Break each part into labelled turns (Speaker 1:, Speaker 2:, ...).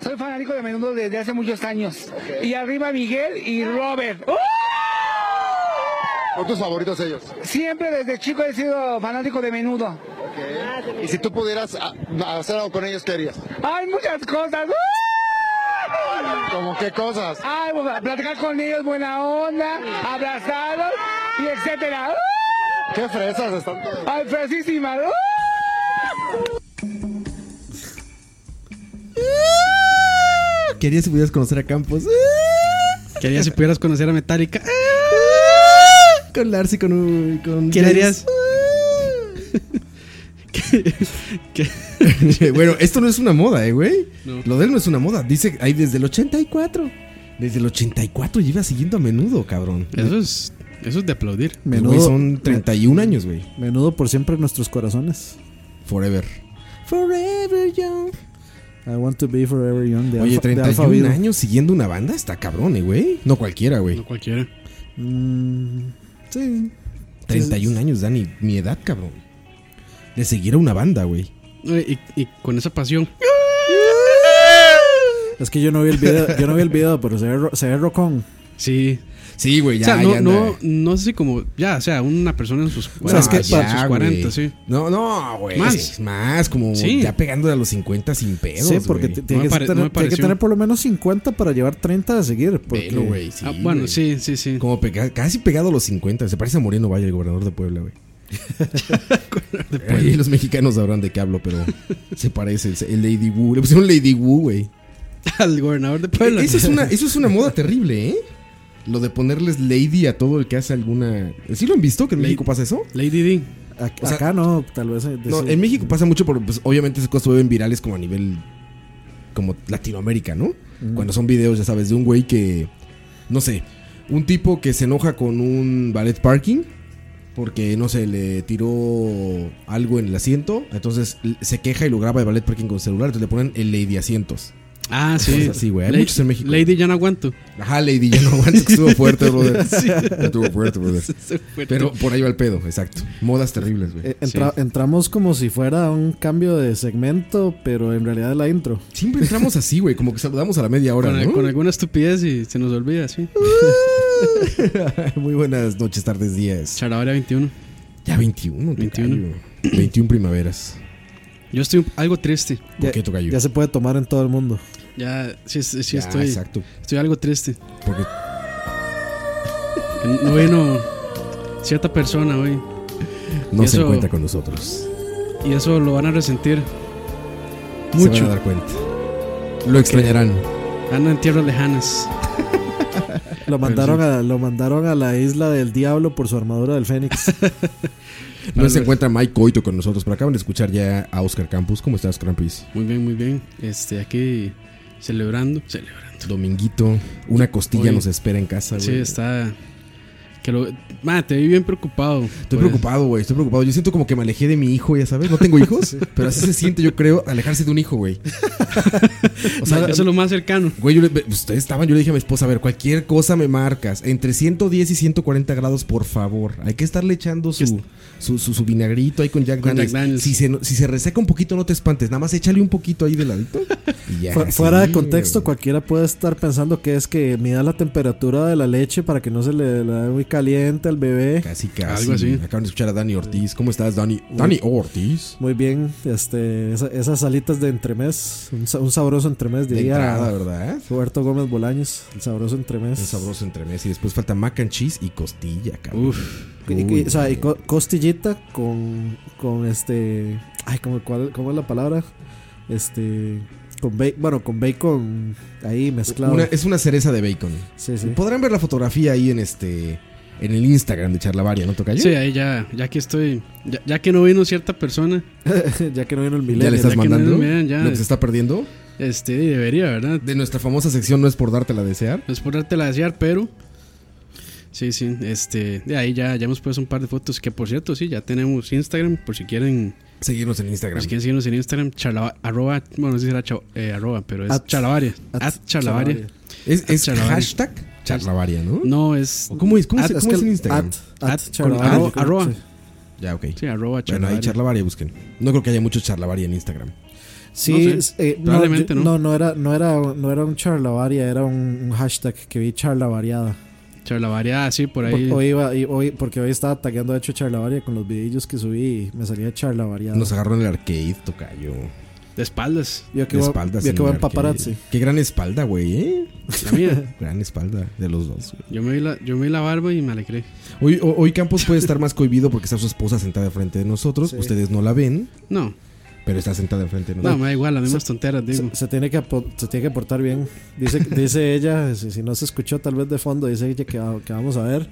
Speaker 1: soy fanático de menudo desde hace muchos años. Y arriba Miguel y Robert. ¡Uh!
Speaker 2: ¿Son tus favoritos ellos?
Speaker 1: Siempre desde chico he sido fanático de menudo.
Speaker 2: Y si tú pudieras ah, hacer algo con ellos, ¿qué harías?
Speaker 1: Hay muchas cosas. ¡Uh!
Speaker 2: ¿Como qué cosas?
Speaker 1: Ay, pues, a platicar con ellos, buena onda, abrazados y etcétera. ¡Uh!
Speaker 2: ¿Qué fresas están todos?
Speaker 1: Ay, ¡Oh! fresísima. ¡Uh!
Speaker 3: Quería si pudieras conocer a Campos.
Speaker 4: Quería si pudieras conocer a Metallica. ¡ah!
Speaker 3: Con Lars y con. un- con
Speaker 4: ¿Quién
Speaker 3: James.
Speaker 4: harías? ¿Qué- qué-
Speaker 3: bueno, esto no es una moda, eh, güey.
Speaker 4: No.
Speaker 3: Lo de él no es una moda. Dice ahí desde el 84. Desde el 84 lleva siguiendo a menudo, cabrón.
Speaker 4: Eso es, eso es de aplaudir.
Speaker 3: Menudo.
Speaker 5: Menudo,
Speaker 3: son 31 años, güey.
Speaker 5: menudo por siempre en nuestros corazones.
Speaker 3: Forever. Forever young.
Speaker 5: I want to be forever young. de
Speaker 3: Oye,
Speaker 5: Alpha- de
Speaker 3: 31
Speaker 5: Alpha Bill.
Speaker 3: años siguiendo una banda está cabrón, eh, güey. No cualquiera, güey.
Speaker 4: No cualquiera.
Speaker 5: Mm, sí.
Speaker 3: 31 años, Dani. Mi edad, cabrón. De seguir a una banda, güey.
Speaker 4: Oye, Y, y con esa pasión.
Speaker 5: Es que yo no vi el video, yo no vi el video, pero se ve, ro- se ve rocón.
Speaker 4: Sí.
Speaker 3: Sí, güey, ya,
Speaker 4: o sea, no,
Speaker 3: ya anda.
Speaker 4: no, no sé si como. Ya, o sea, una persona en sus
Speaker 3: No,
Speaker 4: 40,
Speaker 3: es que
Speaker 4: en
Speaker 3: ya,
Speaker 4: sus
Speaker 3: güey.
Speaker 4: 40 sí.
Speaker 3: No, no, güey.
Speaker 4: Más.
Speaker 3: Más. Más, como
Speaker 4: Sí.
Speaker 3: ya pegando a los 50 sin pedos.
Speaker 5: sí, porque
Speaker 3: güey.
Speaker 5: t-
Speaker 4: No
Speaker 5: tiene,
Speaker 4: me
Speaker 5: que
Speaker 4: pare-
Speaker 5: tener,
Speaker 4: no me
Speaker 5: tiene que
Speaker 4: pareció.
Speaker 5: tener por lo menos 50 para llevar 30 de seguir. Porque
Speaker 3: Velo, güey. sí,
Speaker 4: Ah, bueno,
Speaker 3: güey.
Speaker 4: sí, sí, sí.
Speaker 3: Como pega- casi pegado a los 50. Se parece a Moreno Valle, el gobernador de Puebla, güey. Ahí los mexicanos sabrán de qué hablo, pero se parece. El, el Lady Wu. Le pusieron Lady Wu, güey.
Speaker 4: Al gobernador de Puebla.
Speaker 3: Eso es, una, eso es una moda terrible, ¿eh? Lo de ponerles Lady a todo el que hace alguna. ¿Sí lo han visto que en
Speaker 4: Lady-
Speaker 3: México pasa eso?
Speaker 4: Lady D.
Speaker 5: a-
Speaker 3: o sea-
Speaker 5: acá no, tal vez. eh, de-
Speaker 3: No,
Speaker 5: sí.
Speaker 3: en México pasa mucho, porque pues, obviamente esas cosas se vuelven virales como a nivel como Latinoamérica, ¿no? Cuando son videos, ya sabes, de un güey que, no sé, un tipo que se enoja con un ballet parking porque, no sé, le tiró algo en el asiento, entonces l- se queja y lo graba de ballet parking con celular, entonces le ponen el lady asientos.
Speaker 4: Ah, sí.
Speaker 3: Cosas Pues así, güey. Hay
Speaker 4: Lady-
Speaker 3: muchos en México.
Speaker 4: Lady, ya no aguanto.
Speaker 3: Ajá, lady, ya no aguanto, que estuvo fuerte, brother. Estuvo fuerte, brother. Pero por ahí va el pedo, exacto. Modas terribles, güey.
Speaker 5: Eh, entra- Entramos como si fuera un cambio de segmento, pero en realidad es la intro.
Speaker 3: Siempre entramos así, güey, como que saludamos a la media hora,
Speaker 4: con,
Speaker 3: ¿no?
Speaker 4: con alguna estupidez y se nos olvida, sí.
Speaker 3: Muy buenas noches, tardes, días.
Speaker 4: Charabara 21.
Speaker 3: Ya 21, 21.
Speaker 4: 21.
Speaker 3: 21 primaveras.
Speaker 4: Yo estoy un- algo triste.
Speaker 3: ¿Por qué toca yo?
Speaker 5: Ya se puede tomar en todo el mundo.
Speaker 4: Ya, sí, sí estoy.
Speaker 3: exacto.
Speaker 4: Estoy algo triste.
Speaker 3: Porque
Speaker 4: Que No vino cierta persona hoy.
Speaker 3: no
Speaker 4: Y
Speaker 3: se
Speaker 4: eso-
Speaker 3: encuentra con nosotros.
Speaker 4: Y eso lo van a resentir.
Speaker 3: Se van a
Speaker 4: Mucho.
Speaker 3: dar cuenta. Lo extrañarán.
Speaker 4: Anda en tierras lejanas.
Speaker 5: Lo
Speaker 3: Pues
Speaker 5: mandaron, a, lo mandaron a la isla del diablo por su armadura del Fénix.
Speaker 3: No se encuentra Mike Coito con nosotros, pero acaban de escuchar ya a Oscar Campus. ¿Cómo estás, Crampis?
Speaker 4: Muy bien, muy bien. Este, aquí celebrando. Celebrando.
Speaker 3: Dominguito, una costilla
Speaker 4: Oye.
Speaker 3: nos espera en casa, güey.
Speaker 4: Sí, está. Que lo. Ma, te vi bien preocupado.
Speaker 3: Estoy
Speaker 4: Por-
Speaker 3: preocupado, güey. Estoy preocupado. Yo siento como que me alejé de mi hijo, ya sabes. No tengo hijos, pero así se siente, yo creo, alejarse de un hijo, güey. O sea,
Speaker 4: eso es lo más cercano.
Speaker 3: Güey, yo le- ustedes estaban, yo le dije a mi esposa, a ver, cualquier cosa me marcas. Entre 110 y 140 grados, por favor. Hay que estarle echando su, su, su, su vinagrito ahí con Jack
Speaker 4: Este Con
Speaker 3: Daniels.
Speaker 4: Jack Daniels.
Speaker 3: Si, se, no- si se reseca un poquito, no te espantes. Nada más échale un poquito ahí de ladito. Y ya,
Speaker 5: Fu-
Speaker 3: sí,
Speaker 5: Fuera de
Speaker 3: güey.
Speaker 5: contexto, cualquiera puede estar pensando que es que mida la temperatura de la leche para que no se le la dé muy caliente al bebé.
Speaker 3: Casi, casi.
Speaker 4: Algo así.
Speaker 3: Acaban de escuchar a Dani Ortiz. ¿Cómo estás, Dani? Dani Ortiz.
Speaker 5: Muy bien, este, esa- esas salitas de entremés, un, sa- un sabroso entremés,
Speaker 3: De
Speaker 5: diría
Speaker 3: entrada, ¿verdad?
Speaker 5: Roberto Gómez Bolaños, el sabroso entremés.
Speaker 3: Un sabroso entremés. Y después falta mac and cheese y costilla, cabrón.
Speaker 4: Uf.
Speaker 5: Y- y-
Speaker 3: Uy,
Speaker 5: o sea, y
Speaker 3: güey.
Speaker 5: co- costillita con, con este, ay, ¿cómo, cuál- cómo es la palabra? Este, con ba- bueno, con bacon ahí mezclado.
Speaker 3: Una- es una cereza de bacon.
Speaker 5: sí, sí.
Speaker 3: Podrán ver la fotografía ahí en este. En el Instagram de Charlavaria, ¿no toca yo?
Speaker 4: Sí, ahí ya, ya que estoy. Ya, ya que no vino cierta persona,
Speaker 5: ya que no vino el
Speaker 3: Ya le
Speaker 5: milenio.
Speaker 3: estás
Speaker 4: que no
Speaker 3: mandando
Speaker 4: nos vean, ya.
Speaker 3: lo que se está perdiendo.
Speaker 4: este, debería, ¿verdad?
Speaker 3: De nuestra famosa sección no es por dártela a desear.
Speaker 4: No es por dártela a desear, pero. Sí, sí, este. De ahí ya, ya hemos puesto un par de fotos. Que por cierto, sí, ya tenemos Instagram. Por si quieren,
Speaker 3: Seguirnos en
Speaker 4: por
Speaker 3: Instagram.
Speaker 4: si quieren seguirnos en Instagram, charla, arroba. Bueno, no sé si será chao- eh, arroba, pero es
Speaker 5: At-
Speaker 4: charlavaria.
Speaker 5: at
Speaker 3: Ah,
Speaker 4: At charlavaria.
Speaker 5: charlavaria.
Speaker 3: Es, es
Speaker 4: Charlavaria.
Speaker 3: hashtag Charlavaria, ¿no?
Speaker 4: No, es.
Speaker 3: ¿O ¿Cómo es? ¿Cómo,
Speaker 4: At-
Speaker 3: se-
Speaker 4: es
Speaker 3: cómo
Speaker 4: que
Speaker 3: es en
Speaker 4: el-
Speaker 3: Instagram?
Speaker 5: At,
Speaker 4: at-
Speaker 5: charla-
Speaker 4: con arro- arroba.
Speaker 5: Sí.
Speaker 3: ya, ok.
Speaker 4: Sí, arroba
Speaker 3: bueno, ahí
Speaker 4: charlavaria.
Speaker 3: Charlavaria busquen. No creo que haya muchos Charlavaria en Instagram.
Speaker 5: Sí,
Speaker 4: No sé,
Speaker 5: es- eh, no,
Speaker 4: probablemente,
Speaker 5: yo-
Speaker 4: ¿no?
Speaker 5: no, no era, no era, no era un charlavaria, era un, un hashtag que vi charlavariada.
Speaker 4: Charlavaria, ah, sí, por
Speaker 5: Por-
Speaker 4: ahí.
Speaker 5: hoy iba, y hoy, porque hoy estaba tagueando de hecho charlavaria con los videillos que subí y me salía charlavariada.
Speaker 3: Nos agarró en el arcade, tocayo.
Speaker 4: De espaldas.
Speaker 5: Vio que
Speaker 3: de
Speaker 5: va-
Speaker 3: espaldas.
Speaker 5: vio
Speaker 3: en el
Speaker 5: que buen
Speaker 3: arcade.
Speaker 5: paparazzi.
Speaker 3: Qué gran espalda, güey, ¿eh?
Speaker 4: La mía.
Speaker 3: Gran espalda de los dos. güey.
Speaker 4: Yo me, vi la, yo me vi la barba y me alegré.
Speaker 3: Hoy, ho- hoy Campos puede estar más cohibido porque está su esposa sentada enfrente de nosotros.
Speaker 5: Sí.
Speaker 3: Ustedes no la ven,
Speaker 4: No,
Speaker 3: pero está sentada enfrente de
Speaker 4: no,
Speaker 3: nosotros.
Speaker 4: me da igual, las mismas tonteras, digo.
Speaker 5: Se, se tiene que, apo- se tiene que portar bien. Dice, dice ella, si, si no se escuchó tal vez de fondo, dice ella que, va- que vamos a ver.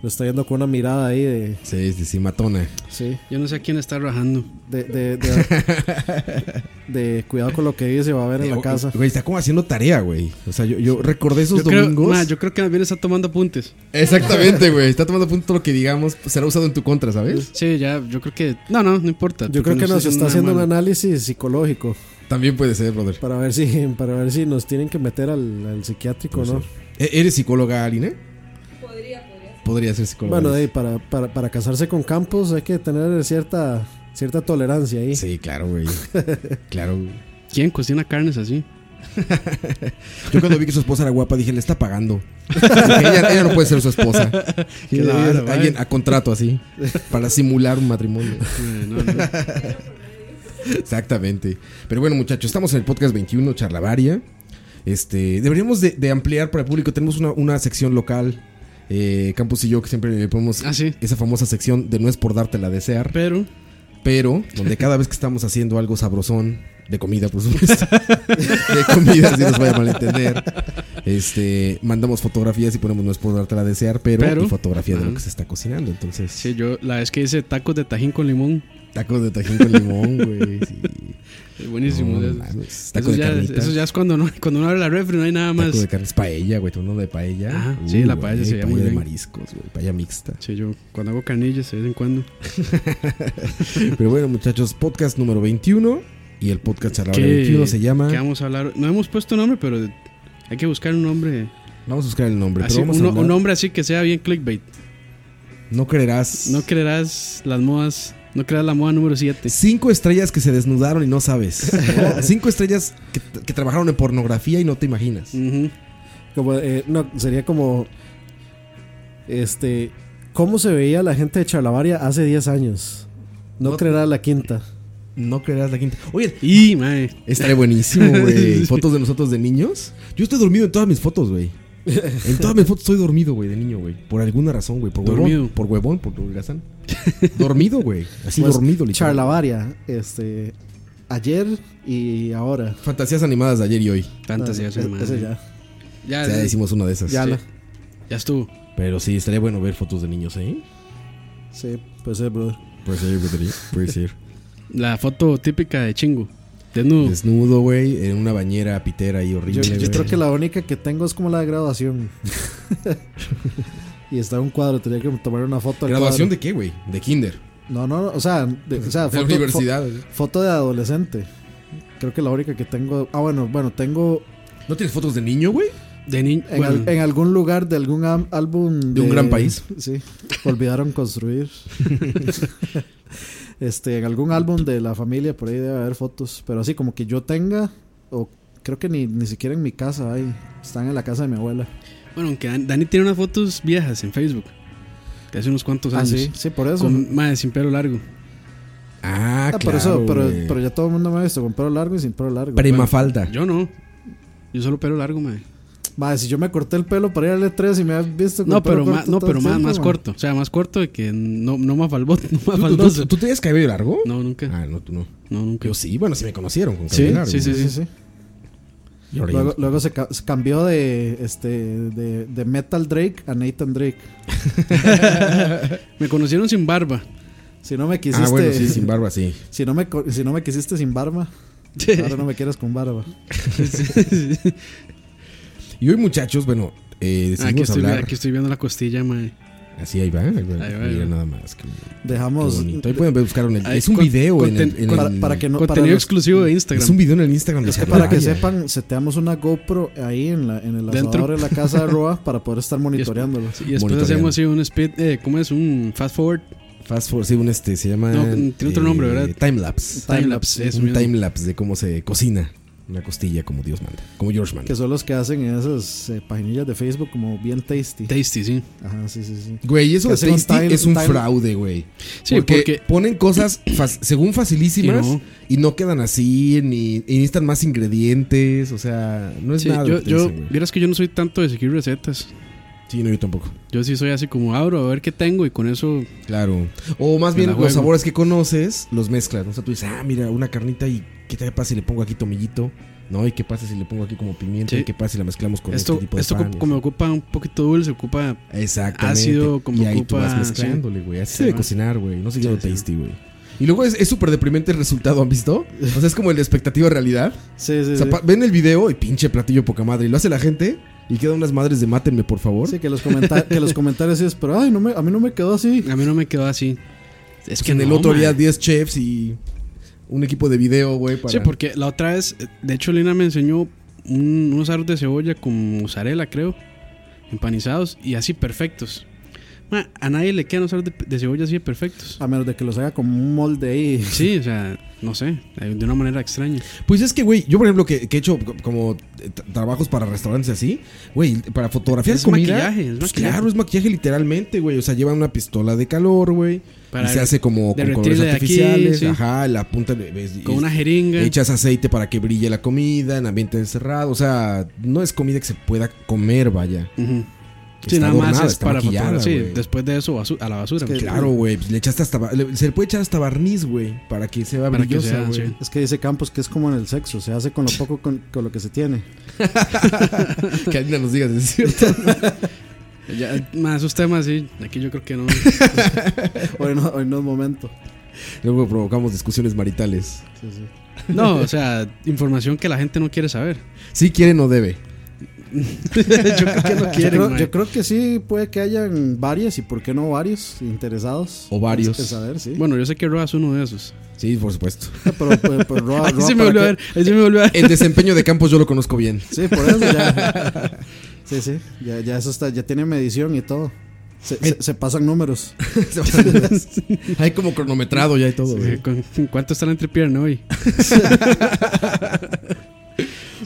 Speaker 5: Lo está viendo con una mirada ahí de...
Speaker 3: Sí, sí, sí, matona.
Speaker 5: Sí,
Speaker 4: Yo no sé a quién está rajando.
Speaker 5: de... de, de- de cuidado con lo que dice, va a ver en la
Speaker 3: Eh,
Speaker 5: casa.
Speaker 3: Güey, está como haciendo tarea, güey. O sea, yo, yo recordé esos
Speaker 4: Yo creo,
Speaker 3: domingos.
Speaker 4: ma, yo creo que más bien está tomando apuntes.
Speaker 3: Exactamente, güey. Está tomando punto lo que digamos. pues, será usado en tu contra, ¿sabes?
Speaker 4: Sí, ya, yo creo que. No, no, no importa. porque
Speaker 5: Yo creo que
Speaker 4: no
Speaker 5: nos
Speaker 4: estoy
Speaker 5: está haciendo un
Speaker 4: nada malo.
Speaker 5: análisis psicológico
Speaker 3: También puede ser, brother.
Speaker 5: para ver si, para ver si nos tienen que meter al, al psiquiátrico, ¿no?
Speaker 3: ¿E- ¿Eres psicóloga, Alina? Podría, podría. Podría ser psicóloga.
Speaker 5: Bueno, de ahí, para, para, para casarse con Campos hay que tener cierta cierta tolerancia ahí.
Speaker 3: Sí, claro, güey. claro. güey.
Speaker 4: ¿Quién cocina carnes así?
Speaker 3: Yo cuando vi que su esposa era guapa dije, le está pagando. ella, ella no puede ser su esposa.
Speaker 4: Qué
Speaker 3: Ella-
Speaker 4: bárbaro,
Speaker 3: ella-
Speaker 4: güey.
Speaker 3: alguien a contrato así, para simular un matrimonio.
Speaker 4: Eh, no, no.
Speaker 3: Exactamente. Pero bueno, muchachos, estamos en el podcast 21, Charlavaria. Este, deberíamos de, de ampliar para el público. Tenemos una, una sección local. eh, Campos y yo que siempre le ponemos
Speaker 4: Ah, sí.
Speaker 3: esa famosa sección de no es por dártela a desear,
Speaker 4: Pero,
Speaker 3: pero donde cada vez que estamos haciendo algo sabrosón, de comida, por supuesto, de comida, si nos vaya a malentender, este, mandamos fotografías y ponemos no es por dártela a desear, pero,
Speaker 4: Pero-
Speaker 3: y fotografía de lo
Speaker 4: Ajá.
Speaker 3: que se está cocinando. Entonces,
Speaker 4: sí, yo, la vez que hice tacos de tajín con limón,
Speaker 3: tacos de tajín con limón, güey. sí.
Speaker 4: eh, buenísimo.
Speaker 3: No,
Speaker 4: ya-
Speaker 3: no mames, taco
Speaker 4: eso,
Speaker 3: de
Speaker 4: ya,
Speaker 3: carnitas.
Speaker 4: eso ya es cuando, no, cuando uno abre la refri, no hay nada más.
Speaker 3: Taco de carnes, paella, güey, uno de paella.
Speaker 4: Ajá, Ah, sí, la paella se
Speaker 3: llama
Speaker 4: veía muy
Speaker 3: de
Speaker 4: bien.
Speaker 3: mariscos, güey, paella mixta.
Speaker 4: Sí, yo cuando hago carnillas de vez en cuando.
Speaker 3: Pero bueno, muchachos, podcast número 21 y el podcast charlavaria
Speaker 4: ¿Qué-
Speaker 3: 21 se llama
Speaker 4: ¿Qué vamos a hablar? No hemos puesto nombre, pero hay que buscar un nombre.
Speaker 3: Vamos a buscar el nombre,
Speaker 4: Así,
Speaker 3: pero vamos a
Speaker 4: Ah, uno-
Speaker 3: hablar-
Speaker 4: un nombre así que sea bien clickbait.
Speaker 3: no creerás.
Speaker 4: No creerás las modas, no creerás la moda número 7.
Speaker 3: Cinco estrellas que se desnudaron y no sabes. ¿no? Cinco estrellas que, que trabajaron en pornografía y no te imaginas.
Speaker 4: Mm.
Speaker 5: Como, eh, no, sería como. Este. ¿Cómo se veía la gente de Charlavaria hace 10 años? No,
Speaker 3: No-
Speaker 5: creerá la quinta.
Speaker 3: No creerás la quinta. Oye,
Speaker 4: Y, mae,
Speaker 3: Estaría buenísimo, güey.
Speaker 4: Sí.
Speaker 3: Fotos de nosotros de niños. Yo estoy dormido en todas mis fotos, güey. En todas mis fotos estoy dormido, güey, de niño, güey. Por alguna razón, güey. Por huevón.
Speaker 4: Dormido.
Speaker 3: Por huevón, por holgazán. Dormido, güey. Así
Speaker 5: Pues,
Speaker 3: dormido, literal.
Speaker 5: Charlavaria. Este. Ayer y ahora.
Speaker 3: Fantasías animadas de ayer y hoy.
Speaker 4: tantas
Speaker 5: No,
Speaker 4: ya
Speaker 5: Ah, ese-
Speaker 4: se
Speaker 5: e-, ese
Speaker 4: Ya,
Speaker 5: ya.
Speaker 4: ya,
Speaker 3: O sea, hicimos una de esas.
Speaker 5: Ya
Speaker 4: Ah, sí.
Speaker 5: la-
Speaker 4: ya estuvo.
Speaker 3: Pero sí, estaría bueno ver fotos de niños, ¿eh?
Speaker 5: Sí, pues sí, brother.
Speaker 3: Puede ser, brother, puede ser.
Speaker 4: La foto típica de chingo. Desnudo.
Speaker 3: Desnudo, güey, en una bañera pitera y
Speaker 5: Yo,
Speaker 3: horrible.
Speaker 5: yo
Speaker 3: güey.
Speaker 5: creo que la única que tengo es como la de graduación. y está en un cuadro, tenía que tomar una foto. al
Speaker 3: ¿Graduación
Speaker 5: cuadro.
Speaker 3: de qué, güey? De kinder.
Speaker 5: No, no, no, o sea, de, o sea,
Speaker 3: De la
Speaker 5: foto-
Speaker 3: universidad. güey.
Speaker 5: fo- foto de adolescente. Creo que la única que tengo. Ah, bueno, bueno, tengo
Speaker 3: ¿No tienes fotos de niño, güey?
Speaker 4: De niño.
Speaker 5: En, al- en algún lugar de algún am- álbum.
Speaker 3: De un gran país.
Speaker 5: Sí. Olvidaron construir. este, en algún álbum de la familia por ahí debe haber fotos. Pero así como que yo tenga, o creo que ni, ni siquiera en mi casa hay. Están en la casa de mi abuela.
Speaker 4: Bueno, aunque Dan- Dani tiene unas fotos viejas en Facebook. De hace unos cuantos
Speaker 5: Ah,
Speaker 4: años.
Speaker 5: sí, sí, por eso.
Speaker 4: Con, mae, sin pelo largo.
Speaker 3: Ah, claro.
Speaker 5: Ah, por eso, pero,
Speaker 3: güey.
Speaker 5: pero ya todo el mundo me ha visto con pelo largo y sin pelo largo.
Speaker 3: Primafalda.
Speaker 4: Yo no. Yo solo pelo largo, mae.
Speaker 5: Madre, si yo me corté el pelo para ir al E3 y me has visto con
Speaker 4: No,
Speaker 5: pelo
Speaker 4: pero,
Speaker 5: corto
Speaker 4: más, no,
Speaker 5: todo
Speaker 4: pero
Speaker 5: el
Speaker 4: más,
Speaker 5: tiempo,
Speaker 4: más
Speaker 5: ma.
Speaker 4: corto. O sea, más corto de que no, no más balbot, no más
Speaker 3: ¿Tú, tú,
Speaker 4: baldoso.
Speaker 3: tú tenías cabello largo?
Speaker 4: No, nunca.
Speaker 3: Ah, no, tú no.
Speaker 4: No, nunca.
Speaker 3: Yo sí, bueno, sí me conocieron con
Speaker 4: Sí,
Speaker 3: cabello largo.
Speaker 4: sí, sí,
Speaker 5: Sí, sí, sí.
Speaker 3: Y ahora ya-
Speaker 5: Luego, luego se, ca- se cambió de, este, de, de Metal Drake a Nathan Drake.
Speaker 4: Me conocieron sin barba.
Speaker 5: Si no me
Speaker 4: este-
Speaker 5: quisiste,
Speaker 3: ah, bueno, sí, sin barba, sí.
Speaker 5: si no me co- si no me quisiste sin barba, ahora no me quieras con barba.
Speaker 3: Y hoy, muchachos, bueno, eh,
Speaker 4: aquí,
Speaker 3: decidimos
Speaker 4: estoy,
Speaker 3: hablar.
Speaker 4: aquí estoy viendo la costilla, mae.
Speaker 3: Así, ahí va. Ahí va,
Speaker 4: Ahí va,
Speaker 3: mira
Speaker 4: ahí va.
Speaker 3: nada más. Qué, qué
Speaker 5: Dejamos
Speaker 3: bonito. Ahí pueden ver, buscaron el.
Speaker 4: Ahí,
Speaker 3: Es un
Speaker 4: con-
Speaker 3: video en el.
Speaker 4: conten-
Speaker 3: en
Speaker 5: para,
Speaker 3: el-
Speaker 5: para que no para
Speaker 4: Contenido
Speaker 5: los-
Speaker 4: exclusivo de Instagram.
Speaker 3: Es un video en el Instagram. de
Speaker 5: es que para que
Speaker 3: Charlavaria.
Speaker 5: sepan, seteamos una GoPro ahí en la en el
Speaker 4: Dentro.
Speaker 5: asador de la casa de Roa para poder estar monitoreándolo.
Speaker 4: Y después
Speaker 3: monitoreando.
Speaker 4: hacemos así un speed, eh, ¿cómo es? Un fast forward.
Speaker 3: Fast Forward, sí, un este, se llama. eh,
Speaker 4: No, tiene otro nombre, ¿verdad?
Speaker 3: Timelapse.
Speaker 4: Timelapse, eso
Speaker 3: Un
Speaker 4: mismo.
Speaker 3: timelapse de cómo se cocina una costilla como Dios manda, como George manda.
Speaker 5: Que son los que hacen esas eh, paginillas de Facebook como bien tasty.
Speaker 4: Tasty, sí.
Speaker 5: Ajá, sí, sí, sí.
Speaker 3: Güey, eso
Speaker 5: que
Speaker 3: de
Speaker 5: hacen un
Speaker 3: Tasty
Speaker 5: time-
Speaker 3: es un
Speaker 5: time-
Speaker 3: fraude, güey.
Speaker 4: Sí,
Speaker 3: porque,
Speaker 4: porque-
Speaker 3: ponen cosas fas- según facilísimas
Speaker 4: Y
Speaker 3: y
Speaker 4: no.
Speaker 3: no. quedan así, ni y necesitan más ingredientes, o sea, no es
Speaker 4: Sí,
Speaker 3: nada.
Speaker 4: yo,
Speaker 3: lo que te
Speaker 4: yo,
Speaker 3: dicen, güey.
Speaker 4: vieras que yo no soy tanto de seguir recetas.
Speaker 3: Sí, no, yo tampoco.
Speaker 4: Yo sí soy así como abro a ver qué tengo y con eso.
Speaker 3: Claro. O más
Speaker 4: Me
Speaker 3: bien
Speaker 4: la
Speaker 3: los
Speaker 4: juego.
Speaker 3: sabores que conoces los mezclas. ¿no? O sea, tú dices, ah, mira, una carnita y qué te pasa si le pongo aquí tomillito, ¿no? Y qué pasa si le pongo aquí como pimienta
Speaker 4: Sí.
Speaker 3: y qué pasa si la mezclamos con
Speaker 4: esto
Speaker 3: este tipo de
Speaker 4: esto
Speaker 3: pan.
Speaker 4: co- como ocupa un poquito dulce, ocupa.
Speaker 3: Exactamente.
Speaker 4: ácido, como
Speaker 3: y ahí tú
Speaker 4: ocupa,
Speaker 3: vas mezclándole, güey. Así
Speaker 4: Sí,
Speaker 3: se debe
Speaker 4: va.
Speaker 3: cocinar, güey. No se llama
Speaker 4: Sí, sí.
Speaker 3: tasty, güey. Y luego es es súper deprimente el resultado, ¿han visto? O sea, es como el de expectativa realidad.
Speaker 5: Sí, sí,
Speaker 3: O sea,
Speaker 5: sí.
Speaker 3: pa- ven el video y pinche platillo poca madre. Y lo hace la gente y quedan unas madres de mátenme, por favor.
Speaker 5: Sí, que los, comenta- que los comentarios sí es, pero ay, no me, a mí no me quedó así.
Speaker 4: A mí no me quedó así. Es
Speaker 3: Pues
Speaker 4: que
Speaker 3: en el
Speaker 4: no,
Speaker 3: otro
Speaker 4: man.
Speaker 3: había 10 chefs y un equipo de video, güey. Para...
Speaker 4: Sí, porque la otra vez, eh, de hecho, Lina me enseñó un- unos aros de cebolla con mozzarella, creo, empanizados y así perfectos. Ma, a nadie le quedan los aros de, de cebolla así de perfectos.
Speaker 5: A menos de que los haga como un molde ahí.
Speaker 4: Sí, o sea, no sé, eh, de una manera extraña.
Speaker 3: Pues es que, güey, yo por ejemplo que, que he hecho co- como eh, t- trabajos para restaurantes así, güey, para fotografiar
Speaker 4: Es
Speaker 3: comida.
Speaker 4: maquillaje, es
Speaker 3: pues
Speaker 4: maquillaje.
Speaker 3: Claro, es maquillaje literalmente, güey. O sea, llevan una pistola de calor, güey.
Speaker 4: Para
Speaker 3: Y se hace como con
Speaker 4: derretirle
Speaker 3: colores
Speaker 4: de aquí,
Speaker 3: artificiales.
Speaker 4: sí.
Speaker 3: Ajá, la punta de- ves-
Speaker 4: Con
Speaker 3: y-
Speaker 4: una jeringa.
Speaker 3: Echas aceite para que brille la comida en ambiente cerrado. O sea, no es comida que se pueda comer, vaya.
Speaker 4: Ujú.
Speaker 3: Está
Speaker 4: Sí, nada más
Speaker 3: adornada,
Speaker 4: es
Speaker 3: está
Speaker 4: para
Speaker 3: maquillada,
Speaker 4: fotografiar. Sí,
Speaker 3: güey.
Speaker 4: después de eso basu- a la basura.
Speaker 5: Es que-
Speaker 3: Claro, güey. pues le echaste hasta. ba- le- se le puede echar hasta barniz, güey. Para que se vea
Speaker 4: Para que
Speaker 3: brillosa,
Speaker 4: sea,
Speaker 3: güey.
Speaker 4: sí.
Speaker 5: Es que dice Campos que es como en el sexo, se hace con lo poco con, con lo que se tiene.
Speaker 3: Que alguien nos diga, si ¿es cierto?
Speaker 4: Ya, ma, esos temas, sí, aquí yo creo que no.
Speaker 5: Hoy no, hoy no es momento.
Speaker 3: Luego provocamos discusiones maritales.
Speaker 5: Sí, sí.
Speaker 4: No, o sea, información que la gente no quiere saber.
Speaker 3: Si quiere, no debe.
Speaker 4: yo creo que no
Speaker 5: Yo,
Speaker 4: quieren,
Speaker 5: creo,
Speaker 4: ma.
Speaker 5: yo creo que sí puede que hayan varias y por qué no varios interesados.
Speaker 3: O varios.
Speaker 5: Es saber, Ah, sí.
Speaker 4: Bueno, yo sé que Roa es uno de esos.
Speaker 3: Sí, por supuesto.
Speaker 5: pero, pero, pero Roa-
Speaker 4: Ahí
Speaker 5: Roa,
Speaker 4: se me
Speaker 5: ¿para
Speaker 4: volvió a
Speaker 5: qué?
Speaker 4: ver, ahí se me volvió a ver.
Speaker 3: El desempeño de Campos yo lo conozco bien.
Speaker 5: Sí, por eso ya. Sí, sí. Ya, ya eso está, ya tiene medición y todo. Se, se- se pasan números.
Speaker 3: Hay como cronometrado ya y todo. güey.
Speaker 4: Eh, ¿con- con ¿Cuánto está la entrepierna hoy?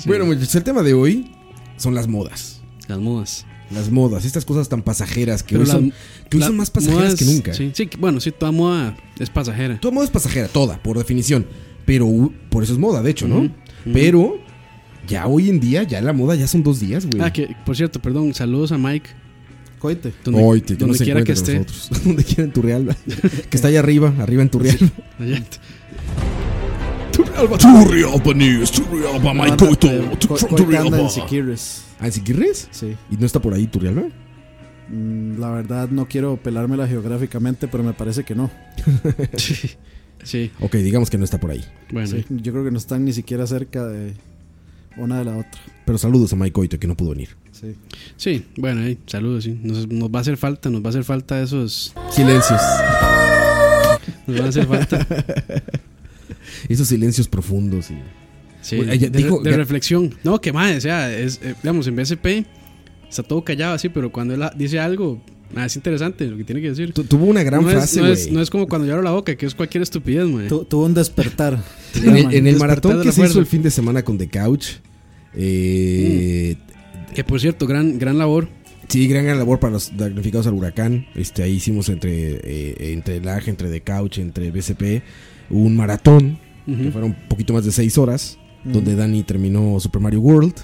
Speaker 3: Bueno, muchachos, el tema de hoy son las modas.
Speaker 4: Las modas.
Speaker 3: Las modas, estas cosas tan pasajeras que
Speaker 4: Pero
Speaker 3: hoy
Speaker 4: la-
Speaker 3: son, que hoy
Speaker 4: Las
Speaker 3: son más pasajeras
Speaker 4: modas,
Speaker 3: que nunca.
Speaker 4: Sí, sí, que- bueno, sí, toda moda es pasajera.
Speaker 3: Toda moda es pasajera, toda, por definición. Pero u- por eso es moda, de hecho, ¿no?
Speaker 4: Ujú, ujú.
Speaker 3: Pero ya hoy en día, ya la moda ya son dos días, güey.
Speaker 4: Ah, que, por cierto, perdón, saludos a Mike.
Speaker 5: Coite.
Speaker 4: Donde,
Speaker 3: Hoy, te-
Speaker 4: donde
Speaker 3: no se
Speaker 4: quiera que
Speaker 3: encuentre
Speaker 4: esté.
Speaker 3: con nosotros. donde quiera en tu real. que está allá arriba, arriba en tu real.
Speaker 4: Allá.
Speaker 5: Anda, eh, Co- Coite anda en Siquirres.
Speaker 3: ¿Ah, en Siquirres?
Speaker 5: Sí.
Speaker 3: ¿Y no está por ahí tu real,
Speaker 5: Mm, La verdad no quiero pelármela geográficamente, pero me parece que no.
Speaker 4: Sí, sí,
Speaker 3: Ok, digamos que no está por ahí.
Speaker 4: bueno.
Speaker 5: Sí, Yo creo que no están ni siquiera cerca de una de la otra.
Speaker 3: Pero saludos a Mike Coito que no pudo venir.
Speaker 5: Sí.
Speaker 4: Sí, bueno, ahí, saludos, sí. Nos, nos va a hacer falta, nos va a hacer falta esos.
Speaker 3: Silencios.
Speaker 4: Nos van a hacer falta.
Speaker 3: Esos silencios profundos. y-
Speaker 4: Sí,
Speaker 3: Bueno, ella
Speaker 4: de,
Speaker 3: dijo-
Speaker 4: de
Speaker 3: ya-
Speaker 4: reflexión. No, que más, o sea, es, eh, digamos, en BSP está todo callado así, pero cuando él ha- dice algo, ah, es interesante lo que tiene que decir.
Speaker 3: Tu- Tuvo una gran
Speaker 4: no,
Speaker 3: frase,
Speaker 4: es, no,
Speaker 3: güey.
Speaker 4: es, no es como cuando yo abro la boca, que es cualquier estupidez, güey.
Speaker 5: Tu- tuvo un despertar.
Speaker 3: En el, en el
Speaker 4: Despertar de
Speaker 3: maratón
Speaker 4: la
Speaker 3: que se
Speaker 4: fuerza.
Speaker 3: hizo el fin de semana con The Couch. eh,
Speaker 5: Mm.
Speaker 4: Que por cierto, gran, gran labor.
Speaker 3: Sí, gran, gran labor para los damnificados al huracán. Este, ahí hicimos entre, eh, entre LAG, entre The Couch, entre BCP, un maratón, que fueron un poquito más de seis horas, donde Dani terminó Super Mario World.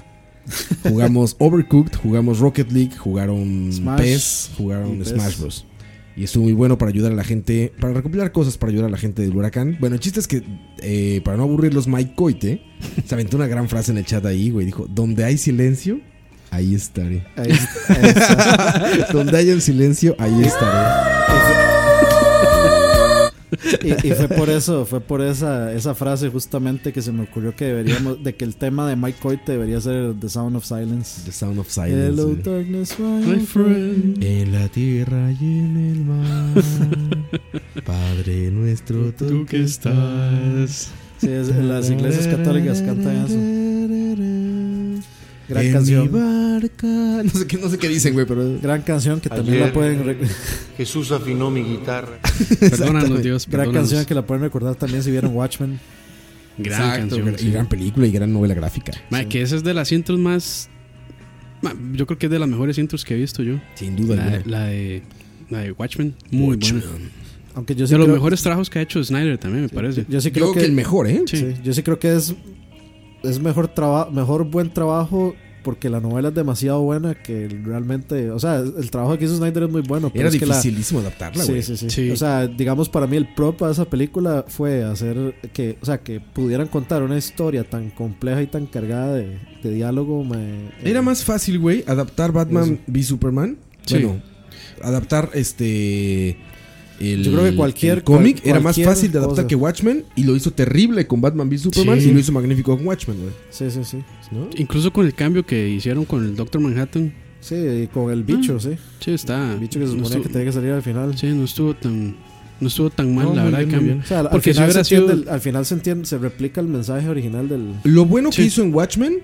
Speaker 3: Jugamos Overcooked, jugamos Rocket League, jugaron
Speaker 5: Smash.
Speaker 3: PES, jugaron
Speaker 5: Y PES.
Speaker 3: Smash Bros. Y estuvo muy bueno para ayudar a la gente, para recopilar cosas para ayudar a la gente del huracán. Bueno, el chiste es que, eh, para no aburrirlos, Mike Coite se aventó una gran frase en el chat ahí, güey. Dijo: Donde hay silencio, ahí estaré.
Speaker 5: Ahí está- ahí está.
Speaker 3: Donde haya el silencio, ahí estaré.
Speaker 5: Y, y fue por eso, fue por esa, esa frase justamente que se me ocurrió que deberíamos, de que el tema de Mike Coite debería ser The Sound of Silence.
Speaker 3: The Sound of Silence.
Speaker 5: Hello
Speaker 3: güey.
Speaker 5: darkness,
Speaker 4: My
Speaker 5: my
Speaker 4: friend.
Speaker 5: friend.
Speaker 3: En la tierra y en el mar. Padre nuestro,
Speaker 4: Tú que estás.
Speaker 5: Sí, es- las iglesias católicas cantan eso. Gran
Speaker 3: En
Speaker 5: canción.
Speaker 3: mi barca. No sé qué, no sé qué dicen, güey, pero.
Speaker 5: Gran canción que también la
Speaker 6: Ayer, eh,
Speaker 5: pueden. re-
Speaker 6: Jesús afinó mi guitarra.
Speaker 4: Perdónanos, Dios.
Speaker 5: gran
Speaker 4: perdónanos.
Speaker 5: canción que la pueden recordar también si vieron Watchmen.
Speaker 4: Gran
Speaker 3: Exacto,
Speaker 4: canción.
Speaker 3: gran-
Speaker 4: sí.
Speaker 3: Y gran película y gran novela gráfica.
Speaker 4: Ma, Que esa es de las intros más. ma, yo creo que es de las mejores intros que he visto yo.
Speaker 3: Sin duda.
Speaker 4: La,
Speaker 3: alguna.
Speaker 4: la de, la de Watchmen. Muy buena.
Speaker 5: Aunque yo sí
Speaker 4: De los
Speaker 5: creo,
Speaker 4: mejores trabajos que ha hecho Snyder también, me parece.
Speaker 5: Yo sí
Speaker 3: Creo,
Speaker 5: creo
Speaker 3: que,
Speaker 5: que,
Speaker 3: el mejor, ¿eh?
Speaker 5: sí, yo sí creo que es es mejor trabajo, mejor buen trabajo porque la novela es demasiado buena que realmente, o sea, el trabajo que hizo Snyder es muy bueno,
Speaker 3: Era
Speaker 5: pero es que la-
Speaker 3: dificilísimo adaptarla,
Speaker 5: Sí,
Speaker 3: güey.
Speaker 5: sí, sí,
Speaker 4: Sí.
Speaker 5: O sea, digamos para mí el prop a esa película fue hacer que, o sea, que pudieran contar una historia tan compleja y tan cargada de, de diálogo. mae, eh,
Speaker 3: Era más fácil, güey, adaptar Batman v Superman.
Speaker 4: Sí.
Speaker 3: Bueno, adaptar este. El,
Speaker 5: Yo creo que cualquier-
Speaker 3: el cómic
Speaker 5: cual-
Speaker 3: era más
Speaker 5: cualquier
Speaker 3: fácil de adaptar
Speaker 5: cosa.
Speaker 3: que Watchmen y lo hizo terrible con Batman v Superman
Speaker 4: Sí.
Speaker 3: y lo hizo magnífico con Watchmen, güey.
Speaker 5: Sí, sí, sí.
Speaker 3: ¿no?
Speaker 4: Incluso con el cambio que hicieron con el Doctor Manhattan.
Speaker 5: Sí, y con el bicho, sí.
Speaker 4: Sí, está.
Speaker 5: El bicho que se
Speaker 4: Ah, no
Speaker 5: suponía que
Speaker 4: estuvo-
Speaker 5: tenía que salir al final.
Speaker 4: Sí, no estuvo tan. No estuvo tan mal,
Speaker 3: No,
Speaker 4: la
Speaker 3: muy
Speaker 4: verdad.
Speaker 3: bien,
Speaker 4: el
Speaker 3: muy
Speaker 4: cambio.
Speaker 3: bien.
Speaker 5: O sea, al- al,
Speaker 4: Porque si
Speaker 5: final
Speaker 4: hubiera
Speaker 5: se entiende
Speaker 4: sido-
Speaker 5: el- al final se entiende, se replica el mensaje original del.
Speaker 3: Lo bueno que
Speaker 4: Sí.
Speaker 3: hizo en Watchmen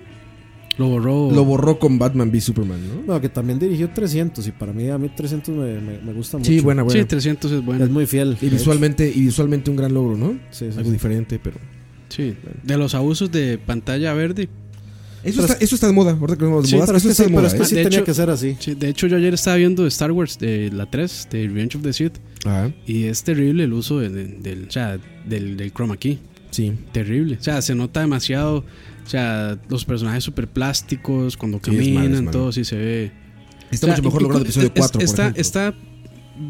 Speaker 4: Lo
Speaker 5: Oh.
Speaker 4: borró.
Speaker 3: lo borró con Batman v Superman, ¿no?
Speaker 5: No, que también dirigió 300 y para mí a mí 300 me, me- me gusta mucho.
Speaker 3: Sí, buena,
Speaker 4: Sí,
Speaker 3: buena.
Speaker 4: 300 es bueno.
Speaker 5: Es muy fiel.
Speaker 3: y visualmente, y visualmente un gran logro, ¿no?
Speaker 5: Sí, sí,
Speaker 3: Algo
Speaker 5: sí.
Speaker 3: diferente, pero.
Speaker 4: Sí. De los abusos de pantalla verde.
Speaker 3: Eso, está, eso está de moda. Ahorita que vamos de
Speaker 5: Sí,
Speaker 3: modas,
Speaker 5: pero es
Speaker 3: eso
Speaker 5: que
Speaker 3: está
Speaker 5: sí,
Speaker 3: de
Speaker 5: pero
Speaker 3: moda.
Speaker 5: es que
Speaker 3: ¿eh?
Speaker 5: sí
Speaker 4: De
Speaker 5: tenía
Speaker 4: hecho-
Speaker 5: que ser así.
Speaker 4: Sí, de hecho, yo ayer estaba viendo Star Wars, de la 3, de Revenge of the Sith.
Speaker 3: Ah,
Speaker 4: Y es terrible el uso de- de- del, o sea, del, del chroma key.
Speaker 3: sí.
Speaker 4: Terrible. O sea, se nota demasiado. O sea, los personajes súper plásticos, cuando
Speaker 3: Sí, es malo, es
Speaker 4: caminan,
Speaker 3: malo.
Speaker 4: todo, sí se ve.
Speaker 3: Está
Speaker 4: O sea,
Speaker 3: mucho mejor
Speaker 4: inclu-
Speaker 3: logrado el episodio
Speaker 4: es-
Speaker 3: 4. por
Speaker 4: está,
Speaker 3: ejemplo.
Speaker 4: está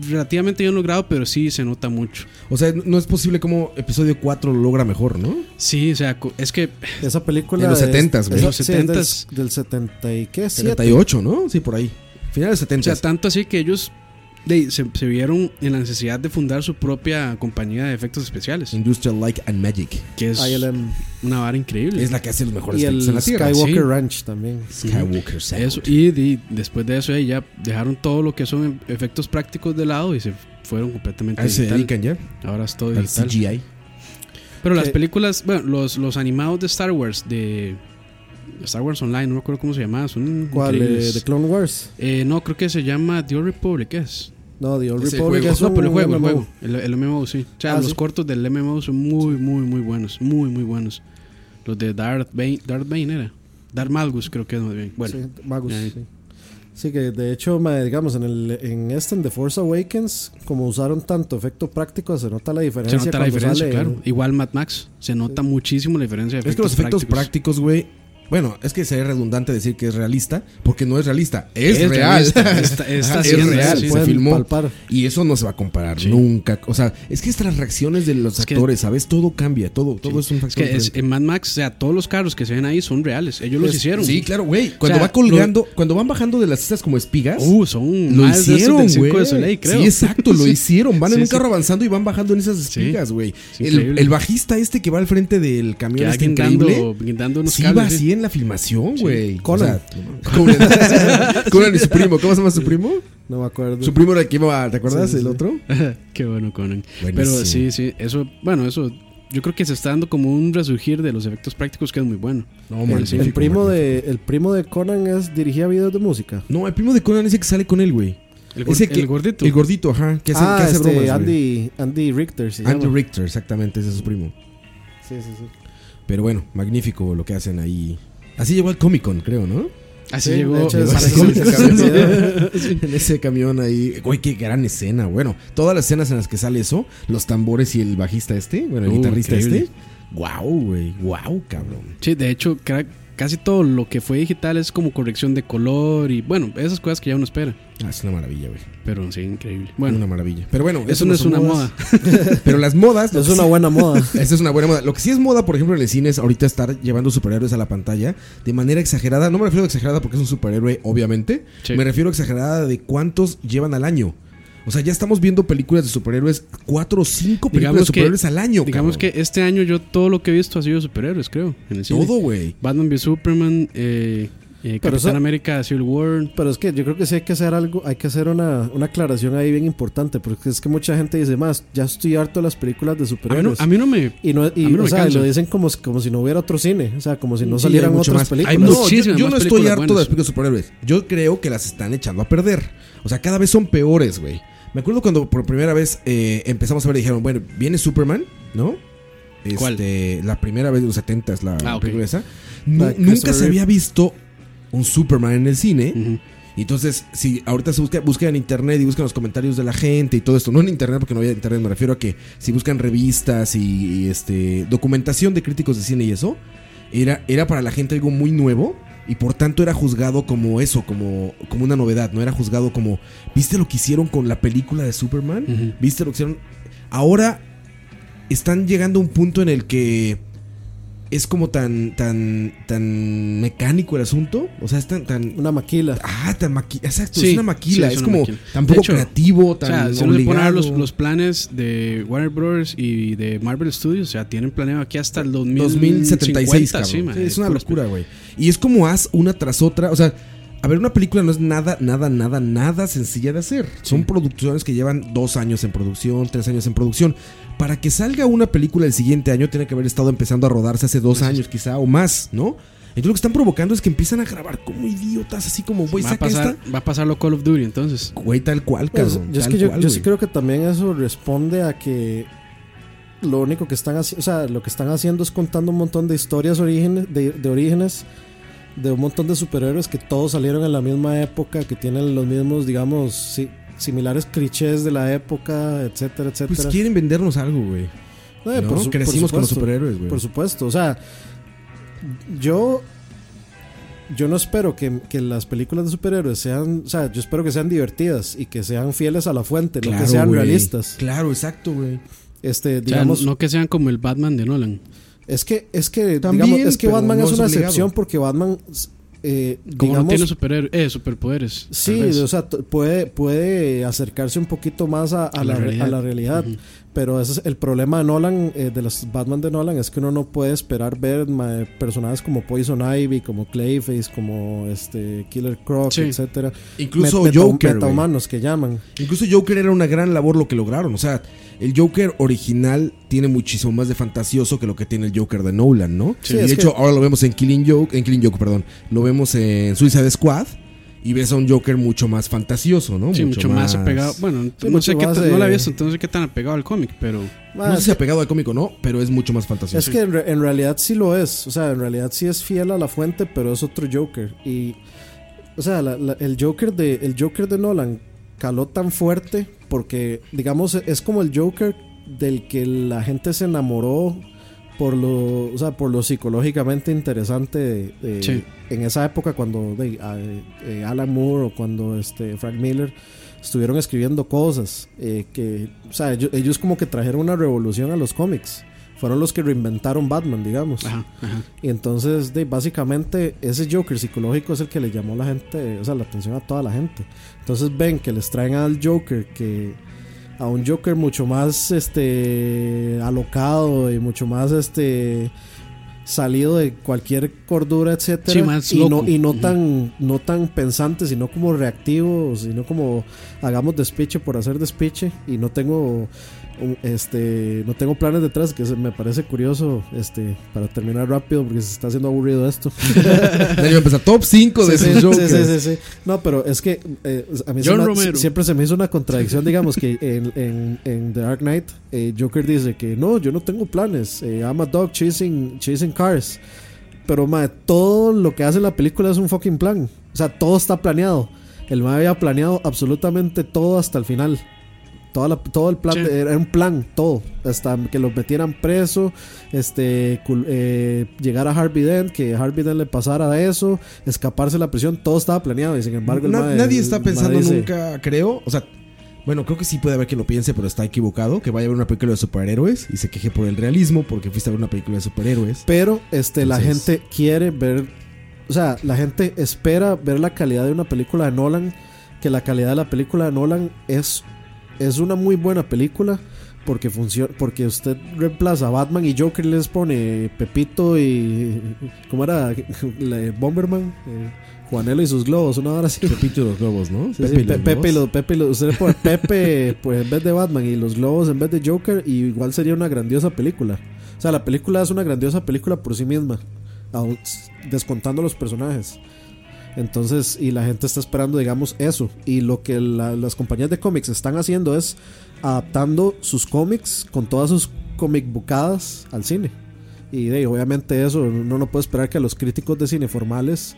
Speaker 4: relativamente bien logrado, pero sí se nota mucho.
Speaker 3: O sea, no es posible como episodio 4 lo logra mejor, ¿no?
Speaker 4: Sí, o sea, co- es que
Speaker 5: Esa película.
Speaker 3: En los
Speaker 5: es-
Speaker 3: 70s, güey.
Speaker 5: esa-
Speaker 4: En los
Speaker 5: sí, es del-
Speaker 4: 70s.
Speaker 5: Del 70 y qué? Siete.
Speaker 3: 78, ¿no? Sí, por ahí. Finales
Speaker 4: O sea,
Speaker 3: 70.
Speaker 4: tanto así que ellos de- se, se vieron en la necesidad de fundar su propia compañía de efectos especiales,
Speaker 3: Industrial Light and Magic.
Speaker 4: que es
Speaker 5: ILM.
Speaker 4: una vara increíble.
Speaker 3: Es la que hace los mejores
Speaker 5: em, Y
Speaker 3: efectos en la
Speaker 5: el
Speaker 3: Tierra.
Speaker 5: Skywalker
Speaker 4: sí.
Speaker 5: Ranch también.
Speaker 3: Skywalker Sound.
Speaker 4: Eso, y, de- después de eso ahí ya dejaron todo lo que son e-, efectos prácticos de lado y se fueron completamente
Speaker 5: Ah,
Speaker 3: Ahí se
Speaker 4: digital.
Speaker 3: dedican ya.
Speaker 4: Ahora es todo
Speaker 3: Al
Speaker 4: digital.
Speaker 3: CGI.
Speaker 4: Pero las
Speaker 5: Que-
Speaker 4: películas, bueno, los, los animados de Star Wars, de Star Wars Online, no me acuerdo cómo se llamaba, son
Speaker 5: ¿Cuál? eh,
Speaker 4: increíbles.
Speaker 5: ¿The Clone Wars?
Speaker 4: Eh, no, creo que se llama The Old Republic, ¿es?
Speaker 5: No, The Old
Speaker 3: Ese
Speaker 5: Republic
Speaker 3: juego.
Speaker 5: es
Speaker 4: No, pero el
Speaker 5: un
Speaker 4: juego, el
Speaker 5: MMO.
Speaker 4: juego, el, el MMO, sí. O sea,
Speaker 5: Ah,
Speaker 4: los
Speaker 5: sí.
Speaker 4: cortos del MMO son muy, muy, muy buenos, muy, muy buenos. Los de Darth Bane, Darth Bane era. Darth Malgus creo que es más bien. Bueno,
Speaker 5: Sí, Magus,
Speaker 4: ahí.
Speaker 5: sí. Sí, que de hecho, ma, digamos, en, el, en este, en The Force Awakens, como usaron tanto efecto práctico, se nota la
Speaker 4: se
Speaker 5: diferencia.
Speaker 4: nota la
Speaker 5: cuando
Speaker 4: diferencia,
Speaker 5: sale-
Speaker 4: claro. Igual Mad Max, se nota muchísimo la diferencia de
Speaker 3: Es que los efectos
Speaker 4: prácticos.
Speaker 3: prácticos, güey. Bueno, es que sería redundante decir que es realista, porque no es realista. Es,
Speaker 4: Es
Speaker 3: real.
Speaker 4: realista, está- está
Speaker 3: Ajá, es
Speaker 4: haciendo,
Speaker 3: real.
Speaker 4: sí.
Speaker 3: Se
Speaker 5: Pueden
Speaker 3: filmó.
Speaker 5: palpar.
Speaker 3: Y eso no se va a comparar
Speaker 4: Sí.
Speaker 3: nunca. O sea, es que estas reacciones de los
Speaker 4: Es que-
Speaker 3: actores, ¿sabes? Todo cambia, todo, todo es un
Speaker 4: Es
Speaker 3: factor.
Speaker 4: que es-
Speaker 3: diferente.
Speaker 4: en Mad Max, o sea, todos los carros que se ven ahí son reales. Ellos los
Speaker 5: Es-
Speaker 4: hicieron.
Speaker 3: Sí, claro, güey. Cuando
Speaker 4: O sea,
Speaker 3: va colgando, cuando van bajando de las cestas como espigas.
Speaker 4: Uh, son
Speaker 3: lo
Speaker 4: más de estos
Speaker 3: hicieron,
Speaker 4: del Circo
Speaker 3: güey.
Speaker 4: de Soleil, creo.
Speaker 3: Sí, exacto, lo hicieron. Van
Speaker 4: Sí,
Speaker 3: en un
Speaker 4: sí.
Speaker 3: carro avanzando y van bajando en esas espigas, güey.
Speaker 4: Es
Speaker 3: el,
Speaker 4: increíble.
Speaker 3: el bajista este que va al frente del
Speaker 4: Que
Speaker 3: camión
Speaker 4: va
Speaker 3: este
Speaker 4: guindando,
Speaker 3: increíble.
Speaker 4: guindando unos
Speaker 3: Sí, va
Speaker 4: cables.
Speaker 3: así en la filmación, güey.
Speaker 5: Conan.
Speaker 3: O sea, Conan. Conan y su primo. ¿Cómo se llama su primo?
Speaker 5: No me acuerdo.
Speaker 3: Su primo era el que iba, ¿te acuerdas?
Speaker 5: Sí, sí.
Speaker 3: El otro.
Speaker 4: Qué bueno, Conan.
Speaker 3: Buenísimo.
Speaker 4: Pero sí, sí, eso, bueno, eso yo creo que se está dando como un resurgir de los efectos prácticos que es muy bueno.
Speaker 3: No,
Speaker 5: el, el primo de, el primo de Conan es dirigía videos de música.
Speaker 3: No, el primo de Conan es el que sale con él, güey.
Speaker 4: El, gor-
Speaker 3: Ese que-
Speaker 4: el gordito.
Speaker 3: El gordito, ajá. Que hace,
Speaker 5: ah,
Speaker 3: que hace
Speaker 5: este,
Speaker 3: bromas, güey.
Speaker 5: Andy, Andy Richter se
Speaker 3: Andy
Speaker 5: llama.
Speaker 3: Richter, exactamente, ese es su primo.
Speaker 5: Sí, sí, sí.
Speaker 3: Pero bueno, magnífico lo que hacen ahí. Así llegó al Comic Con, creo, ¿no?
Speaker 4: Así
Speaker 5: Sí,
Speaker 4: llegó.
Speaker 5: de hecho,
Speaker 4: llegó
Speaker 5: es-
Speaker 4: a la
Speaker 5: sí,
Speaker 3: Con
Speaker 4: comic-
Speaker 5: sí,
Speaker 3: ese camión. en ese camión ahí. Güey, qué gran escena. Bueno, todas las escenas en las que sale eso, los tambores y el bajista este, bueno, el
Speaker 4: Uh,
Speaker 3: guitarrista
Speaker 4: increíble.
Speaker 3: este. Wow, güey. Wow, cabrón.
Speaker 4: Sí, de hecho, ca- casi todo lo que fue digital es como corrección de color y bueno, esas cosas que ya uno espera.
Speaker 3: Ah, es una maravilla, güey.
Speaker 4: Pero sí, increíble.
Speaker 3: Bueno,
Speaker 4: Bueno,
Speaker 3: una maravilla. Pero bueno,
Speaker 4: eso
Speaker 3: eso
Speaker 4: no
Speaker 3: nos-
Speaker 4: es una
Speaker 5: modas.
Speaker 4: moda.
Speaker 3: Pero las modas. lo
Speaker 5: Es
Speaker 3: que
Speaker 5: una
Speaker 3: sí-
Speaker 5: buena moda.
Speaker 3: Esa es una buena moda. Lo que sí es moda, por ejemplo, en el cine es ahorita estar llevando superhéroes a la pantalla de manera exagerada. No me refiero a exagerada porque es un superhéroe, obviamente.
Speaker 4: Sí.
Speaker 3: Me refiero a exagerada de cuántos llevan al año. O sea, ya estamos viendo películas de superhéroes, cuatro o cinco películas de
Speaker 4: Digamos que-
Speaker 3: superhéroes al año.
Speaker 4: Digamos
Speaker 3: cabrón.
Speaker 4: que este año yo todo lo que he visto ha sido superhéroes, creo. En el cine.
Speaker 3: Todo, güey.
Speaker 4: Batman v Superman eh, Eh,
Speaker 5: Pero
Speaker 4: Capitán
Speaker 5: eso-
Speaker 4: América Civil War.
Speaker 5: Pero es que yo creo que sí hay que hacer algo, hay que hacer una, una aclaración ahí bien importante, porque es que mucha gente dice más, ya estoy harto de las películas
Speaker 4: A mí,
Speaker 5: de
Speaker 4: no,
Speaker 5: superhéroes.
Speaker 4: a mí no me.
Speaker 5: y no, y,
Speaker 4: a mí no
Speaker 5: o
Speaker 4: me
Speaker 5: sea,
Speaker 4: cansa.
Speaker 5: lo dicen como, si- como si no hubiera otro cine, o sea, como si no
Speaker 3: Sí,
Speaker 5: salieran
Speaker 3: hay mucho
Speaker 5: otras
Speaker 3: más.
Speaker 5: películas.
Speaker 4: Hay
Speaker 3: No, yo-
Speaker 4: muchísimas
Speaker 3: yo
Speaker 4: más
Speaker 3: no estoy
Speaker 4: películas
Speaker 3: harto de
Speaker 4: buenas.
Speaker 3: las películas de superhéroes. Yo creo que las están echando a perder. O sea, cada vez son peores, güey. Me acuerdo cuando por primera vez eh, empezamos a ver, dijeron, bueno, viene Superman, ¿no? Este,
Speaker 4: ¿Cuál?
Speaker 3: La primera vez de los 70 es la
Speaker 4: Ah, ok.
Speaker 3: película esa. Nu-
Speaker 5: La de
Speaker 3: nunca se
Speaker 5: Christopher
Speaker 3: había visto un Superman en el cine.
Speaker 4: Ujú.
Speaker 3: Y Entonces, si ahorita se busca, busca en internet y buscan los comentarios de la gente y todo esto, no en internet porque no había internet, me refiero a que si buscan revistas y, y, este documentación de críticos de cine y eso, era, era para la gente algo muy nuevo y por tanto era juzgado como eso, como, como una novedad, no era juzgado como, ¿viste lo que hicieron con la película de Superman?
Speaker 4: Ujú.
Speaker 3: ¿Viste lo que hicieron? Ahora están llegando a un punto en el que es como tan, tan, tan mecánico el asunto, o sea, es tan, tan,
Speaker 5: Una maquila.
Speaker 3: Ah, tan maquila. Exacto,
Speaker 4: Sí,
Speaker 3: es una maquila.
Speaker 4: sí,
Speaker 3: es
Speaker 4: una
Speaker 3: como
Speaker 4: maquila.
Speaker 3: tan poco
Speaker 4: De hecho,
Speaker 3: creativo,
Speaker 4: O
Speaker 3: tan
Speaker 4: sea, si uno se pone a
Speaker 3: obligado.
Speaker 4: ver los, los planes de Warner Brothers y de Marvel Studios, o sea, tienen planeado aquí hasta el
Speaker 3: 2076,
Speaker 4: 2076.
Speaker 3: cabrón.
Speaker 4: sí, man,
Speaker 3: Sí, es una
Speaker 4: puras
Speaker 3: locura, güey. Y es como haz una tras otra. O sea, a ver, una película no es nada, nada, nada, nada sencilla de hacer. Son producciones que llevan dos años en producción, tres años en producción. Para que salga una película el siguiente año, tiene que haber estado empezando a rodarse hace dos años, quizá, o más, ¿no? Entonces lo que están provocando es que empiezan a grabar como idiotas, así como, güey,
Speaker 4: Va a,
Speaker 3: saca
Speaker 4: pasar,
Speaker 3: esta.
Speaker 4: va a pasar lo Call of Duty entonces.
Speaker 3: Güey, tal cual,
Speaker 5: Pues,
Speaker 3: cabrón.
Speaker 5: yo es
Speaker 3: tal
Speaker 5: que yo,
Speaker 3: cual,
Speaker 5: yo sí
Speaker 3: güey.
Speaker 5: creo que también eso responde a que lo único que están haciendo, o sea, lo que están haciendo es contando un montón de historias orígenes, de, de orígenes de un montón de superhéroes que todos salieron en la misma época, que tienen los mismos, digamos, si- similares clichés de la época, etcétera, etcétera.
Speaker 3: Pues quieren vendernos algo, güey.
Speaker 5: Eh,
Speaker 3: ¿no?
Speaker 5: por su- por
Speaker 3: Crecimos con los
Speaker 5: supuesto.
Speaker 3: superhéroes, güey.
Speaker 5: Por supuesto, o sea, yo yo no espero que, que las películas de superhéroes sean, o sea, yo espero que sean divertidas y que sean fieles a la fuente, no que sean
Speaker 3: güey.
Speaker 5: realistas.
Speaker 3: Claro, exacto, güey.
Speaker 5: Este,
Speaker 4: O sea,
Speaker 5: digamos,
Speaker 4: no que sean como el Batman de Nolan.
Speaker 5: es que es que
Speaker 3: También,
Speaker 5: digamos, es que
Speaker 3: pero
Speaker 5: Batman
Speaker 3: no
Speaker 5: es
Speaker 3: es
Speaker 5: una
Speaker 3: obligado.
Speaker 5: excepción porque Batman eh,
Speaker 4: Como no
Speaker 5: digamos
Speaker 4: tiene superhéroes, eh, superpoderes. tal
Speaker 5: Sí,
Speaker 4: vez.
Speaker 5: o sea, t- puede, puede acercarse un poquito más a, a
Speaker 4: A
Speaker 5: la,
Speaker 4: la
Speaker 5: re-
Speaker 4: realidad.
Speaker 5: a la realidad. Pero ese es el problema de Nolan, eh, de los Batman de Nolan, es que uno no puede esperar ver ma, personajes como Poison Ivy, como Clayface, como este Killer Croc,
Speaker 4: Sí.
Speaker 5: etcétera.
Speaker 3: Incluso
Speaker 5: Meta-
Speaker 3: Joker,
Speaker 5: metahumanos que llaman.
Speaker 3: Incluso Joker era una gran labor lo que lograron. O sea, el Joker original tiene muchísimo más de fantasioso que lo que tiene el Joker de Nolan, ¿no?
Speaker 5: Sí,
Speaker 3: y de
Speaker 5: es
Speaker 3: hecho,
Speaker 5: que-
Speaker 3: ahora lo vemos en Killing Joke, en Killing Joke, perdón. Lo vemos en Suicide Squad y ves a un Joker mucho más fantasioso, ¿no?
Speaker 4: Sí, mucho, más apegado. Bueno,
Speaker 5: Sí,
Speaker 4: no
Speaker 5: mucho
Speaker 4: sé qué
Speaker 5: más,
Speaker 4: tan- no la
Speaker 5: eh,
Speaker 4: he visto, entonces no sé qué tan apegado al cómic, pero
Speaker 5: Ah,
Speaker 3: no sé
Speaker 5: es
Speaker 3: si apegado al cómico, ¿no? Pero es mucho más fantasioso.
Speaker 5: Es que en, re- en realidad sí lo es. O sea, en realidad sí es fiel a la fuente, pero es otro Joker. Y. O sea, la- la- el, Joker de, el Joker de Nolan caló tan fuerte porque, digamos, es como el Joker del que la gente se enamoró por lo, o sea, por lo psicológicamente interesante de- de-
Speaker 4: Sí.
Speaker 5: en esa época cuando de, a- eh, Alan Moore o cuando este Frank Miller estuvieron escribiendo cosas eh, que, o sea, ellos, ellos como que trajeron una revolución a los cómics. Fueron los que reinventaron Batman, digamos.
Speaker 4: ajá, ajá.
Speaker 5: Y entonces, de, básicamente, ese Joker psicológico es el que le llamó la gente, o sea, la atención a toda la gente. Entonces ven que les traen al Joker que a un Joker mucho más este alocado y mucho más este salido de cualquier cordura, etcétera,
Speaker 4: Sí, más
Speaker 5: y
Speaker 4: loco.
Speaker 5: no y no
Speaker 4: Ujú.
Speaker 5: tan no tan pensante, sino como reactivo, sino como hagamos despiche por hacer despiche y no tengo un- este no tengo planes detrás que se- me parece curioso este para terminar rápido porque se está haciendo aburrido esto.
Speaker 3: Ya iba a empezar, top 5 de
Speaker 5: Sí,
Speaker 3: esos
Speaker 5: sí,
Speaker 3: Jokers.
Speaker 5: sí, sí, sí. No, pero es que eh, a mí se
Speaker 4: John
Speaker 5: me-
Speaker 4: Romero.
Speaker 5: siempre se me hizo una contradicción, digamos, que en, en- en The Dark Knight eh, Joker dice que no, yo no tengo planes, eh, I'm a dog chasing, chasing cars. Pero mae, todo lo que hace la película es un fucking plan. O sea, todo está planeado. El mae había planeado absolutamente todo hasta el final. Toda la- todo el plan
Speaker 4: Sí.
Speaker 5: de- era un plan, todo. Hasta que los metieran preso, este, cul- eh, llegar a Harvey Dent, que Harvey Dent le pasara eso, escaparse de la prisión, todo estaba planeado. Y sin embargo, el
Speaker 3: Na-
Speaker 5: mae-
Speaker 3: nadie
Speaker 5: el
Speaker 3: está
Speaker 5: mae
Speaker 3: pensando
Speaker 5: dice,
Speaker 3: nunca, creo. O sea, bueno, creo que sí puede haber quien lo piense, pero está equivocado. Que vaya a ver una película de superhéroes y se queje por el realismo porque fuiste a ver una película de superhéroes.
Speaker 5: Pero este,
Speaker 3: Entonces-
Speaker 5: la gente quiere ver, o sea, la gente espera ver la calidad de una película de Nolan, que la calidad de la película de Nolan es, es una muy buena película. Porque, funciona, porque usted reemplaza a Batman y Joker y les pone Pepito y... ¿Cómo era? La de Bomberman. eh, Juanelo y sus globos, una hora así.
Speaker 3: Pepito y los globos, ¿no?
Speaker 5: Sí, sí, Pe- Pepe y los Pepe y los usted le pone Pepe pues en vez de Batman y los globos en vez de Joker y igual sería una grandiosa película. O sea, la película es una grandiosa película por sí misma, aun s- descontando los personajes. Entonces, y la gente está esperando, digamos, eso. Y lo que la- las compañías de cómics están haciendo es adaptando sus cómics con todas sus comic bucadas al cine. Y de, ahí, obviamente eso, uno no puede esperar que a los críticos de cine formales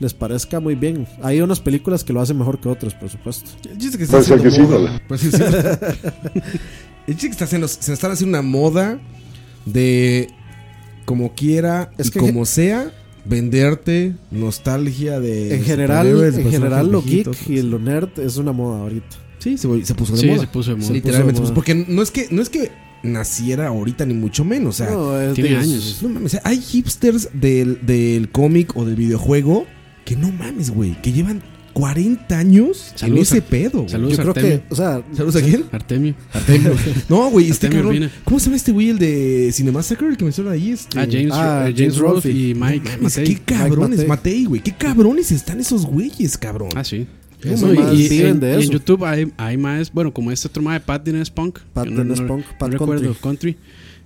Speaker 5: les parezca muy bien. Hay unas películas que lo hacen mejor que otras, por supuesto.
Speaker 3: El chiste que está
Speaker 7: Parece
Speaker 3: haciendo
Speaker 7: que sí,
Speaker 3: moda.
Speaker 7: ¿no?
Speaker 3: Pues sí, sí. El chiste que está haciendo, se están haciendo una moda de como quiera
Speaker 5: Es
Speaker 3: y
Speaker 5: que-
Speaker 3: como sea venderte nostalgia de
Speaker 5: En general,
Speaker 3: superhéroes,
Speaker 5: en
Speaker 3: personajes
Speaker 5: general lo
Speaker 3: pues, viejitos. pues.
Speaker 5: geek y lo nerd es una moda ahorita.
Speaker 3: Sí, se, vol- se puso
Speaker 5: Pues
Speaker 3: de
Speaker 4: Sí,
Speaker 3: moda.
Speaker 4: se puso de moda.
Speaker 5: Se puso
Speaker 3: Literalmente,
Speaker 5: de
Speaker 3: pues,
Speaker 5: moda.
Speaker 3: porque no es que no es que naciera ahorita ni mucho menos, o sea, pues,
Speaker 5: No, es
Speaker 4: tiene
Speaker 5: de-
Speaker 4: años.
Speaker 3: no mames, o sea, hay hipsters del, del cómic o del videojuego que no mames, güey, que llevan 40 años en
Speaker 4: Saludos
Speaker 3: ese
Speaker 4: a-
Speaker 3: pedo. güey.
Speaker 4: saludos. Eh,
Speaker 5: Yo creo
Speaker 4: Artemio.
Speaker 5: que, o sea,
Speaker 3: ¿Saludos a quién?
Speaker 4: Artemio.
Speaker 3: No, güey, este
Speaker 4: Artemio
Speaker 3: cabrón.
Speaker 4: Urbina.
Speaker 3: ¿Cómo se llama este güey, el de Cinemassacre, el que mencionan ahí? Este...
Speaker 4: Ah, James,
Speaker 5: Ah,
Speaker 4: eh, James
Speaker 5: James
Speaker 4: Rolfe
Speaker 5: Rolfe.
Speaker 4: y Mike.
Speaker 3: Mames,
Speaker 4: Matei.
Speaker 3: qué cabrones,
Speaker 5: Matei.
Speaker 3: Matei, güey. Qué cabrones están esos güeyes, cabrón.
Speaker 4: Ah, sí.
Speaker 5: Esos
Speaker 4: No, y-
Speaker 5: más
Speaker 4: y,
Speaker 5: viven
Speaker 4: en,
Speaker 5: de
Speaker 4: y en
Speaker 5: eso.
Speaker 4: YouTube hay, hay más, bueno, como este otro más de Pat Dines Punk.
Speaker 5: Pat
Speaker 4: que
Speaker 5: Dines Punk, Pat
Speaker 4: recuerdo, country.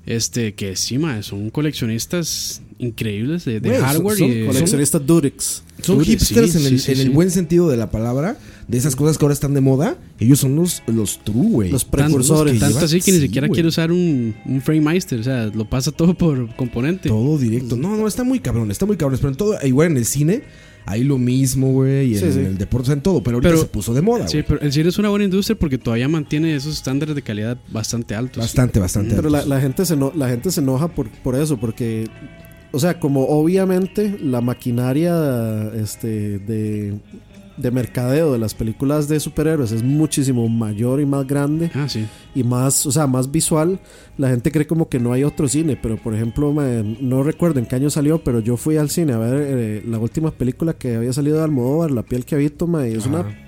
Speaker 4: Este, que sí, ma, son coleccionistas increíbles de, de
Speaker 3: Güey, son-
Speaker 4: hardware
Speaker 3: son
Speaker 4: y de-
Speaker 5: coleccionista Durex.
Speaker 3: Son
Speaker 4: Sí,
Speaker 3: hipsters
Speaker 4: sí,
Speaker 3: en, el,
Speaker 4: sí,
Speaker 3: en el
Speaker 4: sí.
Speaker 3: buen sentido de la palabra, de esas cosas que ahora están de moda. Ellos son los, los true, güey.
Speaker 5: Los
Speaker 4: tan-
Speaker 5: precursores.
Speaker 4: Tanto así que ni siquiera
Speaker 3: quiero
Speaker 4: quiere usar un, un Frame Meister, o sea, lo pasa todo por componente.
Speaker 3: Todo directo. No, no, está muy cabrón, está muy cabrón. Pero en todo, igual en el cine, ahí lo mismo, güey. Y
Speaker 5: Sí,
Speaker 3: en
Speaker 5: sí.
Speaker 3: el deporte, o sea, en todo. Pero ahorita
Speaker 4: Pero-
Speaker 3: se puso de
Speaker 5: Ah,
Speaker 3: moda,
Speaker 4: Sí,
Speaker 3: güey.
Speaker 4: pero el cine es una buena industria porque todavía mantiene esos estándares de calidad bastante altos.
Speaker 3: Bastante, bastante.
Speaker 5: Pero la,
Speaker 3: altos.
Speaker 5: la gente se eno- la gente se enoja por, por eso, porque o sea, como obviamente la maquinaria este de, de mercadeo de las películas de superhéroes es muchísimo mayor y más grande
Speaker 4: Ah, sí.
Speaker 5: y más, o sea, más visual, la gente cree como que no hay otro cine, pero por ejemplo, ma, no recuerdo en qué año salió, pero yo fui al cine a ver eh, la última película que había salido de Almodóvar, La piel que habito, ma, y es una película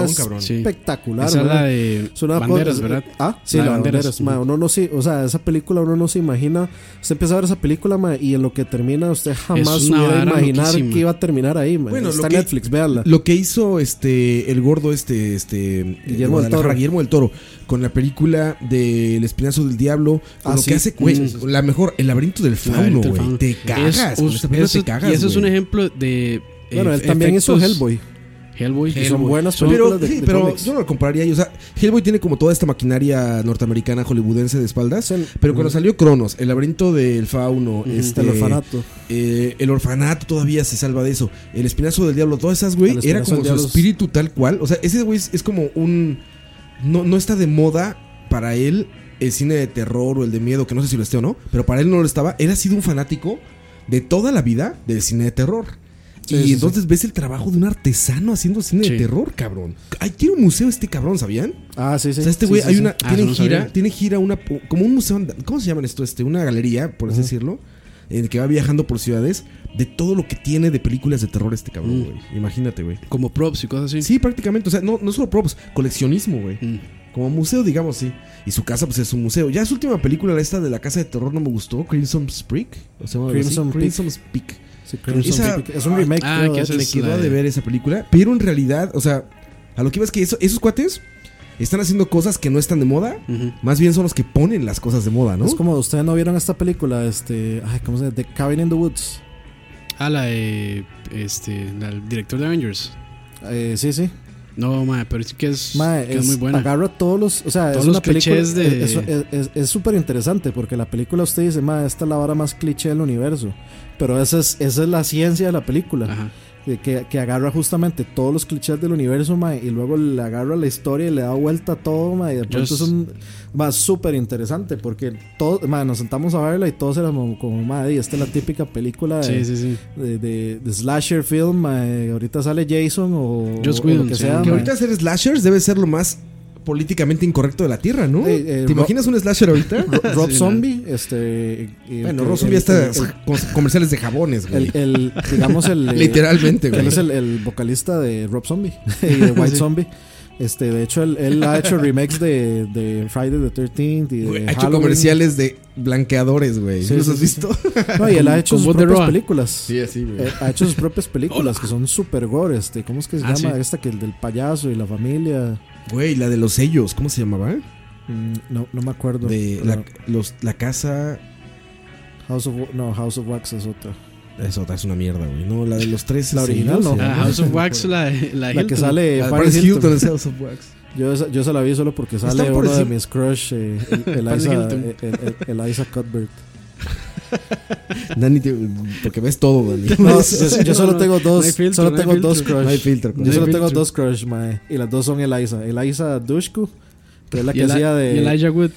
Speaker 3: Peliculón, cabrón.
Speaker 4: Sí.
Speaker 5: espectacular.
Speaker 4: Esa es
Speaker 5: ma.
Speaker 4: la de
Speaker 5: Es una
Speaker 4: banderas,
Speaker 5: cosa-
Speaker 4: ¿verdad?
Speaker 5: Ah, sí,
Speaker 4: La
Speaker 5: la,
Speaker 4: de banderas.
Speaker 5: banderas. ma, uno no se, o sea, esa película uno no se imagina. Usted empieza a ver esa película, ma, y en lo que termina usted jamás
Speaker 4: una
Speaker 5: hubiera
Speaker 4: vara
Speaker 5: imaginar
Speaker 4: loquísima.
Speaker 5: que iba a terminar ahí, ma.
Speaker 3: Bueno, lo
Speaker 5: Está en
Speaker 3: que-
Speaker 5: Netflix, véala.
Speaker 3: Lo que hizo este el gordo este este de
Speaker 5: Guillermo del
Speaker 3: Guadalajara,
Speaker 5: Toro.
Speaker 3: Guillermo del Toro con la película del Espinazo del Diablo, con
Speaker 5: Ah,
Speaker 3: lo
Speaker 5: sí.
Speaker 3: que hace güey, la mejor el laberinto del fauno,
Speaker 4: Laberinto del
Speaker 3: güey.
Speaker 4: Fauno.
Speaker 3: Te cagas,
Speaker 4: Es-
Speaker 3: con
Speaker 5: este
Speaker 3: esta película
Speaker 4: eso-
Speaker 3: te cagas.
Speaker 4: Y eso es
Speaker 3: güey.
Speaker 4: un ejemplo de.
Speaker 5: Bueno,
Speaker 4: eh,
Speaker 5: él también hizo
Speaker 4: efectos-
Speaker 5: Hellboy.
Speaker 4: Hellboy.
Speaker 5: que son
Speaker 4: Hellboy.
Speaker 5: buenas
Speaker 3: Pero,
Speaker 5: películas de-
Speaker 3: sí,
Speaker 5: de
Speaker 3: pero
Speaker 5: cómics.
Speaker 3: yo no lo compararía. ahí, O sea, Hellboy tiene como toda esta maquinaria norteamericana hollywoodense de espaldas.
Speaker 5: Sí.
Speaker 3: Pero cuando salió Cronos, el laberinto del fauno, este,
Speaker 5: El orfanato.
Speaker 3: eh, el orfanato todavía se salva de eso. El espinazo del diablo, todas esas, güey,
Speaker 5: El
Speaker 3: era
Speaker 5: espinazo
Speaker 3: como su
Speaker 5: del diablo es-
Speaker 3: espíritu tal cual. O sea, ese güey es, es como un. No, no está de moda para él el cine de terror o el de miedo, que no sé si lo esté o no, pero para él no lo estaba. Él ha sido un fanático de toda la vida del cine de terror.
Speaker 5: Sí,
Speaker 3: y
Speaker 5: sí, sí.
Speaker 3: entonces ves el trabajo de un artesano haciendo cine de
Speaker 4: Sí.
Speaker 3: terror, cabrón. Ay, tiene un museo este cabrón, ¿sabían?
Speaker 5: Ah, sí, sí.
Speaker 3: o sea, este
Speaker 5: Sí,
Speaker 3: güey
Speaker 5: sí,
Speaker 3: hay
Speaker 5: sí.
Speaker 3: una
Speaker 4: Ah,
Speaker 3: tiene
Speaker 4: no
Speaker 3: gira,
Speaker 4: sabía.
Speaker 3: tiene gira una como un museo, anda- ¿cómo se llaman esto? Este, una galería, por así decirlo, en el que va viajando por ciudades de todo lo que tiene de películas de terror este cabrón,
Speaker 4: Mm.
Speaker 3: güey. Imagínate, güey.
Speaker 4: Como props y cosas así.
Speaker 3: Sí, prácticamente, o sea, no, no solo props, coleccionismo, güey.
Speaker 4: Mm.
Speaker 3: Como museo, digamos, sí. Y su casa, pues es un museo. Ya su última película, la esta de la casa de terror, no me gustó. Crimson Peak. O sea, algo así.
Speaker 5: Crimson Peak.
Speaker 3: Crimson Peak.
Speaker 5: Sí, Crimson
Speaker 3: Esa-
Speaker 5: Peak. Es un remake.
Speaker 4: Ah,
Speaker 5: creo,
Speaker 4: que
Speaker 5: de-
Speaker 4: esa
Speaker 3: Le
Speaker 4: es
Speaker 3: quedó
Speaker 4: la
Speaker 3: de
Speaker 5: eh,
Speaker 4: de-
Speaker 3: ver esa película. Pero en realidad, o sea, a lo que iba es que eso- esos cuates están haciendo cosas que no están de moda.
Speaker 4: Ujú.
Speaker 3: Más bien son los que ponen las cosas de moda, ¿no?
Speaker 5: Es como ustedes no vieron esta película, este, ay, ¿cómo se llama? The Cabin in the Woods.
Speaker 4: Ah, la de. Este. la del director de Avengers.
Speaker 5: Eh, sí, sí.
Speaker 4: No, ma, pero sí que es,
Speaker 5: Mae,
Speaker 4: que es,
Speaker 5: es-
Speaker 4: muy buena.
Speaker 5: Agarra todos los, o sea,
Speaker 4: Todos
Speaker 5: es
Speaker 4: los
Speaker 5: una película
Speaker 4: clichés de-
Speaker 5: es- es- es- es súper interesante porque la película usted dice, "Ma, esta es la vara más cliché del universo." Pero esa es esa es la ciencia de la película.
Speaker 4: Ajá.
Speaker 5: de que, que agarra justamente todos los clichés del universo, mae, y luego le agarra la historia y le da vuelta a todo, mae, y de pronto
Speaker 4: Yo
Speaker 5: es un va súper interesante porque todos, mae, nos sentamos a verla y todos éramos como, mae, y esta es la típica película de,
Speaker 4: Sí, sí, sí.
Speaker 5: de, de- de slasher film, mae, ahorita sale Jason o,
Speaker 4: Joss
Speaker 5: o
Speaker 4: Whedon,
Speaker 5: lo que
Speaker 4: sí,
Speaker 5: sea,
Speaker 4: que
Speaker 3: Que
Speaker 5: mae.
Speaker 3: ahorita hacer slashers debe ser lo más políticamente incorrecto de la tierra, ¿no?
Speaker 5: Eh, eh,
Speaker 3: ¿Te
Speaker 5: Ro-
Speaker 3: imaginas un slasher ahorita?
Speaker 5: Ro- Rob
Speaker 4: Sí,
Speaker 5: Zombie, este y-
Speaker 3: bueno,
Speaker 5: el-
Speaker 3: Rosso
Speaker 5: el-
Speaker 3: ya está
Speaker 5: el-
Speaker 3: con comerciales de jabones, güey.
Speaker 5: el- el- digamos el eh,
Speaker 3: Literalmente, Este, güey.
Speaker 5: Él es el, el vocalista de Rob Zombie y de White Zombie. Este, de hecho, él, él ha hecho remakes de, de Friday the 13th y de
Speaker 3: Güey, ha hecho
Speaker 5: Halloween.
Speaker 3: comerciales de blanqueadores, güey.
Speaker 5: Sí,
Speaker 3: ¿Los
Speaker 5: sí,
Speaker 3: has
Speaker 5: sí.
Speaker 3: visto?
Speaker 5: No, y él ha hecho
Speaker 4: con
Speaker 5: sus
Speaker 4: voz de
Speaker 5: propias
Speaker 4: Roa.
Speaker 5: películas.
Speaker 3: así,
Speaker 5: Eh, ha hecho sus propias películas que son super gore. Este, ¿Cómo es que se
Speaker 4: Ah,
Speaker 5: llama?
Speaker 4: sí.
Speaker 5: Esta que el del payaso y la familia.
Speaker 3: Güey, la de los sellos, ¿cómo se llamaba?
Speaker 5: Mm, no, no me acuerdo.
Speaker 3: De
Speaker 5: Pero
Speaker 3: la, los, la casa.
Speaker 5: House of, no, House of Wax es otra.
Speaker 3: Es otra, es una mierda, güey. No, la de los tres.
Speaker 5: La original,
Speaker 3: sellos,
Speaker 5: ¿no?
Speaker 3: eh.
Speaker 4: Ah, House of Wax, la, de- la, de
Speaker 5: La que
Speaker 4: Hilton.
Speaker 5: sale
Speaker 3: La de
Speaker 5: Paris
Speaker 3: Paris
Speaker 5: Eh, Hilton.
Speaker 3: Hilton, es House of Wax.
Speaker 5: Yo, esa- yo se la vi solo porque
Speaker 3: Está
Speaker 5: sale
Speaker 3: por
Speaker 5: uno de
Speaker 3: encima.
Speaker 5: mis crush, eh, el-
Speaker 4: Paris
Speaker 5: Eliza,
Speaker 4: Hilton.
Speaker 5: el- el- el- Eliza Cuthbert.
Speaker 3: Dani, te- porque ves todo, Dani.
Speaker 5: No, yo, yo solo
Speaker 4: Pues, no,
Speaker 5: tengo
Speaker 4: no
Speaker 5: dos,
Speaker 4: hay filtro,
Speaker 5: solo
Speaker 4: no hay
Speaker 5: tengo dos
Speaker 4: filtro.
Speaker 5: crush.
Speaker 3: No hay filtro,
Speaker 5: Yo
Speaker 3: no hay
Speaker 5: solo tengo
Speaker 4: filtro.
Speaker 5: dos crush, mae, y las dos son Eliza. Eliza Dushku, que es la
Speaker 4: Y
Speaker 5: que
Speaker 4: Eli-
Speaker 5: hacía de
Speaker 4: y Elijah Wood.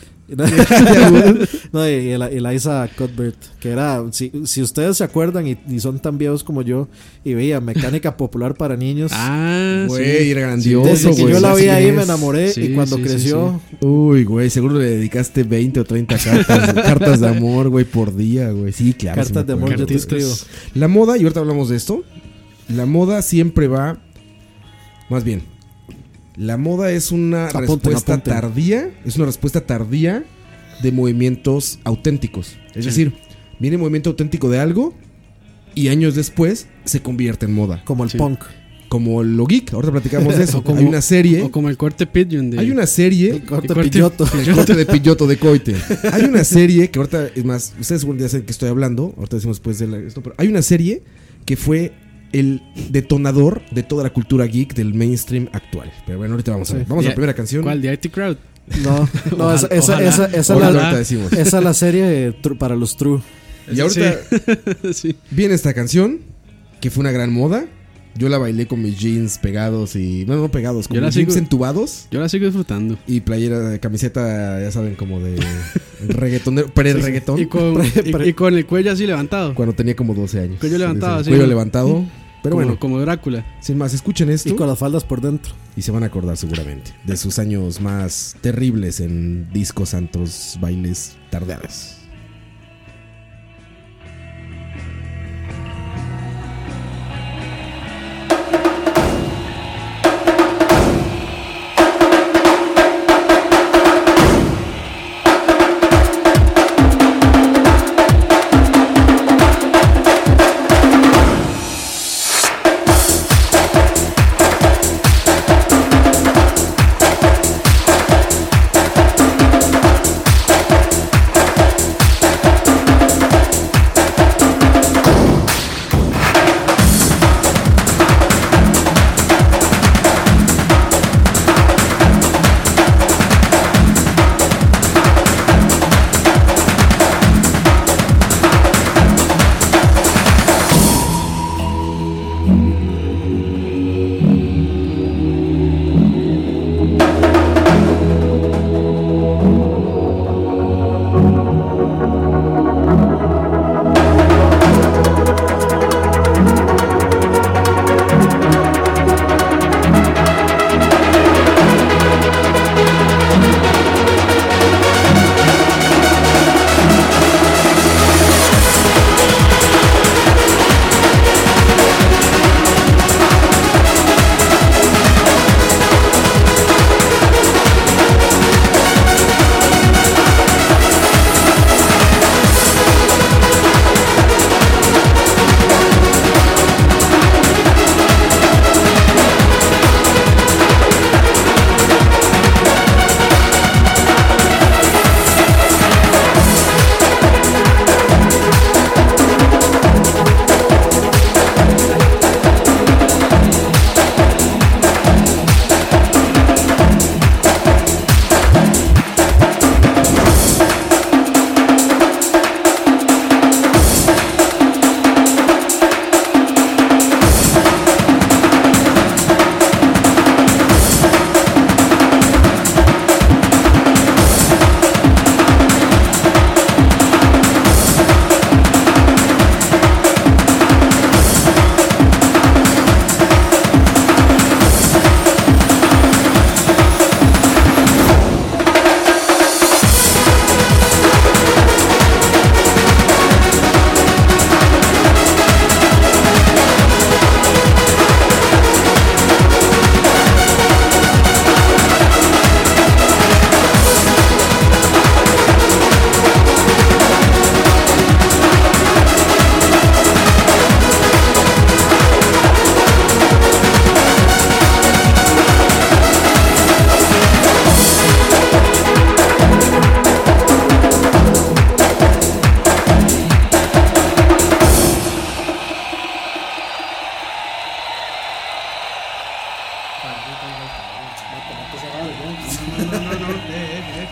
Speaker 5: No, y, y Eli- Eliza Cuthbert, que era, si, si ustedes se acuerdan y, y son tan viejos como yo, y veía mecánica popular para niños.
Speaker 4: Ah,
Speaker 3: Güey, era
Speaker 5: Desde
Speaker 3: grandioso,
Speaker 5: que
Speaker 3: güey.
Speaker 5: yo la
Speaker 3: Así
Speaker 5: vi ahí
Speaker 3: es.
Speaker 5: me enamoré
Speaker 4: Sí,
Speaker 5: y cuando
Speaker 4: sí, sí,
Speaker 5: creció,
Speaker 3: Uy, güey, seguro le dedicaste 20 o 30 cartas, cartas de amor, güey, por día, güey. Sí, claro. sí
Speaker 5: cartas
Speaker 3: me acuerdo.
Speaker 5: de amor yo te
Speaker 4: Cartitas.
Speaker 5: escribo.
Speaker 3: La moda, y ahorita hablamos de esto, la moda siempre va, más bien, la moda es una
Speaker 5: Apunten,
Speaker 3: respuesta
Speaker 5: apunten.
Speaker 3: tardía, es una respuesta tardía de movimientos auténticos. Es
Speaker 4: Sí.
Speaker 3: decir, viene el movimiento auténtico de algo y años después se convierte en moda.
Speaker 5: Como el
Speaker 4: Sí.
Speaker 5: punk.
Speaker 3: Como lo geek, ahorita platicamos de eso.
Speaker 4: O como-
Speaker 3: Hay una
Speaker 4: O
Speaker 3: serie,
Speaker 4: como el corte Pigeon de.
Speaker 3: hay una serie
Speaker 5: El corte
Speaker 4: El corte-
Speaker 5: pilloto.
Speaker 3: el corte de pilloto de coite. Hay una serie que ahorita, es más, ustedes seguro ya saben que estoy hablando, ahorita decimos después de la- esto, pero hay una serie que fue el detonador de toda la cultura geek del mainstream actual. Pero bueno, ahorita vamos a ver. Vamos a la
Speaker 4: Ya,
Speaker 3: primera canción.
Speaker 4: ¿Cuál? ¿De IT Crowd?
Speaker 5: No, no, esa, esa,
Speaker 4: Ojalá,
Speaker 5: esa, esa
Speaker 3: Ahorita,
Speaker 5: la,
Speaker 3: ahorita decimos.
Speaker 5: esa es la serie de tru- para los true.
Speaker 3: Y ahorita
Speaker 4: Sí. sí.
Speaker 3: viene esta canción, que fue una gran moda. Yo la bailé con mis jeans pegados y. Bueno, no pegados, con
Speaker 4: Yo la
Speaker 3: mis jeans
Speaker 4: sigo-
Speaker 3: entubados.
Speaker 4: Yo la sigo disfrutando.
Speaker 3: Y playera, camiseta, ya saben, como de reggaetonero, pre-reggaetón.
Speaker 4: Y con, y- y con el cuello así levantado.
Speaker 3: Cuando tenía como 12 años.
Speaker 4: Cuello levantado,
Speaker 3: Sí, sí,
Speaker 4: sí.
Speaker 3: Cuello levantado. Pero
Speaker 4: como,
Speaker 3: bueno,
Speaker 4: Como Drácula.
Speaker 3: sin más, escuchen esto
Speaker 5: Y
Speaker 3: y,
Speaker 5: con las faldas por dentro.
Speaker 3: se van a acordar seguramente de sus años más terribles en discos, santos, bailes, tardeadas.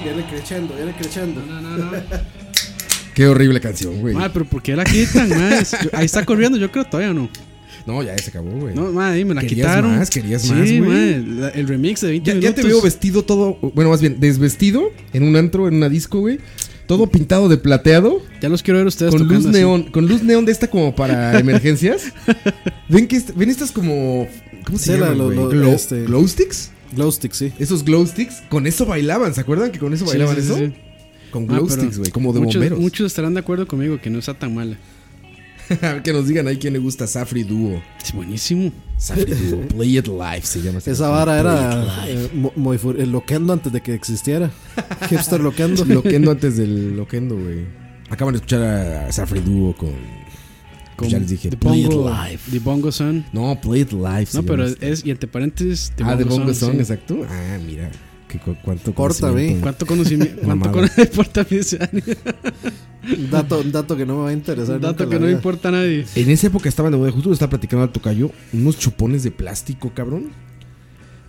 Speaker 5: Viene creciendo, viene creciendo.
Speaker 4: No, no, no.
Speaker 3: Qué horrible canción, güey.
Speaker 4: Ma, pero ¿por qué la quitan, ma? Es- yo- Ahí está corriendo, yo creo todavía no.
Speaker 3: No, ya se acabó, güey.
Speaker 4: No, ma, ahí me la
Speaker 3: Querías
Speaker 4: quitaron.
Speaker 3: más, querías
Speaker 4: Sí,
Speaker 3: más, güey.
Speaker 4: ma, la- el remix de 20
Speaker 3: Ya, ya
Speaker 4: minutos.
Speaker 3: te veo vestido todo, bueno, más bien desvestido en un antro, en una disco, güey. Todo pintado de plateado,
Speaker 4: Ya los quiero ver a ustedes
Speaker 3: con luz
Speaker 4: tocando así.
Speaker 3: neón, con luz neón de esta como para emergencias. ven que est- ven estas como ¿cómo se
Speaker 5: Sí, la-
Speaker 3: llaman,
Speaker 5: lo-
Speaker 3: güey?
Speaker 5: lo-
Speaker 3: Glow,
Speaker 5: este-
Speaker 3: glow sticks?
Speaker 5: Glow stick, sí.
Speaker 3: Esos glow sticks, con eso bailaban, ¿se acuerdan que con eso
Speaker 4: Sí,
Speaker 3: bailaban
Speaker 4: sí, sí,
Speaker 3: eso?
Speaker 4: sí.
Speaker 3: Con
Speaker 4: Ah,
Speaker 3: glow
Speaker 4: pero
Speaker 3: sticks, güey, como de
Speaker 4: muchos,
Speaker 3: bomberos.
Speaker 4: Muchos estarán de acuerdo conmigo que no está tan mala.
Speaker 3: A ver que nos digan ahí quién le gusta Safri Duo.
Speaker 4: Es buenísimo.
Speaker 3: Safri Duo, Play It Live se llama. esta canción,
Speaker 5: Esa vara
Speaker 3: Play
Speaker 5: era
Speaker 3: It Live.
Speaker 5: eh, mo- moifu- el loquendo antes de que existiera. Hipster loquendo.
Speaker 3: Loquendo antes del Loquendo, güey. Acaban de escuchar a Safri Duo con. pues
Speaker 4: Con
Speaker 3: ya les dije,
Speaker 4: The
Speaker 3: Play It
Speaker 4: Bongo,
Speaker 3: Live.
Speaker 4: The Bongo Son.
Speaker 3: No, Play It Live. se
Speaker 4: No,
Speaker 3: llama
Speaker 4: pero
Speaker 3: esta.
Speaker 4: es, y entre paréntesis, The
Speaker 3: ah, de Bongo
Speaker 4: sí.
Speaker 3: Song, exacto. Ah, mira. qué cu- cuánto
Speaker 5: Corta,
Speaker 3: conocimiento.
Speaker 4: ¿Cuánto conocimiento? ¿Cuánto
Speaker 3: Mamada.
Speaker 4: cono- le importa a mí ese año?
Speaker 5: Un dato, un dato que no me va a interesar.
Speaker 4: Un
Speaker 5: nunca
Speaker 4: dato
Speaker 5: en
Speaker 4: que
Speaker 5: la
Speaker 4: no
Speaker 5: vida.
Speaker 4: importa a nadie.
Speaker 3: En esa época estaban de moda, justo le estaba platicando al tocayo, unos chupones de plástico, cabrón.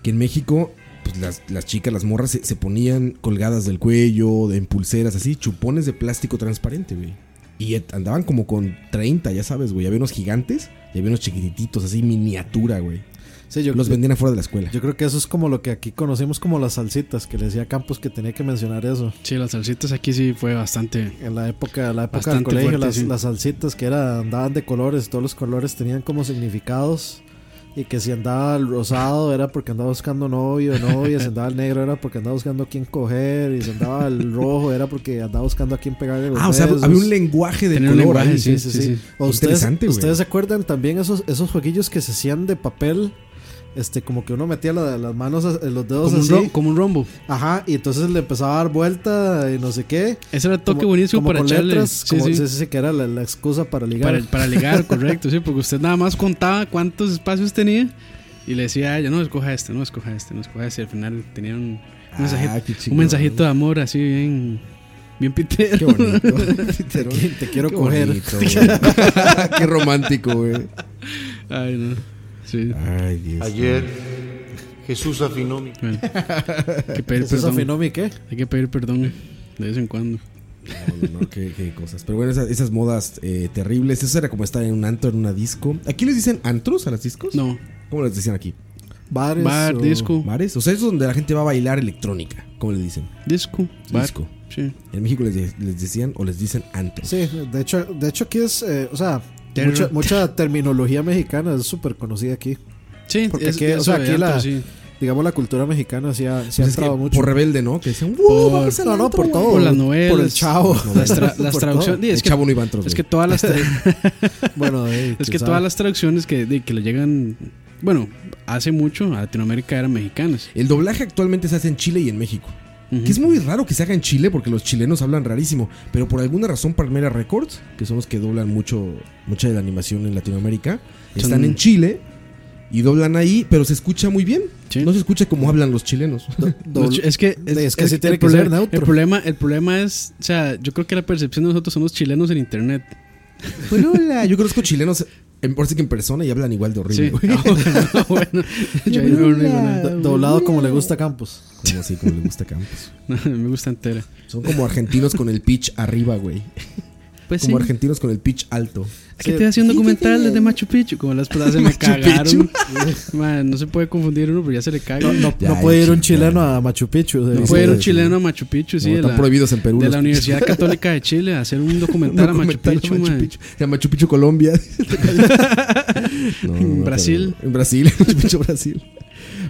Speaker 3: Que en México, pues las, las chicas, las morras, se, se ponían colgadas del cuello, de- en pulseras, así, chupones de plástico transparente, güey. Y et- andaban como con 30, ya sabes, güey. Había unos gigantes y había unos chiquititos, así, miniatura, güey.
Speaker 5: Sí, yo,
Speaker 3: Los vendían afuera de la escuela.
Speaker 5: yo creo que eso es como lo que aquí conocemos como las salsitas, que le decía Campos que tenía que mencionar eso.
Speaker 4: Sí, las salsitas aquí sí fue bastante.
Speaker 5: En la época, la época
Speaker 4: Bastante
Speaker 5: del colegio,
Speaker 4: fuerte,
Speaker 5: las,
Speaker 4: sí.
Speaker 5: las salsitas que era, andaban de colores, todos los colores tenían como significados. Y que si andaba el rosado era porque andaba buscando novio, novia, si andaba el negro era porque andaba buscando a quién coger, y si andaba el rojo era porque andaba buscando a quién pegarle los
Speaker 3: Ah, o sea,
Speaker 5: besos.
Speaker 3: había un lenguaje de
Speaker 4: Tenía
Speaker 3: color
Speaker 4: un lenguaje,
Speaker 3: ahí.
Speaker 4: sí, sí, sí.
Speaker 5: O
Speaker 3: Qué
Speaker 5: ustedes,
Speaker 3: interesante, güey.
Speaker 5: ¿Ustedes se acuerdan también esos, esos jueguillos que se hacían de papel? Este, como que uno metía la- las manos, a- los dedos
Speaker 4: Como un,
Speaker 5: así.
Speaker 4: ro- como un rombo.
Speaker 5: Ajá, y entonces le empezaba a dar vuelta y no sé qué.
Speaker 4: Ese era el toque
Speaker 5: Como-
Speaker 4: buenísimo
Speaker 5: como
Speaker 4: para
Speaker 5: con
Speaker 4: echarle.
Speaker 5: letras,
Speaker 4: sí,
Speaker 5: como-
Speaker 4: sí.
Speaker 5: sí, sí, que era la, la excusa para ligar.
Speaker 4: Para, para ligar, correcto, sí, porque usted nada más contaba cuántos espacios tenía y le decía a ella, no, escoja este, no, escoja este, no, escoja este. Y al final tenían un,
Speaker 3: Ah, qué
Speaker 4: mensajito,
Speaker 3: chingón.
Speaker 4: un mensajito de amor así bien, bien pitero.
Speaker 3: Qué bonito.
Speaker 5: Te, te quiero
Speaker 3: Qué
Speaker 5: coger.
Speaker 3: bonito, güey. Qué romántico, güey.
Speaker 4: Ay, no. Sí.
Speaker 3: Ay, Dios.
Speaker 6: Ayer Jesús afinó mi...
Speaker 4: Bueno, hay que pedir
Speaker 5: Eso es
Speaker 4: perdón.
Speaker 5: afinomi, ¿qué?
Speaker 4: Hay que pedir perdón de vez en cuando.
Speaker 3: No, no, no, qué, qué cosas. Pero bueno, esas, esas modas eh, terribles. Eso era como estar en un antro, en una disco. ¿Aquí les dicen antros a las discos?
Speaker 4: No,
Speaker 3: ¿Cómo les decían aquí?
Speaker 5: Bares.
Speaker 4: bar,
Speaker 5: o-
Speaker 4: disco,
Speaker 3: ¿Bares? O sea, es donde la gente va a bailar electrónica. ¿Cómo le dicen?
Speaker 4: disco, bar.
Speaker 3: Disco.
Speaker 4: Sí.
Speaker 3: En México les, de- les decían o les dicen antros.
Speaker 5: Sí, de hecho, de hecho aquí es, eh, o sea,
Speaker 4: Ter-
Speaker 5: mucha, mucha terminología mexicana es súper conocida aquí.
Speaker 4: Sí,
Speaker 5: Porque
Speaker 4: es-
Speaker 5: aquí, o
Speaker 4: eso
Speaker 5: sea,
Speaker 4: de
Speaker 5: aquí
Speaker 4: antro,
Speaker 5: la-
Speaker 4: sí.
Speaker 5: Digamos, la cultura mexicana se ha,
Speaker 3: Pues
Speaker 5: se ha
Speaker 3: es que
Speaker 5: entrado mucho.
Speaker 3: Por rebelde, ¿no? Que decían,
Speaker 4: Por-
Speaker 3: wow, vamos al
Speaker 5: no, no,
Speaker 3: antro,
Speaker 5: por
Speaker 3: güey".
Speaker 5: todo.
Speaker 4: Por las
Speaker 5: Por el
Speaker 4: novelas.
Speaker 5: chavo.
Speaker 4: Las, tra- las
Speaker 5: Por
Speaker 4: traducciones.
Speaker 3: El
Speaker 4: Es que,
Speaker 3: chavo no iba a antros,
Speaker 4: es que
Speaker 3: güey.
Speaker 4: todas las tra-
Speaker 5: todo. Bueno, eh,
Speaker 4: Es
Speaker 5: quién
Speaker 4: que
Speaker 5: sabe.
Speaker 4: todas las traducciones que, de- que le llegan, bueno, hace mucho a Latinoamérica eran mexicanas.
Speaker 3: El doblaje actualmente se hace en Chile y en México.
Speaker 4: Ujú.
Speaker 3: Que es muy raro que se haga en Chile porque los chilenos hablan rarísimo. Pero por alguna razón, Palmera Records, que son los que doblan mucho, mucha de la animación en Latinoamérica,
Speaker 4: Mm.
Speaker 3: están en Chile y doblan ahí, pero se escucha muy bien.
Speaker 4: Sí.
Speaker 3: No se escucha como hablan los chilenos.
Speaker 5: Do-
Speaker 4: Los ch- es que
Speaker 5: de- es que sí tiene
Speaker 4: el
Speaker 5: que ser
Speaker 4: problema-
Speaker 5: neutro.
Speaker 4: El problema, el problema es, o sea, yo creo que la percepción de nosotros son los chilenos en internet.
Speaker 3: bueno, hola. Pues Yo conozco chilenos, en, por que en persona y hablan igual de horrible.
Speaker 4: Sí.
Speaker 3: güey.
Speaker 4: Ah, bueno, bueno. Yo ahí no digo nada.
Speaker 5: do- doblado como le gusta a Campos.
Speaker 3: Como así, como le gusta a Campos.
Speaker 4: No, me gusta entera.
Speaker 3: Son como argentinos con el pitch arriba, güey.
Speaker 4: Pues
Speaker 3: Como argentinos con el pitch alto.
Speaker 4: Aquí estoy haciendo un documental desde Machu Picchu. Como las personas se me cagaron. Man, no se puede confundir uno, pero ya se le caga. No,
Speaker 3: Ya,
Speaker 5: no puede
Speaker 3: ya,
Speaker 5: ir un
Speaker 3: sí, ya.
Speaker 5: chileno a Machu Picchu. de-
Speaker 4: puede ir un
Speaker 3: sí.
Speaker 4: chileno a Machu Picchu, sí.
Speaker 3: No,
Speaker 4: de
Speaker 3: están
Speaker 4: la-
Speaker 3: prohibidos en Perú
Speaker 4: De
Speaker 3: los-
Speaker 4: la Universidad Católica de Chile a hacer un documental,
Speaker 3: No
Speaker 4: a
Speaker 3: comentar
Speaker 4: Machu Picchu,
Speaker 3: Machu
Speaker 4: man.
Speaker 3: Picchu. Se llama Machu Picchu, Colombia. No, no, no,
Speaker 4: Brasil.
Speaker 3: pero- en Brasil, Machu Picchu, Brasil.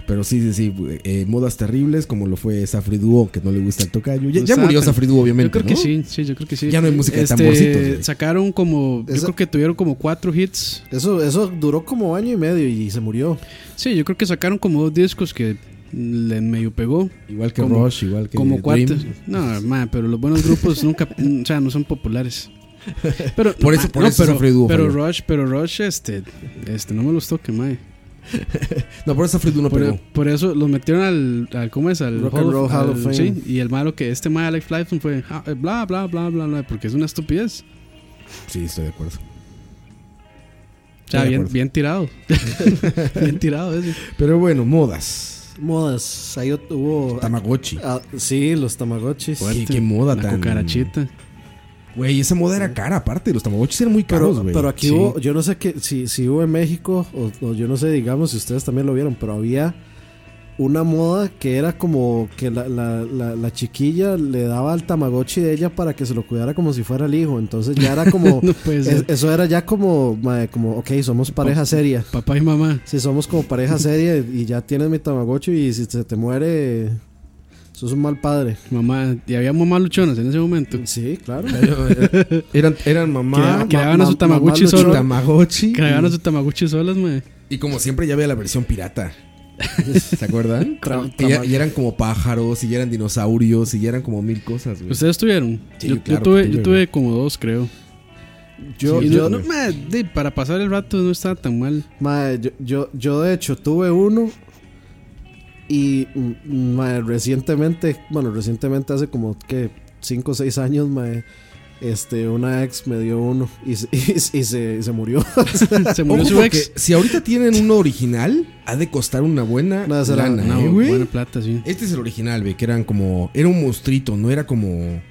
Speaker 3: Pero sí, sí, sí. eh, modas terribles como lo fue Safri Duo, que no le gusta el tocayo. Ya,
Speaker 4: No
Speaker 3: ya
Speaker 4: está
Speaker 3: murió
Speaker 4: tan-
Speaker 3: Safri Duo, obviamente.
Speaker 4: Yo creo
Speaker 3: ¿no?
Speaker 4: que sí, sí, yo creo que sí.
Speaker 3: Ya no hay música de
Speaker 4: Este,
Speaker 3: tamborcitos, güey.
Speaker 4: Sacaron como, yo
Speaker 5: Esa-
Speaker 4: creo que tuvieron como cuatro hits.
Speaker 5: Eso, eso duró como año y medio y se murió.
Speaker 4: Sí, yo creo que sacaron como dos discos que le medio pegó.
Speaker 3: Igual que
Speaker 4: Como-
Speaker 3: Rush, igual que
Speaker 4: como
Speaker 3: Dream.
Speaker 4: cuatro. No, ma, pero los buenos grupos nunca, o sea, no son populares. Pero,
Speaker 3: Por eso-
Speaker 4: ma,
Speaker 3: por
Speaker 4: no,
Speaker 3: eso se
Speaker 4: pero,
Speaker 3: fue dúo,
Speaker 4: pero
Speaker 3: Javier.
Speaker 4: Rush, pero Rush, este, este, no me los toque, ma.
Speaker 3: No, por eso Safri Duo no
Speaker 4: Por,
Speaker 3: pegó.
Speaker 4: por eso los metieron al, al ¿cómo es? Al
Speaker 5: Rock and Roll Hall
Speaker 4: al-
Speaker 5: of Fame.
Speaker 4: Sí, y el malo que este ma Alex Lifeson fue ah, eh, bla, bla, bla, bla, bla, porque es una estupidez.
Speaker 3: Sí, estoy de acuerdo.
Speaker 4: O sea,
Speaker 3: Estoy de
Speaker 4: bien,
Speaker 3: acuerdo.
Speaker 4: bien tirado. bien tirado eso.
Speaker 3: Pero bueno, modas.
Speaker 5: modas. Ahí ot- hubo.
Speaker 3: Tamagotchi.
Speaker 5: ah, sí, los Tamagotchis.
Speaker 3: Qué- qué moda
Speaker 4: La
Speaker 3: tan-
Speaker 4: cucarachita.
Speaker 3: Güey, esa moda era cara, aparte. Los Tamagotchis eran muy caros,
Speaker 5: Pero,
Speaker 3: güey.
Speaker 5: pero aquí
Speaker 4: Sí.
Speaker 5: hubo, yo no sé que, si, si hubo en México, o, o yo no sé, digamos, si ustedes también lo vieron, pero había una moda que era como que la, la- la- la chiquilla le daba al tamagotchi de ella para que se lo cuidara como si fuera el hijo. Entonces ya era como,
Speaker 4: No puede
Speaker 5: es-
Speaker 4: ser.
Speaker 5: eso era ya como, mae, como, ok, somos pareja seria.
Speaker 4: Papá y mamá.
Speaker 5: Si somos como pareja seria y ya tienes mi tamagotchi y si se te muere, sos un mal padre.
Speaker 4: Mamá. Y había mamá luchonas en ese momento.
Speaker 5: Sí, claro.
Speaker 3: Eran, eran mamá,
Speaker 4: Creaba- creaban a su
Speaker 5: mamá
Speaker 4: Tamagotchi
Speaker 5: luchona.
Speaker 4: solo.
Speaker 3: Tamagotchi.
Speaker 4: Creaban a su Tamagotchi solas, mae.
Speaker 3: Y como siempre ya había la versión pirata. ¿Se acuerdan?
Speaker 5: Tra-
Speaker 3: Que ya, ya eran como pájaros, y ya eran dinosaurios, y ya eran como mil cosas, güey.
Speaker 4: ¿Ustedes tuvieron?
Speaker 3: Sí,
Speaker 4: yo, yo
Speaker 3: claro que
Speaker 4: tuve,
Speaker 3: tuve,
Speaker 4: yo tuve como dos, creo.
Speaker 5: Yo,
Speaker 4: Y
Speaker 5: yo,
Speaker 4: no- no, mae, de- para pasar el rato no estaba tan mal.
Speaker 5: Mae, yo, yo, yo de hecho tuve uno y mm, mae, recientemente, bueno, recientemente hace como que 5 o 6 años, mae, este, una ex me dio uno y, se- y se- y se, y se murió.
Speaker 4: Se
Speaker 3: Ojo,
Speaker 4: murió su
Speaker 3: porque ¿Eh?
Speaker 4: ex.
Speaker 3: si ahorita tienen uno original, ha de costar una buena
Speaker 5: No, será-
Speaker 3: lana,
Speaker 4: No,
Speaker 3: ¿eh, güey?
Speaker 4: buena plata, sí.
Speaker 3: Este es el original, güey, que eran como... Era un monstruito, no era como...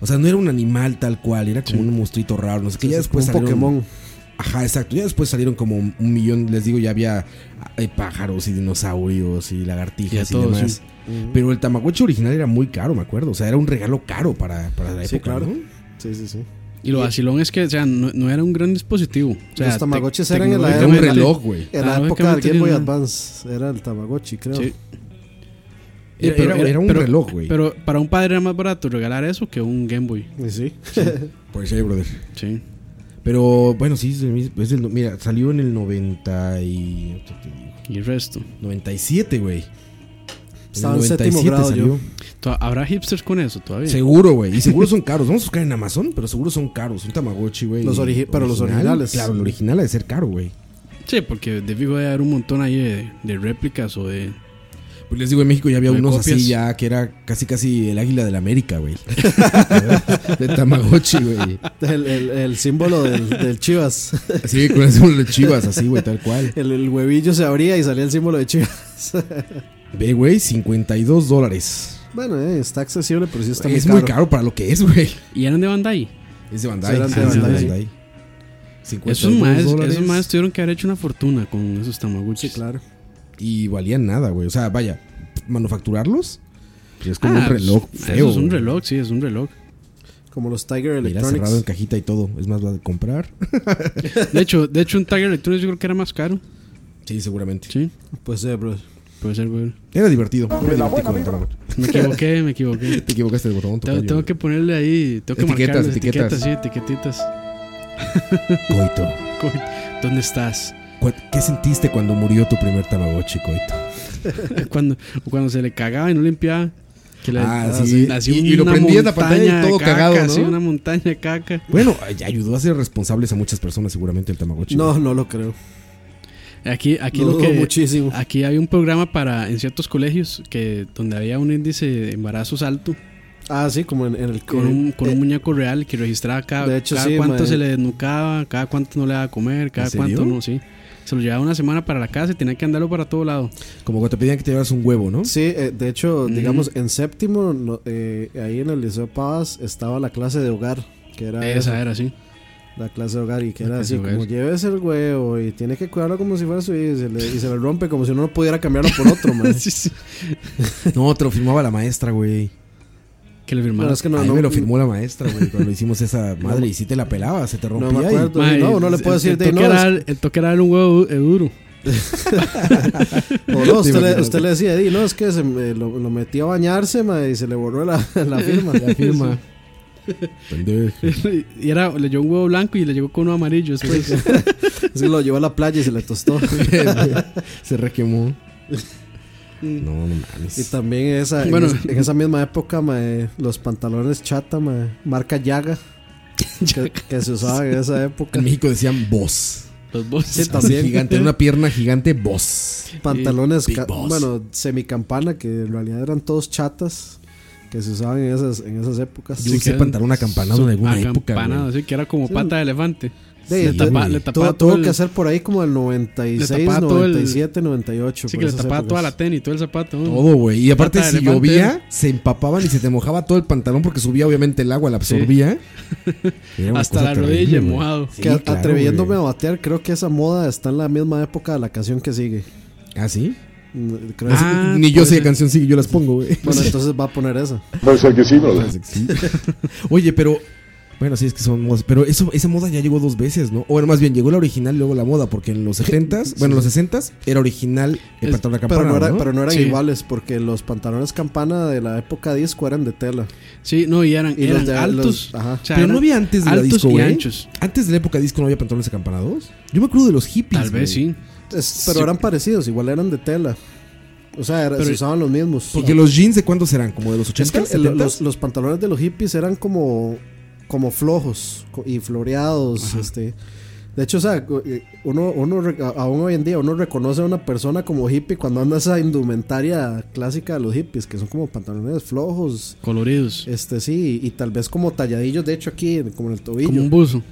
Speaker 3: O sea, no era un animal tal cual, era como un monstruito raro, no sé qué. Ya después
Speaker 5: un
Speaker 3: salieron-
Speaker 5: Pokémon.
Speaker 3: Ajá, exacto. Ya después salieron como un millón, les digo, ya había eh, pájaros y dinosaurios y lagartijas y,
Speaker 4: Ya todo,
Speaker 3: demás.
Speaker 4: sí.
Speaker 3: Pero el Tamagotchi original era muy caro, me acuerdo. O sea, era un regalo caro para, para la época.
Speaker 5: Sí, claro.
Speaker 3: ¿no?
Speaker 5: Sí, sí, sí.
Speaker 4: Y lo vacilón es que, o sea, no, no era un gran dispositivo. O sea,
Speaker 5: Los
Speaker 4: te-
Speaker 5: Tamagotchis eran en la
Speaker 3: Era un
Speaker 4: tecnológicamente-
Speaker 3: reloj, güey.
Speaker 5: En la
Speaker 4: Ah,
Speaker 5: época del
Speaker 4: básicamente
Speaker 5: Game Boy
Speaker 4: era-
Speaker 5: Advance era el Tamagotchi, creo.
Speaker 4: Sí.
Speaker 3: Era-
Speaker 4: Pero-
Speaker 3: Eh, era- era un reloj, güey.
Speaker 4: Pero para un padre era más barato regalar eso que un Game Boy.
Speaker 5: Y sí.
Speaker 3: Pues sí, brother.
Speaker 4: Sí.
Speaker 3: Pero bueno, sí, es del mis- es del no- mira, salió en pues, el 90 y...
Speaker 4: Y el resto.
Speaker 3: 97, güey. En el
Speaker 5: Estaba en séptimo
Speaker 3: 97
Speaker 5: grado yo.
Speaker 4: To- ¿Habrá hipsters con eso todavía?
Speaker 3: Seguro, güey. Y seguro son caros. Vamos a buscar en Amazon, pero seguro son caros. Un Tamagotchi, güey.
Speaker 5: Los origi- pero los originales.
Speaker 3: Claro, el original ha de ser caro, güey.
Speaker 4: Sí, porque de fijo debe haber un montón ahí de, de réplicas o de...
Speaker 3: Pues les digo, en México ya había
Speaker 4: ¿Me
Speaker 3: unos
Speaker 4: copias?
Speaker 3: así ya que era casi casi el águila de la América, güey. de Tamagotchi, güey.
Speaker 5: El, el- el símbolo del, del Chivas.
Speaker 3: Así con ese de chivas, así, güey, tal cual.
Speaker 5: El, el huevillo se abría y salía el símbolo de Chivas.
Speaker 3: Ve, güey, 52 dólares.
Speaker 5: bueno, eh, está accesible, pero sí está
Speaker 3: es
Speaker 5: muy
Speaker 3: muy caro para lo que es, güey.
Speaker 4: ¿Y eran de Bandai?
Speaker 3: Es de
Speaker 5: Sí,
Speaker 3: Bandai.
Speaker 5: eran de
Speaker 3: sí, es de
Speaker 5: Bandai.
Speaker 3: Bandai.
Speaker 4: Esos
Speaker 3: 52
Speaker 4: más,
Speaker 3: dólares.
Speaker 4: esos más tuvieron que haber hecho una fortuna con esos Tamagotchis.
Speaker 5: Sí, claro.
Speaker 3: Y valían nada, güey. O sea, vaya, manufacturarlos. pues es como
Speaker 4: Ah,
Speaker 3: un reloj
Speaker 4: pues,
Speaker 3: feo.
Speaker 4: Eso es un
Speaker 3: güey.
Speaker 4: reloj, sí, es un reloj.
Speaker 5: Como los Tiger
Speaker 3: Mira, cerrado en
Speaker 5: Electronics.
Speaker 3: cajita y todo. Es más, va de comprar.
Speaker 4: De hecho, de hecho un Tiger Electronics yo creo que era más caro.
Speaker 3: Sí, seguramente.
Speaker 4: Sí,
Speaker 5: Pues eh, bro.
Speaker 4: puede ser, güey.
Speaker 3: Era divertido. Me divertí con el Tamagotchi.
Speaker 4: Me equivoqué, me equivoqué.
Speaker 3: Te equivocaste del botón.
Speaker 4: Tengo,
Speaker 3: tocayo,
Speaker 4: tengo
Speaker 3: güey.
Speaker 4: que ponerle ahí, tengo que
Speaker 3: Etiquetas,
Speaker 4: marcar las
Speaker 3: etiquetas.
Speaker 4: etiquetas, sí, etiquetitas.
Speaker 3: Coito.
Speaker 4: Co- ¿Dónde estás?
Speaker 3: ¿Cu- ¿Qué sentiste cuando murió tu primer Tamagotchi, Coito?
Speaker 4: Cuando, o cuando se le cagaba y no limpiaba. Que le-
Speaker 3: Ah,
Speaker 4: así-
Speaker 3: sí.
Speaker 4: así
Speaker 3: Y- y lo
Speaker 4: una
Speaker 3: prendías la pantalla y
Speaker 4: montaña de
Speaker 3: todo
Speaker 4: caca,
Speaker 3: cagado, ¿no?
Speaker 4: así, una montaña de caca.
Speaker 3: Bueno, ay- ayudó a ser responsables a muchas personas, seguramente el Tamagotchi.
Speaker 5: No, no lo creo.
Speaker 4: Aquí, aquí
Speaker 5: Lo
Speaker 4: lo,
Speaker 5: dudo
Speaker 4: que
Speaker 5: muchísimo.
Speaker 4: aquí había un programa para en ciertos colegios que donde había un índice de embarazos alto
Speaker 5: Ah, sí, como en, en el
Speaker 4: con un, con
Speaker 5: eh,
Speaker 4: un muñeco real que registraba cada,
Speaker 5: De hecho,
Speaker 4: cada
Speaker 5: sí,
Speaker 4: cuánto
Speaker 5: mae.
Speaker 4: se le desnucaba, cada cuánto no le daba a comer, cada
Speaker 3: serio?
Speaker 4: cuánto no, sí. Se lo llevaba una semana para la casa y tenía que andarlo para todo lado.
Speaker 3: Como cuando te pedían que te llevaras un huevo, ¿no?
Speaker 5: Sí, eh, de hecho, digamos, en séptimo, no, eh, ahí en el Liceo Pavas estaba la clase de hogar, que era
Speaker 4: Esa
Speaker 5: Ah, eso,
Speaker 4: era así.
Speaker 5: la clase de hogar, y que era
Speaker 4: clase
Speaker 5: así,
Speaker 4: de hogar.
Speaker 5: como lleves el huevo y tiene que cuidarlo como si fuera su hijo y se le, y se le rompe como si uno no pudiera cambiarlo por otro, man.
Speaker 4: Sí, sí.
Speaker 3: No, te lo firmaba la maestra, güey.
Speaker 4: Que le firmaba.
Speaker 5: Bueno, es que no,
Speaker 3: a mí
Speaker 5: no,
Speaker 3: me lo firmó la maestra, güey, cuando hicimos esa madre. y si te la pelaba, se te
Speaker 5: no
Speaker 3: rompía.
Speaker 5: me
Speaker 3: y-
Speaker 5: acuerdo.
Speaker 4: Mae,
Speaker 5: no, no le
Speaker 4: el-
Speaker 5: puedo
Speaker 4: el-
Speaker 5: decir
Speaker 4: el
Speaker 5: de
Speaker 4: toque
Speaker 5: no,
Speaker 4: era- El toque era darle un huevo du- eh, duro.
Speaker 5: o no, usted, le,
Speaker 3: imaginas.
Speaker 5: usted le decía, di, no, es que se me- lo, lo metí a bañarse, man, y se le borró la, la firma.
Speaker 3: La firma. Pendejo.
Speaker 4: y era, le llegó un huevo blanco y le llegó con uno amarillo. después.
Speaker 5: Así lo llevó a la playa y se le tostó.
Speaker 3: se requemó. No, no mames.
Speaker 5: Mm. Y también esa, en
Speaker 4: Bueno.
Speaker 5: es- en, esa misma época, mae, los pantalones chata, mae, marca Yaga, que, que se usaban en esa época.
Speaker 3: En México decían voz.
Speaker 4: Los bolsos.
Speaker 5: Sí,
Speaker 3: Así
Speaker 5: también. Mm.
Speaker 3: gigante, una pierna gigante, voz.
Speaker 5: Pantalones,
Speaker 3: Big
Speaker 5: ca-
Speaker 3: Boss.
Speaker 5: bueno, semicampana, que en realidad eran todos chatas, que se usaban en esas, en esas épocas.
Speaker 3: Yo usé
Speaker 4: que-
Speaker 3: pantalón acampanado en alguna época. güey.
Speaker 4: Acampanado, sí, que era como pata de elefante.
Speaker 5: De-
Speaker 4: Le
Speaker 5: de-
Speaker 4: tapa- le
Speaker 5: tuvo-
Speaker 4: tapa
Speaker 5: tuvo
Speaker 4: todo el-
Speaker 5: que hacer por ahí como el 96,
Speaker 4: Le tapa todo el-
Speaker 5: 97, 98.
Speaker 4: Sí,
Speaker 5: por
Speaker 4: que le
Speaker 5: esas
Speaker 4: tapaba
Speaker 5: épocas.
Speaker 4: toda la tenis, todo el zapato. ¿no?
Speaker 3: Todo, güey. Y aparte,
Speaker 4: Pata
Speaker 3: si
Speaker 4: de elefante.
Speaker 3: llovía, se empapaban y se te mojaba todo el pantalón porque subía, obviamente, el agua, la absorbía. Era una
Speaker 4: Hasta
Speaker 3: cosa
Speaker 4: la rodilla,
Speaker 3: terrible, güey.
Speaker 4: mojado.
Speaker 3: Sí,
Speaker 5: Que a-
Speaker 3: claro,
Speaker 5: atreviéndome
Speaker 3: güey.
Speaker 5: a batear, creo que esa moda está en la misma época de la canción que sigue.
Speaker 3: ¿Ah, sí?
Speaker 5: Mm, Creo que-
Speaker 4: Ah,
Speaker 3: Ni yo
Speaker 4: puede
Speaker 3: sé
Speaker 4: ser.
Speaker 3: qué canción sigue, yo las pongo, güey.
Speaker 5: Bueno, entonces va a poner esa.
Speaker 7: Puede ser que sí, pero
Speaker 3: Sí. Oye, pero. Bueno, sí, es que son modas. Pero eso, esa moda ya llegó dos veces, ¿no? O bueno, más bien, llegó la original y luego la moda, porque en los 70s, bueno, en los 60s, era original el
Speaker 4: Es-
Speaker 3: pantalón de
Speaker 5: Pero
Speaker 3: campana.
Speaker 5: no, era-
Speaker 3: ¿no?
Speaker 5: pero no eran
Speaker 4: Sí.
Speaker 5: iguales porque los pantalones campana de la época disco eran de tela.
Speaker 4: Sí, no, y eran,
Speaker 5: Y los
Speaker 4: eran
Speaker 5: de-
Speaker 4: altos.
Speaker 5: los- ajá.
Speaker 4: O sea,
Speaker 3: Pero
Speaker 4: eran
Speaker 3: no había antes de la
Speaker 4: altos
Speaker 3: disco, ¿eh?
Speaker 4: y
Speaker 3: güey.
Speaker 4: anchos.
Speaker 3: Antes de la época disco no había pantalones acampanados. Yo me acuerdo de los hippies.
Speaker 4: Tal vez
Speaker 3: güey.
Speaker 4: sí.
Speaker 5: Es- pero eran parecidos, igual eran de tela. O sea, era- se usaban los mismos.
Speaker 3: Porque los jeans de cuándo serán, como de los 80s,
Speaker 5: Es que el-
Speaker 3: 70s?
Speaker 5: los, los pantalones de los hippies eran como, como flojos co- y floreados. Este. De hecho, o sea, co- eh, uno, uno re- a- aún hoy en día uno reconoce a una persona como hippie cuando anda esa indumentaria clásica de los hippies, que son como pantalones flojos,
Speaker 4: Coloridos.
Speaker 5: este sí, y tal vez como talladillos, de hecho aquí, como en el tobillo.
Speaker 4: Como un buzo.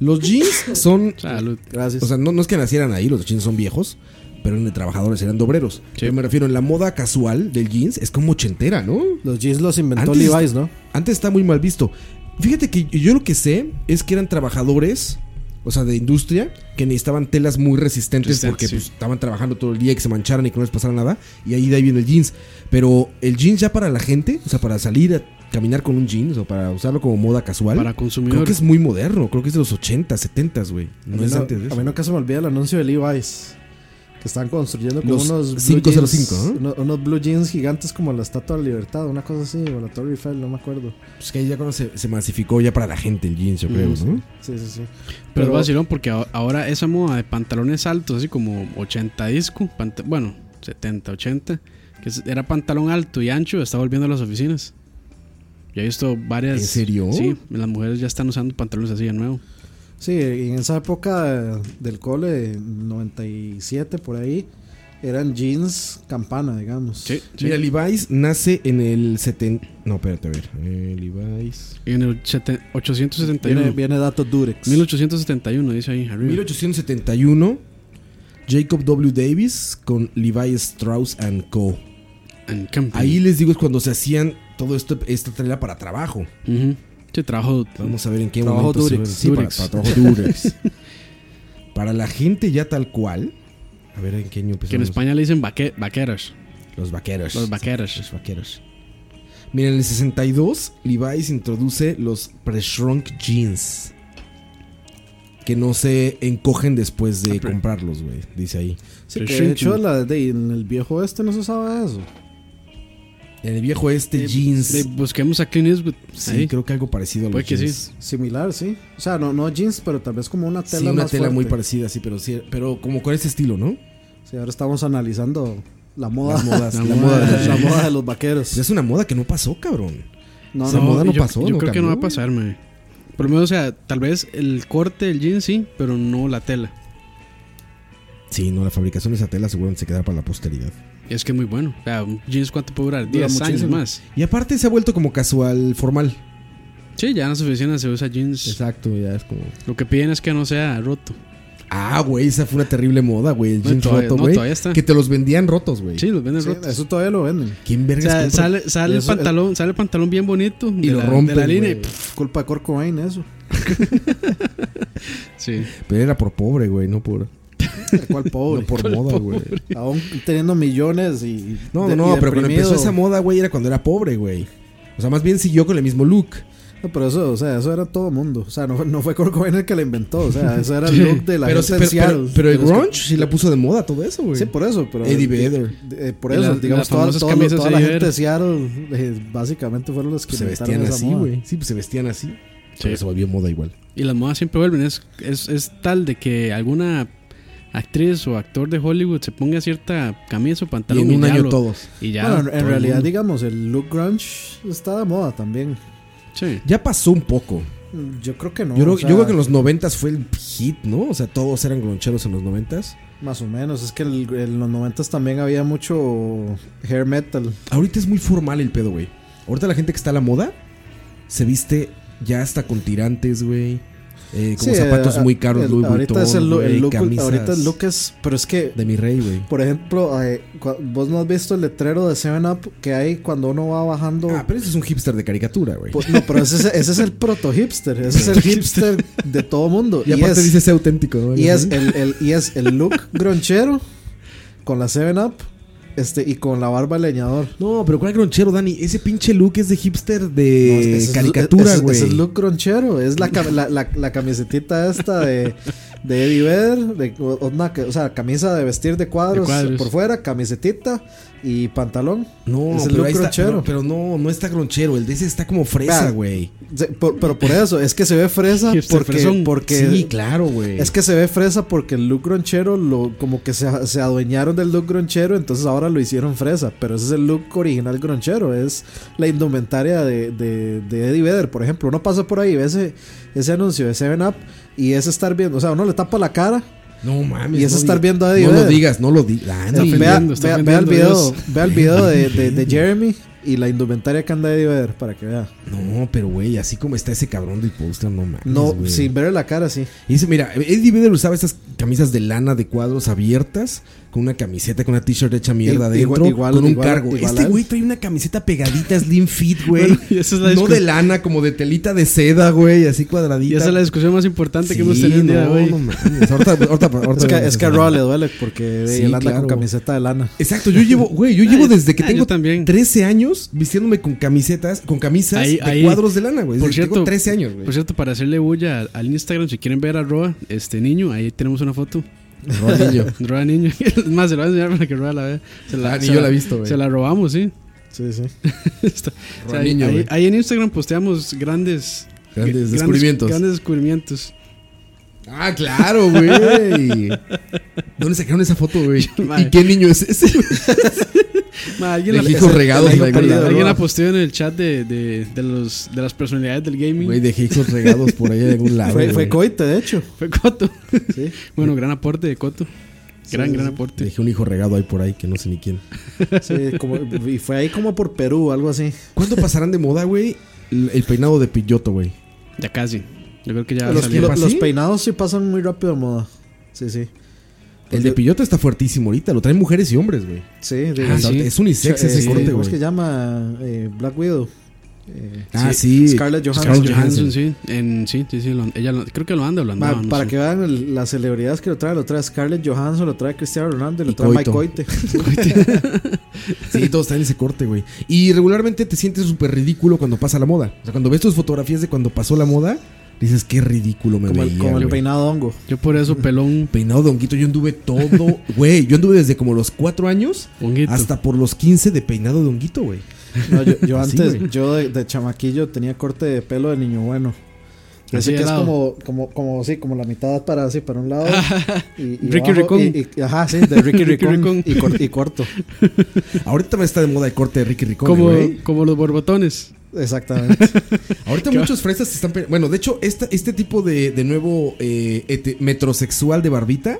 Speaker 3: Los jeans son.
Speaker 4: Salud.
Speaker 5: Gracias.
Speaker 3: O sea, no, no es que nacieran ahí, los jeans son viejos, pero eran de trabajadores, eran de obreros.
Speaker 4: Sí.
Speaker 3: Yo me refiero, en la moda casual del jeans es como ochentera, ¿no?
Speaker 5: los jeans los inventó
Speaker 3: Antes-
Speaker 5: Levi's, ¿no?
Speaker 3: Antes está muy mal visto. Fíjate que yo lo que sé es que eran trabajadores, o sea, de industria, que necesitaban telas muy resistentes
Speaker 4: Resistentes,
Speaker 3: porque
Speaker 4: sí.
Speaker 3: pues, estaban trabajando todo el día, que se mancharan y que no les pasara nada. Y ahí de ahí viene el jeans. Pero el jeans ya para la gente, o sea, para salir a caminar con un jeans o para usarlo como moda casual.
Speaker 4: Para consumidor.
Speaker 3: Creo que es muy moderno, creo que es de los 80, 70, güey. No
Speaker 5: a, mí
Speaker 3: es
Speaker 5: no-
Speaker 3: antes de
Speaker 5: a
Speaker 3: eso.
Speaker 5: mí nunca se me olvida el anuncio de Levi's. Que están construyendo como
Speaker 3: Los
Speaker 5: unos. blue
Speaker 3: 505, ¿no?
Speaker 5: jeans- uno- unos blue jeans gigantes como la Estatua de la Libertad, una cosa así, o la Torre Eiffel, no me acuerdo.
Speaker 3: Pues que ahí ya cuando se, se masificó ya para la gente el jeans, yo creo, ¿no?
Speaker 5: Sí, sí, sí.
Speaker 4: Pero es
Speaker 5: Pero-
Speaker 4: vacilón porque a- ahora esa moda de pantalones altos, así como 80 disco, pant- bueno, 70, 80, que es- era pantalón alto y ancho, está volviendo a las oficinas. Ya he visto varias.
Speaker 3: ¿En serio?
Speaker 4: Sí, las mujeres ya están usando pantalones así de nuevo.
Speaker 5: Sí, en esa época del cole, 97 por ahí, eran jeans campana, digamos.
Speaker 4: Sí, sí.
Speaker 3: Mira, Levi's nace en el 70. No, espérate, a ver. Eh, Levi's.
Speaker 4: Y en el sete-
Speaker 5: Viene,
Speaker 4: 871.
Speaker 5: viene dato Durex.
Speaker 4: 1871, dice ahí arriba.
Speaker 3: 1871, Jacob W. Davis con Levi Strauss and Co.
Speaker 4: En Camping.
Speaker 3: Ahí les digo es cuando se hacían todo esto, esta tela para trabajo.
Speaker 4: Ujú. Sí, trabajo.
Speaker 3: Vamos a ver en qué
Speaker 5: Trabajo
Speaker 3: momento se
Speaker 5: Durex,
Speaker 3: ve- sí, para-
Speaker 4: Durex.
Speaker 3: Para, trabajo Durex. para la gente ya tal cual. A ver en qué año empezamos.
Speaker 4: Que en España le dicen vaque- vaqueras.
Speaker 3: Los vaqueros.
Speaker 4: Los vaqueros.
Speaker 3: Los vaqueros. Mira, en el 62, Levi's introduce los pre-shrunk jeans. Que no se encogen después
Speaker 4: Ah,
Speaker 3: de comprarlos, güey. Dice ahí.
Speaker 5: Sí, que de hecho, la de- en el viejo oeste no se usaba eso.
Speaker 3: En el viejo este, jeans.
Speaker 4: Le busquemos a Clint Eastwood.
Speaker 3: sí,
Speaker 4: ahí.
Speaker 3: creo que algo parecido a los
Speaker 4: Puede que
Speaker 3: jeans.
Speaker 4: sí.
Speaker 5: Similar, sí. O sea, no, no jeans, pero tal vez como una
Speaker 3: Sí,
Speaker 5: tela
Speaker 3: una
Speaker 5: más
Speaker 3: tela muy
Speaker 5: fuerte.
Speaker 3: parecida, sí, pero sí, pero como con ese estilo, ¿no?
Speaker 5: Sí, ahora estamos analizando la moda.
Speaker 3: Las modas,
Speaker 5: la,
Speaker 3: la
Speaker 5: moda
Speaker 3: moda de-
Speaker 5: la moda de los
Speaker 3: Pues
Speaker 5: vaqueros.
Speaker 3: es una moda que no pasó, cabrón.
Speaker 5: No,
Speaker 3: esa
Speaker 5: no,
Speaker 3: moda no
Speaker 4: yo,
Speaker 3: pasó,
Speaker 4: Yo
Speaker 3: no
Speaker 4: creo que no va a
Speaker 3: cambió.
Speaker 4: pasar, mae. Por lo menos, o sea, tal vez el corte del jean sí, pero no la tela.
Speaker 3: Sí, no, la fabricación de esa tela seguramente se quedará para la posteridad.
Speaker 4: Y es que es muy bueno. O sea, un jeans cuánto puede durar?
Speaker 5: Dura
Speaker 4: 10 años
Speaker 5: muchísimo.
Speaker 4: más.
Speaker 3: Y aparte se ha vuelto como casual, formal.
Speaker 4: Sí, ya en las oficinas se usa jeans.
Speaker 3: Exacto, ya es como.
Speaker 4: Lo que piden es que no sea roto.
Speaker 3: Ah, güey, esa fue una terrible moda, güey. El
Speaker 4: No,
Speaker 3: jeans
Speaker 4: todavía-
Speaker 3: roto,
Speaker 4: no,
Speaker 3: güey.
Speaker 4: todavía está.
Speaker 3: que te los vendían rotos, güey.
Speaker 4: Sí, los venden
Speaker 5: Sí,
Speaker 4: rotos.
Speaker 5: eso todavía lo venden.
Speaker 3: ¿Quién
Speaker 4: O
Speaker 3: vergas
Speaker 4: sea,
Speaker 3: compra?
Speaker 4: sale, sale, el
Speaker 5: eso-
Speaker 4: pantalón, sale el pantalón bien bonito
Speaker 3: Y
Speaker 4: de
Speaker 3: lo
Speaker 4: la-
Speaker 3: rompen,
Speaker 4: de la línea. y
Speaker 3: güey.
Speaker 4: pff,
Speaker 5: Eh, Culpa de Kurt Cobain, eso.
Speaker 4: Sí.
Speaker 3: Pero era por pobre, güey, no por,
Speaker 5: Tal cual pobre.
Speaker 3: no por moda, güey.
Speaker 5: Aún teniendo millones y.
Speaker 3: No,
Speaker 5: de-
Speaker 3: no, no,
Speaker 5: y
Speaker 3: pero cuando
Speaker 5: deprimido.
Speaker 3: empezó esa moda, güey, era cuando era pobre, güey. O sea, más bien siguió con el mismo look.
Speaker 5: No, pero eso, o sea, eso era todo mundo. O sea, no, no fue Kurt Cobain el que la inventó. O sea, eso era el look de la
Speaker 3: pero,
Speaker 5: gente
Speaker 3: pero-
Speaker 5: en Seattle.
Speaker 3: pero- pero el
Speaker 5: De los
Speaker 3: grunge sí la puso de moda todo eso,
Speaker 5: que-
Speaker 3: güey.
Speaker 5: Sí, por eso. Pero,
Speaker 3: Eddie Vedder.
Speaker 5: eh, por
Speaker 4: Y
Speaker 5: eso,
Speaker 4: las-
Speaker 5: digamos,
Speaker 4: las
Speaker 5: toda,
Speaker 4: famosas
Speaker 5: todo-
Speaker 4: camisas
Speaker 5: toda la
Speaker 4: Eddie
Speaker 5: gente
Speaker 4: Vedder.
Speaker 5: de Seattle eh, básicamente fueron los que
Speaker 3: Pues se
Speaker 5: inventaron
Speaker 3: vestían
Speaker 5: esa
Speaker 3: así,
Speaker 5: moda.
Speaker 3: güey. Sí, pues se vestían así.
Speaker 4: Sí.
Speaker 3: Pero se volvió moda igual.
Speaker 4: Y las modas siempre vuelven. Es, es, es tal de que alguna actriz o actor de Hollywood se ponga cierta camisa o
Speaker 3: Y
Speaker 4: pantalón.
Speaker 3: en un
Speaker 4: ya
Speaker 3: año
Speaker 4: lo-
Speaker 3: todos.
Speaker 4: Y ya.
Speaker 5: Bueno, en-
Speaker 4: todo
Speaker 5: en
Speaker 4: el
Speaker 5: realidad,
Speaker 4: mundo.
Speaker 5: digamos, el look grunge está de moda también.
Speaker 4: Sí.
Speaker 3: Ya pasó un poco.
Speaker 5: Yo creo que no.
Speaker 3: yo, creo,
Speaker 5: o sea,
Speaker 3: yo creo que en los noventas fue el hit, ¿no? O sea, todos eran groncheros en los noventas.
Speaker 5: Más o menos. Es que el- en los 90 también había mucho hair metal.
Speaker 3: Ahorita es muy formal el pedo, güey. Ahorita la gente que está a la moda se viste ya hasta con tirantes, güey. eh, como
Speaker 5: Sí,
Speaker 3: zapatos
Speaker 5: eh,
Speaker 3: muy
Speaker 5: a-
Speaker 3: caros,
Speaker 5: el-
Speaker 3: Louis
Speaker 5: ahorita
Speaker 3: Vuitton,
Speaker 5: es el, lo- el
Speaker 3: güey,
Speaker 5: look,
Speaker 3: camisas
Speaker 5: ahorita el look es, pero es que,
Speaker 3: de mi rey, güey.
Speaker 5: por ejemplo, eh, cua- vos no has visto el letrero de 7-Up que hay cuando uno va bajando.
Speaker 3: Ah, pero ese es un hipster de caricatura, güey.
Speaker 5: Pues, no, pero ese, es- ese es el proto hipster, ese es el hipster de todo mundo.
Speaker 3: Y, aparte
Speaker 5: es-
Speaker 3: dice sea auténtico, ¿no?
Speaker 5: Y es el, el- y es el look gronchero con la 7-Up este, y con la barba de leñador.
Speaker 3: No, pero ¿cuál gronchero, Dani? Ese pinche look es de hipster de
Speaker 5: No, ese es- ese
Speaker 3: Eh, caricatura,
Speaker 5: es-
Speaker 3: güey.
Speaker 5: Ese es look gronchero. Es la, cam- la, la, la camisetita esta de, de Eddie Vedder. de- o- o una ca- o sea, camisa de vestir de cuadros,
Speaker 4: De cuadros.
Speaker 5: por fuera, camisetita y pantalón.
Speaker 3: No,
Speaker 5: es el
Speaker 3: pero,
Speaker 5: look
Speaker 3: ahí está-
Speaker 5: gronchero.
Speaker 3: pero- pero no, no está gronchero. El de ese está como fresa,
Speaker 5: Vea,
Speaker 3: güey.
Speaker 5: Se- por- pero por eso, es que se ve fresa
Speaker 4: Hipster
Speaker 5: porque,
Speaker 4: fresón.
Speaker 5: eh, porque
Speaker 3: Sí, claro, güey.
Speaker 5: Es que se ve fresa porque el look gronchero lo, como que se, se adueñaron del look gronchero, entonces ahora lo hicieron fresa. Pero ese es el look original gronchero, es la indumentaria de, de- de Eddie Vedder, por ejemplo. Uno pasa por ahí, ve ese, ese anuncio de 7up y es estar viendo, o sea, uno le tapa la cara.
Speaker 3: No mames.
Speaker 5: Y es
Speaker 3: no
Speaker 5: estar
Speaker 3: digas-
Speaker 5: viendo a Eddie
Speaker 3: No lo
Speaker 5: Vedder.
Speaker 3: digas, no lo digas.
Speaker 5: Vea- vea,
Speaker 4: ofendiendo, está
Speaker 5: vea- vea
Speaker 4: ofendiendo
Speaker 5: el
Speaker 4: a
Speaker 5: video, vea el video de, de- de Jeremy y la indumentaria que anda Eddie Vedder para que vea.
Speaker 3: No, pero güey, así como está ese cabrón del póster, no mames.
Speaker 5: No,
Speaker 3: güey.
Speaker 5: sin ver la cara, sí.
Speaker 3: Y dice, mira, Eddie Vedder usaba esas camisas de lana de cuadros abiertas, con una camiseta, con una t-shirt hecha mierda
Speaker 5: Igual-
Speaker 3: adentro,
Speaker 5: igual-
Speaker 3: con un
Speaker 5: igual-
Speaker 3: cargo.
Speaker 5: igual a
Speaker 3: este
Speaker 5: él.
Speaker 3: güey trae una camiseta pegadita, slim fit, güey.
Speaker 4: Bueno, y esa es la
Speaker 3: no
Speaker 4: discu-
Speaker 3: de lana, como de telita de seda, güey, así cuadradita.
Speaker 4: Y esa es la discusión más importante que hemos
Speaker 3: Sí,
Speaker 4: tenido el día de
Speaker 3: no,
Speaker 4: hoy.
Speaker 3: no mames. Ahorita, ahorita- ahorita
Speaker 5: Es que,
Speaker 3: vemos
Speaker 5: es que a
Speaker 3: eso.
Speaker 5: Raw le duele porque
Speaker 3: Sí,
Speaker 5: él anda
Speaker 3: claro.
Speaker 5: con camiseta de lana.
Speaker 3: Exacto, yo llevo, güey, yo llevo desde que
Speaker 4: ah,
Speaker 3: tengo
Speaker 4: yo también.
Speaker 3: 13 años vistiéndome con camisetas, con camisas
Speaker 4: Ahí-
Speaker 3: de
Speaker 4: ahí.
Speaker 3: cuadros de lana, güey. Desde
Speaker 4: Por
Speaker 3: que
Speaker 4: cierto,
Speaker 3: tengo 13 años, güey.
Speaker 4: Por cierto, para hacerle bulla al, al Instagram, si quieren ver a Roa, este niño, ahí tenemos una foto.
Speaker 3: Roa niño.
Speaker 4: Roa niño. Es más, se lo voy a enseñar para que Roa la vea. Se
Speaker 3: Ah, ni yo la he visto, güey.
Speaker 4: Se la robamos, sí.
Speaker 5: Sí, sí.
Speaker 4: Está- o sea, ahí-
Speaker 3: niño,
Speaker 4: ahí,
Speaker 3: güey.
Speaker 4: ahí en Instagram posteamos grandes,
Speaker 3: Grandes
Speaker 4: grandes-
Speaker 3: descubrimientos.
Speaker 4: Grandes descubrimientos.
Speaker 3: Ah, claro, güey. ¿Dónde sacaron esa foto, güey?
Speaker 4: madre.
Speaker 3: ¿Y qué niño es ese?
Speaker 4: Ma, alguien
Speaker 3: De
Speaker 4: la,
Speaker 3: hijos regados,
Speaker 5: el-
Speaker 3: la
Speaker 5: el-
Speaker 3: gorda.
Speaker 5: el-
Speaker 4: alguien
Speaker 5: Roa.
Speaker 4: la posteó en el chat de, de, de los, de las personalidades del gaming.
Speaker 3: Güey, de hijos regados por ahí de algún lado.
Speaker 5: Fue,
Speaker 3: güey.
Speaker 5: fue coite, de hecho.
Speaker 4: Fue Coto.
Speaker 5: Sí.
Speaker 4: Bueno, gran aporte de Coto. Gran, gran aporte.
Speaker 3: Dejé un hijo regado ahí por ahí que no sé ni quién.
Speaker 5: Sí, como- y fue ahí como por Perú, algo así.
Speaker 3: ¿Cuándo pasarán de moda, güey? El el peinado de pilloto, güey.
Speaker 4: Ya casi. Yo creo que ya
Speaker 5: Los,
Speaker 4: salió.
Speaker 5: lo- los
Speaker 3: ¿Sí?
Speaker 5: peinados sí pasan muy rápido de moda. Sí, sí. Pues
Speaker 3: El de pilloto está fuertísimo ahorita. Lo traen mujeres y hombres, güey.
Speaker 5: Sí, de,
Speaker 4: Ah,
Speaker 3: Hasta-
Speaker 4: sí.
Speaker 3: Es unisex
Speaker 5: eh,
Speaker 3: ese
Speaker 5: sí,
Speaker 3: corte,
Speaker 5: ¿Cómo es que
Speaker 3: güey.
Speaker 5: llama eh, Black Widow? Eh,
Speaker 3: Ah, sí.
Speaker 5: Scarlett Johansson.
Speaker 4: Scarlett Johansson, sí. En, sí, sí, sí. lo- ella lo- creo que lo anda o lo
Speaker 5: Ma,
Speaker 4: andaba, no
Speaker 5: para
Speaker 4: sé.
Speaker 5: que vean el- las celebridades que lo trae, lo trae Scarlett Johansson, lo trae Cristiano Ronaldo y lo
Speaker 3: Y
Speaker 5: trae
Speaker 3: Coito.
Speaker 5: Mike Coite.
Speaker 3: Sí, todos traen ese corte, güey. Y regularmente te sientes súper ridículo cuando pasa la moda. O sea, cuando ves tus fotografías de cuando pasó la moda, dices, qué ridículo me
Speaker 5: como el,
Speaker 3: veía,
Speaker 5: como el
Speaker 3: güey".
Speaker 5: peinado hongo.
Speaker 4: Yo por eso pelón
Speaker 3: Peinado de honguito, yo anduve todo, güey. Yo anduve desde como los cuatro años
Speaker 4: honguito.
Speaker 3: hasta por los 15 de peinado de honguito, güey.
Speaker 5: No, yo, yo
Speaker 3: Así,
Speaker 5: antes,
Speaker 3: güey.
Speaker 5: yo de, de chamaquillo tenía corte de pelo de niño bueno.
Speaker 4: Así
Speaker 5: Así
Speaker 4: de
Speaker 5: que es
Speaker 4: lado.
Speaker 5: como, como, como, sí, como la mitad para así, para un lado. y, y
Speaker 4: Ricky
Speaker 5: abajo,
Speaker 4: Ricón.
Speaker 5: y- y- ajá, sí, de Ricky
Speaker 4: Ricky Ricón.
Speaker 5: Ricón. Y, cor- y corto.
Speaker 3: Ahorita también está de moda el corte de Ricky Ricón,
Speaker 4: Como,
Speaker 3: güey.
Speaker 4: como los borbotones.
Speaker 5: Exactamente.
Speaker 3: Ahorita muchos fresas se están. pe- Bueno, de hecho, esta, este tipo de, de nuevo eh, hete- metrosexual de barbita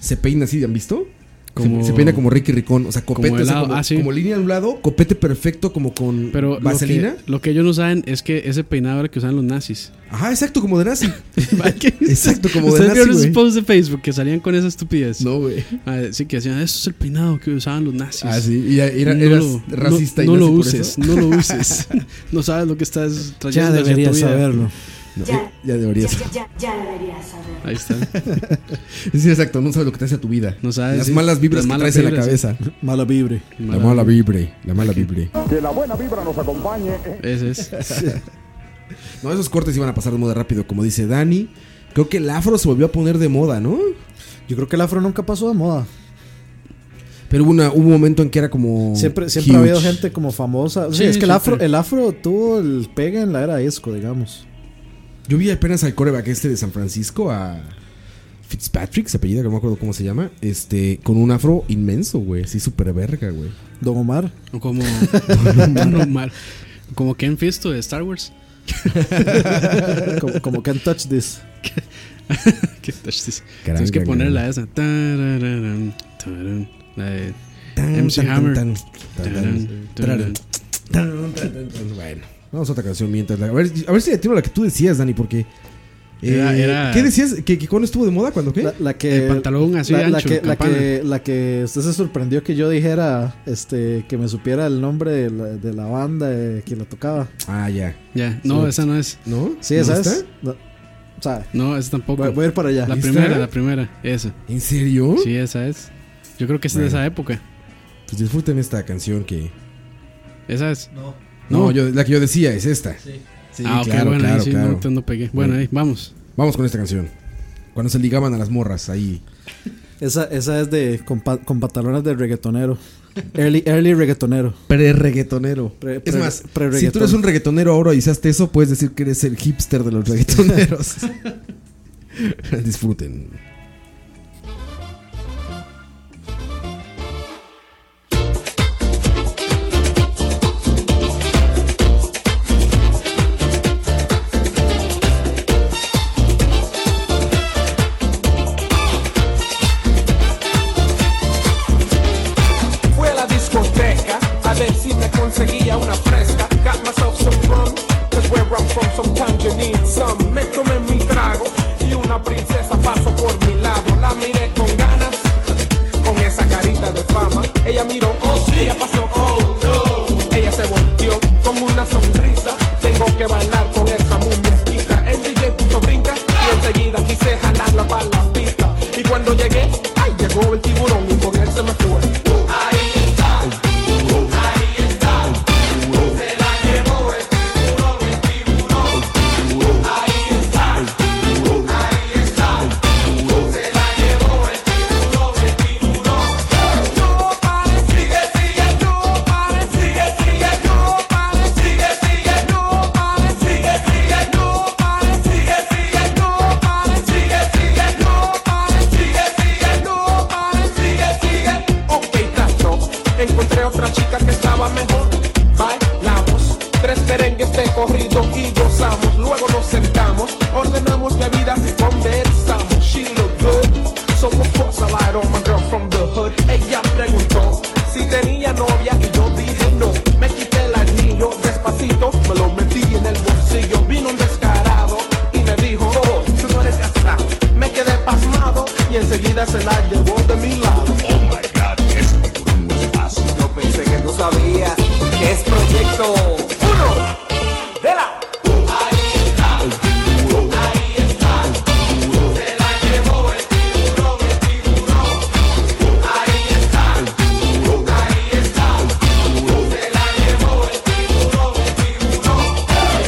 Speaker 3: se peina así, ¿han visto?
Speaker 4: Como-
Speaker 3: se, se peina como Ricky Ricón, o sea, copete,
Speaker 4: Como
Speaker 3: o sea,
Speaker 4: helado,
Speaker 3: como,
Speaker 4: ah, sí.
Speaker 3: como línea a un lado, copete perfecto, como con
Speaker 4: Pero lo
Speaker 3: vaselina.
Speaker 4: que, lo que ellos no saben es que ese peinado era el que usaban los nazis.
Speaker 3: Ajá, exacto, como de nazi.
Speaker 4: Exacto,
Speaker 3: Exacto, como de
Speaker 4: ¿Ustedes
Speaker 3: nazi,
Speaker 4: vieron esos
Speaker 3: güey.
Speaker 4: posts de Facebook que salían con esa estupidez?
Speaker 3: no, güey.
Speaker 4: Ah, sí, que decían, esto es el peinado que usaban los nazis.
Speaker 3: Ah, sí. Y ya- era,
Speaker 4: No
Speaker 3: eras
Speaker 4: lo-
Speaker 3: racista
Speaker 4: no,
Speaker 3: y
Speaker 4: no lo
Speaker 3: nazi por
Speaker 4: uses,
Speaker 3: eso.
Speaker 4: no lo uses. no sabes lo que estás trayendo
Speaker 5: ya
Speaker 4: hacia tu
Speaker 5: debería
Speaker 4: vida.
Speaker 5: saberlo.
Speaker 3: No,
Speaker 7: Ya.
Speaker 3: ya deberías.
Speaker 7: Ya, ya, ya deberías saber.
Speaker 4: Ahí está.
Speaker 3: Sí, exacto, no sabes lo que te hace a tu vida.
Speaker 4: No sabes,
Speaker 3: Las
Speaker 4: sí.
Speaker 3: malas vibras
Speaker 4: Las
Speaker 3: que
Speaker 4: malas
Speaker 3: traes en la
Speaker 4: vibras, sí.
Speaker 3: cabeza.
Speaker 5: Mala vibre.
Speaker 3: La mala vibre, la mala vibre.
Speaker 4: Ese es.
Speaker 3: No, esos cortes iban a pasar de moda rápido, como dice Dani. Creo que el afro se volvió a poner de moda, ¿no?
Speaker 5: Yo creo que el afro nunca pasó de moda.
Speaker 3: Pero hubo, una, hubo un momento en que era como.
Speaker 5: Siempre, siempre ha
Speaker 3: huge.
Speaker 5: habido gente como famosa. Sí,
Speaker 4: Oh, Sí,
Speaker 5: es que el afro,
Speaker 4: siempre.
Speaker 5: el afro tuvo el pegue en la era disco, digamos.
Speaker 3: Yo vi apenas al coreback este de San Francisco, a Fitzpatrick, se apellida, que no me acuerdo cómo se llama. Este, con un afro inmenso, güey. Así súper verga, güey.
Speaker 5: Don Omar.
Speaker 4: O como. Don Omar. Como Ken Fisto de Star Wars.
Speaker 5: como, como Can't Touch This.
Speaker 4: Que touch this.
Speaker 3: Caranga,
Speaker 4: Tienes que ponerla
Speaker 3: caranga.
Speaker 4: esa. Tarararán, tararán. La de- MC Hammer.
Speaker 3: tan, tan,
Speaker 4: tararán, tararán.
Speaker 3: tararán, tan, tan, tan, tan. Bueno, vamos a otra canción mientras. la- a, ver, a ver si le tiro la que tú decías, Dani, porque
Speaker 4: Era-
Speaker 3: Eh,
Speaker 4: era-
Speaker 3: ¿Qué decías? ¿Que, que cuándo estuvo de moda? ¿Cuándo qué?
Speaker 5: La, la que,
Speaker 4: El pantalón así
Speaker 5: la, la
Speaker 4: ancho,
Speaker 5: que, la,
Speaker 4: campana.
Speaker 5: que, la que usted se sorprendió que yo dijera este que me supiera el nombre de la, de la banda eh, que la tocaba.
Speaker 3: Ah, ya.
Speaker 4: Ya, no, esa no es.
Speaker 3: ¿No?
Speaker 5: Sí,
Speaker 3: ¿No
Speaker 5: esa
Speaker 3: está?
Speaker 5: es. No, o sea,
Speaker 4: No, esa tampoco.
Speaker 5: voy, voy a ir para allá.
Speaker 4: la
Speaker 3: ¿Esta?
Speaker 4: primera, la primera, esa.
Speaker 3: ¿En serio?
Speaker 4: Sí, esa es. Yo creo que es de
Speaker 3: Uh. Bueno.
Speaker 4: esa época.
Speaker 3: Pues disfruten esta canción que.
Speaker 4: Esa es.
Speaker 3: No,
Speaker 4: No.
Speaker 3: yo, la que yo decía es esta. Sí,
Speaker 4: ah, ok,
Speaker 3: claro,
Speaker 4: bueno, ahí
Speaker 3: claro,
Speaker 4: sí,
Speaker 3: claro.
Speaker 4: no, te- no pegué. Bueno, ahí, vamos.
Speaker 3: Vamos con esta canción. Cuando se ligaban a las morras ahí.
Speaker 5: Esa, esa es de con, pa- con pantalones de reggaetonero. Early, early reggaetonero.
Speaker 3: Pre-reggaetonero.
Speaker 5: Pre-
Speaker 3: es
Speaker 5: pre-
Speaker 3: más, si
Speaker 5: pre-reggaetón.
Speaker 3: tú eres un reggaetonero ahora y usaste eso, puedes decir que eres el hipster de los reggaetoneros. Disfruten.
Speaker 8: Fui a la discoteca a ver si me conseguía una fresca. Got myself some rum, cause where I'm from sometimes you need some. Me tomé mi trago y una princesa pasó por mi lado. La miré con ganas, con esa carita de fama. Ella miró, oh sí, ella pasó, oh no. Ella se volteó con una sonrisa. Tengo que bailar con esa muñequita. El DJ puso brinca y enseguida quise jalarla para la pista. Y cuando llegué, ay, llegó el tiburón y con él se me fue. No pares, sigue, sigue, no pares, sigue, sigue, no pares, sigue, sigue, no pares, sigue, sigue, no pares, sigue, sigue, no pares, sigue, sigue, no pares, sigue, sigue, no pares, sigue, sigue. Ok, trato, encontré otra chica que estaba mejor. Bailamos, tres merengues de corrido y gozamos. Luego nos sentamos, ordenamos bebidas y conversamos. She looked good. So of course I lied on my girl from the hood Ella preguntó si tenía novia y yo dije no Me quité el anillo despacito Me lo metí en el bolsillo Vino un descarado y me dijo Oh, tú no eres casado Me quedé pasmado y enseguida se la llevó de mi lado Oh my God, es Yo pensé que no sabía que es proyecto uno de la...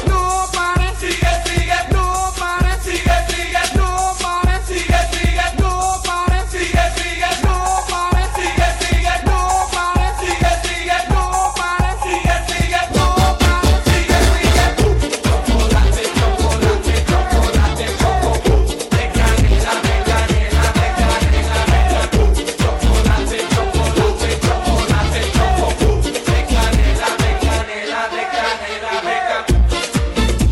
Speaker 8: No pares, sigue, sigue, no pares, sigue, sigue, no pares, sigue, sigue, no pares, sigue, sigue, no pares, sigue, sigue, no pares, sigue, sigue, no pares, sigue, sigue, no pares, sigue, sigue. Chocolate, chocolate, chocolate, choco. De canela, de canela, de canela, de canela. Chocolate, chocolate, chocolate, choco. De canela, de canela, de canela, de canela.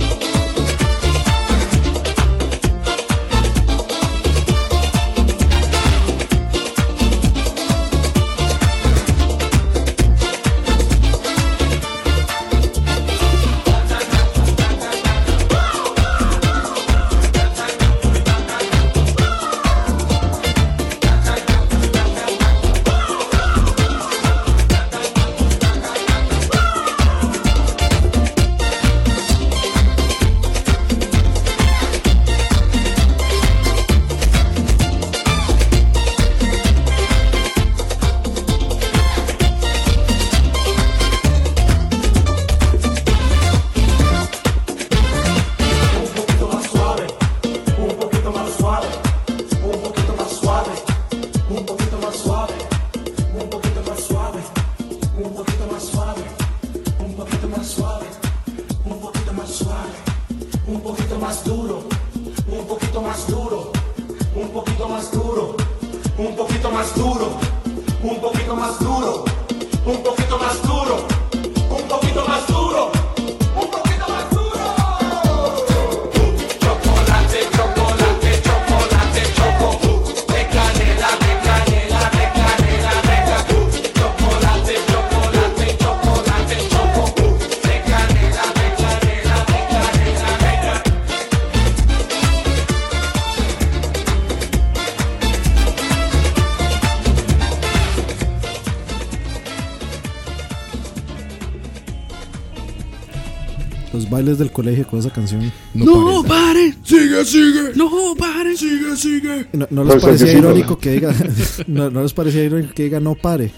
Speaker 5: los bailes del colegio con esa canción.
Speaker 4: No, pare.
Speaker 3: Sigue, sigue.
Speaker 4: No, pare.
Speaker 3: Sigue, sigue.
Speaker 5: ¿No,
Speaker 2: Puede
Speaker 5: no les
Speaker 2: ser que
Speaker 5: parecía
Speaker 2: sí,
Speaker 5: irónico que diga no, no les parecía irónico que diga no pare?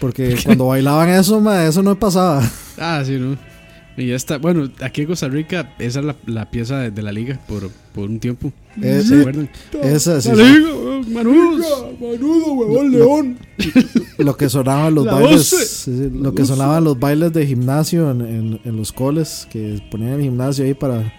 Speaker 5: Porque cuando bailaban eso, ma, eso no pasaba.
Speaker 4: Ah, sí, ¿no? Y ya está. Bueno, aquí en Costa Rica, esa es la, la pieza de, de la liga por, por un tiempo.
Speaker 5: Eh,
Speaker 4: ¿Se
Speaker 5: eh,
Speaker 4: acuerdan?
Speaker 5: Esa sí,
Speaker 4: La liga, weón, manudos.
Speaker 3: Manudo, huevón, león.
Speaker 5: lo que sonaban los
Speaker 4: La
Speaker 5: bailes,
Speaker 4: doce.
Speaker 5: sí, sí, lo que sonaban los bailes de gimnasio en, en- en los coles que ponían el gimnasio ahí para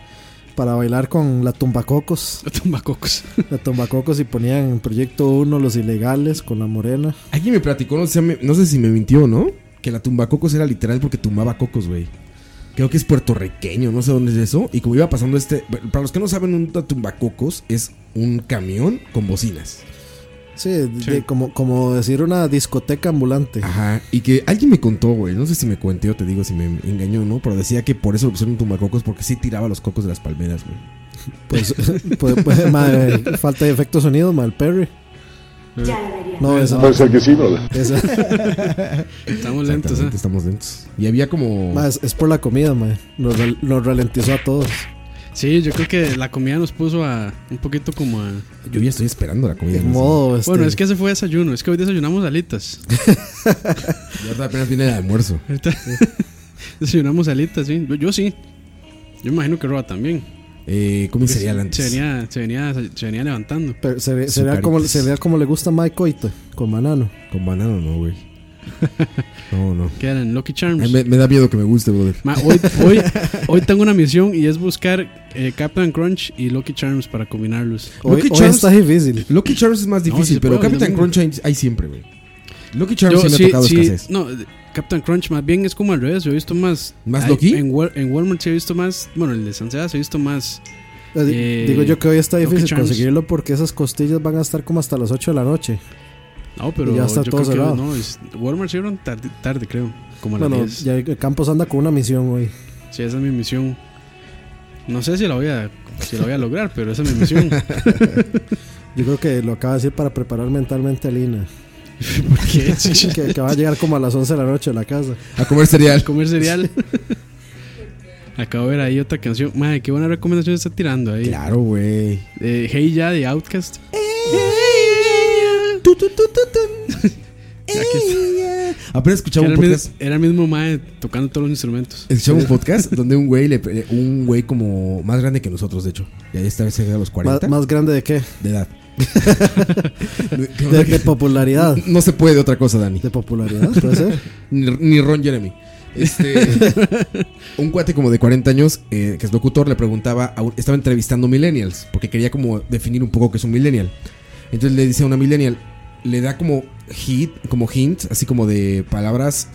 Speaker 5: para bailar con la tumbacocos,
Speaker 4: La tumbacocos.
Speaker 5: la tumbacocos y ponían en proyecto 1 los ilegales con la morena.
Speaker 3: Alguien me platicó, no sé, me- no sé si me mintió, ¿no? Que la tumbacocos era literal porque tumbaba cocos, güey. Creo que es puertorriqueño, no sé dónde es eso. Y como iba pasando este. Para los que no saben, un tumbacocos es un camión con bocinas.
Speaker 5: Sí, de- como como decir una discoteca ambulante.
Speaker 3: Ajá. Y que alguien me contó, güey. No sé si me cuenté o te digo si me engañó o no. Pero decía que por eso lo pusieron tumbacocos porque sí tiraba los cocos de las palmeras, güey.
Speaker 5: Pues, pues- pues, madre, falta de efectos sonidos, mal Perry.
Speaker 7: Ya debería
Speaker 5: No, esa no.
Speaker 2: Puede ser que sí, ¿no?
Speaker 5: esa-
Speaker 4: Estamos lentos, ¿eh?
Speaker 3: Exactamente, estamos lentos. Y había como.
Speaker 5: ma, es, es por la comida, madre. Nos, rel- nos ralentizó a todos.
Speaker 4: Sí, yo creo que la comida nos puso a un poquito como a.
Speaker 3: Yo ya estoy esperando la comida.
Speaker 5: En
Speaker 3: ¿no?
Speaker 5: modo. este,
Speaker 4: Bueno, es que ese fue desayuno. Es que hoy desayunamos alitas.
Speaker 3: Y ahorita apenas viene el almuerzo.
Speaker 4: Ahorita desayunamos alitas, sí. Yo, yo sí. Yo imagino que Roa también.
Speaker 3: Eh,
Speaker 4: Pues
Speaker 3: comí cereal
Speaker 4: se,
Speaker 3: antes.
Speaker 4: venía, se, venía, se venía levantando.
Speaker 5: pero se- sería,
Speaker 3: Azucaritas.
Speaker 5: como, sería como le gusta a Mike Coito, con banano.
Speaker 3: Con banano no, güey. No, no.
Speaker 4: Que eran Lucky Charms.
Speaker 3: Ay, me, me da miedo que me guste, brother.
Speaker 4: Ma, hoy, hoy, hoy tengo una misión y es buscar eh, Captain Crunch y Lucky Charms para combinarlos.
Speaker 5: Hoy,
Speaker 3: Lucky
Speaker 5: hoy
Speaker 3: Charms-
Speaker 5: está
Speaker 4: Eh,
Speaker 5: difícil.
Speaker 3: Lucky Charms es más
Speaker 4: No,
Speaker 3: difícil,
Speaker 4: sí se
Speaker 3: pero
Speaker 4: puede,
Speaker 3: Captain
Speaker 4: yo
Speaker 3: Crunch hay, hay siempre, güey. Lucky Charms sí me ha tocado escasez.
Speaker 4: No, eh, Captain Crunch más bien es como al revés. Yo he visto más.
Speaker 3: ¿Más
Speaker 4: hay-
Speaker 3: Lucky?
Speaker 4: En, Wal- en Walmart sí he visto más. Bueno, en el de San Sebas he visto más.
Speaker 5: Eh, di-
Speaker 4: Eh,
Speaker 5: Digo yo que hoy está
Speaker 4: Lucky
Speaker 5: difícil
Speaker 4: Charms.
Speaker 5: conseguirlo porque esas costillas van a estar como hasta las 8 de la noche.
Speaker 4: No, pero.
Speaker 5: Y ya está
Speaker 4: yo
Speaker 5: todo
Speaker 4: creo que
Speaker 5: cerrado.
Speaker 4: no. es- Walmart se abrieron tarde, tarde, creo. Como a las
Speaker 5: Bueno,
Speaker 4: 10.
Speaker 5: ya eh, Campos anda con una misión hoy.
Speaker 4: Sí, esa es mi misión. No sé si la voy a, si la voy a lograr, pero esa es mi misión.
Speaker 5: Yo creo que lo acaba de decir para preparar mentalmente a Lina.
Speaker 4: Porque sí, sí,
Speaker 5: Que, que va a llegar como a las 11 de la noche a la casa.
Speaker 3: A comer cereal.
Speaker 4: comer cereal. Acabo de ver ahí otra canción. Madre, qué buena recomendación está tirando ahí.
Speaker 3: Claro, güey.
Speaker 4: Eh, hey Ya de Outcast.
Speaker 3: Tu, tu, tu, tu, tu.
Speaker 4: Aquí está.
Speaker 3: Apenas
Speaker 4: Era
Speaker 3: escuchaba un
Speaker 4: el,
Speaker 3: podcast.
Speaker 4: mismo, era el mismo Mae tocando todos los instrumentos.
Speaker 3: Escuchaba un podcast donde un güey, le- le- un güey como más grande que nosotros, de hecho. Ya esta vez se a los
Speaker 5: Más,
Speaker 3: 40
Speaker 5: más grande de qué?
Speaker 3: de edad.
Speaker 5: De, de popularidad.
Speaker 3: no se puede otra cosa, Dani.
Speaker 5: De popularidad, puede ser.
Speaker 3: Ni, ni Ron Jeremy. Este, un cuate como de 40 años, eh, que es locutor, le preguntaba, a un- estaba entrevistando millennials, porque quería como definir un poco qué es un millennial. Entonces le dice a una millennial, le da como hit, como hint, así como de palabras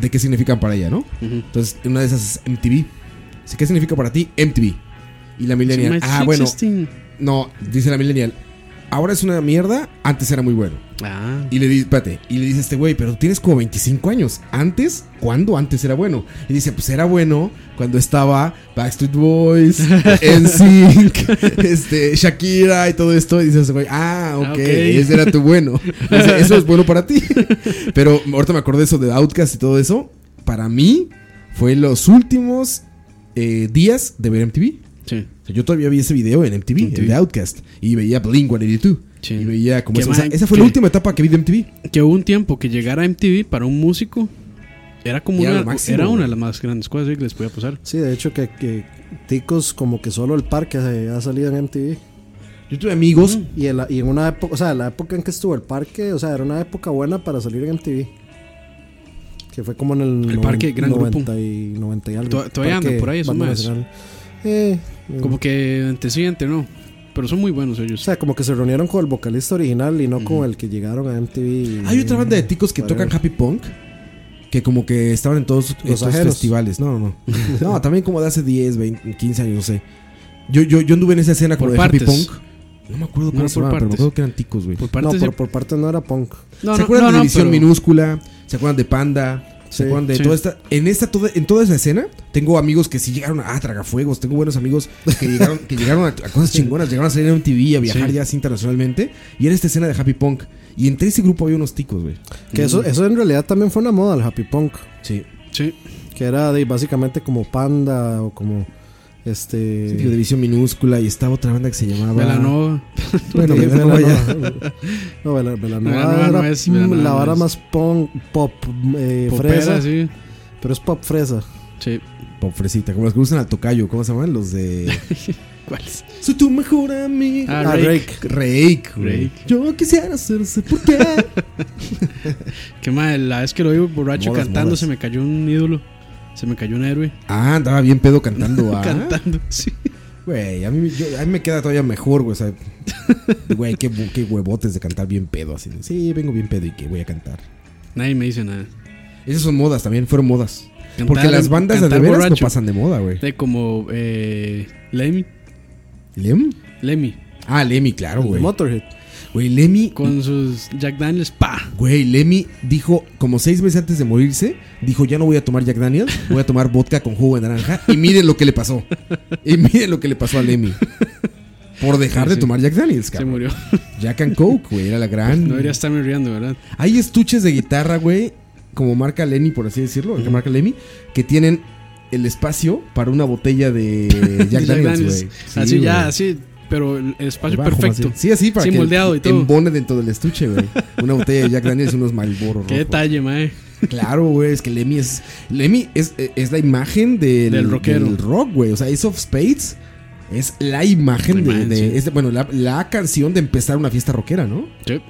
Speaker 3: de qué significan para ella, ¿no? Entonces, una de esas es MTV. Dice, ¿Qué significa para ti MTV? Y la millennial,
Speaker 4: Sí, mae,
Speaker 3: ah,
Speaker 4: sí
Speaker 3: bueno,
Speaker 4: existen.
Speaker 3: no, dice la millennial, ahora es una mierda, antes era muy bueno.
Speaker 4: Ah,
Speaker 3: Y le dice, espérate, y le dice este güey, pero tú tienes como 25 años. ¿Antes? ¿Cuándo antes era bueno? Y dice, pues era bueno cuando estaba Backstreet Boys, NSYNC, este, Shakira y todo esto. Y dice ese güey, ah, ok,
Speaker 4: Ah, ok.
Speaker 3: ese era tu bueno. Dice, eso es bueno para ti. Pero ahorita me acordé eso de Outcast y todo eso. Para mí, fue los últimos eh, días de ver MTV.
Speaker 4: sí.
Speaker 3: O sea, Yo todavía vi ese video en MTV, el
Speaker 4: MTV.
Speaker 3: de Outcast. Y veía Blink 182.
Speaker 4: Sí.
Speaker 3: Y veía como
Speaker 4: Qué
Speaker 3: esa, o sea,
Speaker 4: man-
Speaker 3: esa fue
Speaker 4: qué-
Speaker 3: la última etapa que vi de MTV.
Speaker 4: Que hubo un tiempo que llegar a MTV para un músico era como
Speaker 3: Era
Speaker 4: una,
Speaker 3: lo máximo,
Speaker 4: era una
Speaker 3: güey.
Speaker 4: de las más grandes cosas que les podía pasar.
Speaker 5: Sí, de hecho que, que Ticos como que solo el parque se- ha salido en MTV.
Speaker 3: Yo tuve amigos.
Speaker 4: Mm.
Speaker 5: Y en, la- y en una época, o sea, la época en que estuvo el parque, o sea, era una época buena para salir en MTV. Que fue como en el,
Speaker 4: El parque, gran grupo.
Speaker 5: 90 y 90 y algo.
Speaker 4: To- todavía
Speaker 5: Parque
Speaker 4: andan por ahí esos
Speaker 5: Banda
Speaker 4: maes.
Speaker 5: Nacional. Eh,
Speaker 3: Mm.
Speaker 5: eh,
Speaker 4: Como que antecedente, no. Pero son muy buenos
Speaker 5: o
Speaker 4: ellos.
Speaker 5: sea, como que se reunieron con el vocalista original y no con el que llegaron a MTV. y-
Speaker 3: Hay otra banda de ticos que tocan happy punk. Que como que estaban en todos
Speaker 5: Los
Speaker 3: estos
Speaker 5: ajenos.
Speaker 3: festivales. No, no, no. No, también como de hace 10, 20, 15 años, no sé. Yo, yo, yo anduve en esa escena como
Speaker 4: Por
Speaker 3: de happy
Speaker 4: partes.
Speaker 3: punk. No me acuerdo
Speaker 4: No,
Speaker 3: cómo se llamaban, pero
Speaker 4: por
Speaker 3: me
Speaker 4: partes.
Speaker 3: acuerdo que eran ticos, güey.
Speaker 4: Por
Speaker 5: No,
Speaker 4: parte
Speaker 5: por, por parte no era punk.
Speaker 3: ¿Se acuerdan de División
Speaker 4: pero-
Speaker 3: Minúscula? ¿Se acuerdan de Panda?
Speaker 5: Sí,
Speaker 3: ¿Se acuerdan de
Speaker 4: sí.
Speaker 3: toda esta? En esta toda, en toda esa escena, tengo amigos que sí llegaron a ah, tragafuegos, tengo buenos amigos que llegaron, que llegaron a, a cosas chingonas, llegaron a salir en TV, a viajar
Speaker 4: Sí.
Speaker 3: ya así internacionalmente, y era esta escena de Happy Punk. Y entre ese grupo había unos ticos, güey.
Speaker 5: Que eso, eso en realidad también fue una moda, el happy punk.
Speaker 3: Sí.
Speaker 4: Sí.
Speaker 5: que era de, básicamente como Panda o como este
Speaker 3: Sitio de visión minúscula y estaba otra banda que se llamaba.
Speaker 4: Velanova.
Speaker 3: Bueno,
Speaker 5: Sí,
Speaker 3: Velanova ya.
Speaker 5: Belanova. No, Bela- Belanova
Speaker 4: Belanova no
Speaker 5: era
Speaker 4: es, Belanova
Speaker 5: la vara
Speaker 4: es.
Speaker 5: más punk, pop eh,
Speaker 4: Popera,
Speaker 5: fresa,
Speaker 4: sí.
Speaker 5: pero es pop fresa.
Speaker 4: Sí.
Speaker 3: Pobrecita, como los que usan al tocayo, ¿cómo se llaman? Los de.
Speaker 4: ¿Cuál es?
Speaker 3: Soy tu mejor amigo.
Speaker 4: Ah,
Speaker 5: Ah,
Speaker 4: Rake.
Speaker 5: Rake.
Speaker 3: Rake, güey.
Speaker 4: Rake.
Speaker 3: Yo quisiera hacerse por qué.
Speaker 4: Que madre, la vez que lo oí borracho
Speaker 3: Modas,
Speaker 4: cantando
Speaker 3: modas.
Speaker 4: se me cayó un ídolo. Se me cayó un héroe.
Speaker 3: ah, andaba bien pedo cantando. ah.
Speaker 4: Cantando, sí.
Speaker 3: Güey, a mí, yo- a mí me queda todavía mejor, güey. o sea, Güey, qué, bu- qué huevotes de cantar bien pedo. Así de, sí, vengo bien pedo y que voy a cantar.
Speaker 4: Nadie me dice nada.
Speaker 3: Esas son modas, también fueron modas.
Speaker 4: Cantar-
Speaker 3: Porque las bandas de
Speaker 4: cantar
Speaker 3: veras
Speaker 4: borracho.
Speaker 3: no pasan de moda, güey.
Speaker 4: De como eh, Lemmy.
Speaker 3: ¿Lem?
Speaker 4: Lemmy.
Speaker 3: Ah, Lemmy, claro, güey.
Speaker 5: Motorhead.
Speaker 3: Güey, Lemmy.
Speaker 4: Con sus Jack Daniels. ¡Pa!
Speaker 3: Güey, Lemmy dijo, como seis meses antes de morirse, dijo, ya no voy a tomar Jack Daniels, voy a tomar vodka con jugo de naranja. Y miren lo que le pasó. Y miren lo que le pasó a Lemmy. Por dejar
Speaker 4: Sí,
Speaker 3: de
Speaker 4: sí.
Speaker 3: tomar Jack Daniels,
Speaker 4: Se
Speaker 3: cabrón.
Speaker 4: murió.
Speaker 3: Jack and Coke, güey, era la gran...
Speaker 4: No debería estarme riendo, ¿verdad?
Speaker 3: Hay estuches de guitarra, güey, como marca Lenny, por así decirlo, que marca Lemmy, que tienen el espacio para una botella de Eh, Jack
Speaker 4: De
Speaker 3: Daniels, güey. Sí,
Speaker 4: así ya,
Speaker 3: güey.
Speaker 4: así. Pero el espacio
Speaker 3: Abajo,
Speaker 4: perfecto.
Speaker 3: así. Sí, así para
Speaker 4: Sí,
Speaker 3: que
Speaker 4: moldeado y todo.
Speaker 3: embone dentro del estuche, güey. Una botella de Jack Daniels y unos Malboro
Speaker 4: Qué detalle, mae.
Speaker 3: Claro, güey, es que Lemmy es Lemmy es, es la imagen del,
Speaker 4: Del rockero.
Speaker 3: del rock, güey. O sea, Ace of Spades es la imagen
Speaker 4: La
Speaker 3: de,
Speaker 4: imagen,
Speaker 3: de-
Speaker 4: sí.
Speaker 3: es de- bueno, la, la canción de empezar una fiesta rockera, ¿no?
Speaker 4: Sí.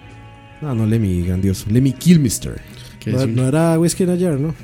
Speaker 3: No, no, Lemmy, grandioso. Lemmy Kilmister.
Speaker 4: Que
Speaker 5: No,
Speaker 4: sí.
Speaker 5: no era Whiskey in a Jar, ¿no?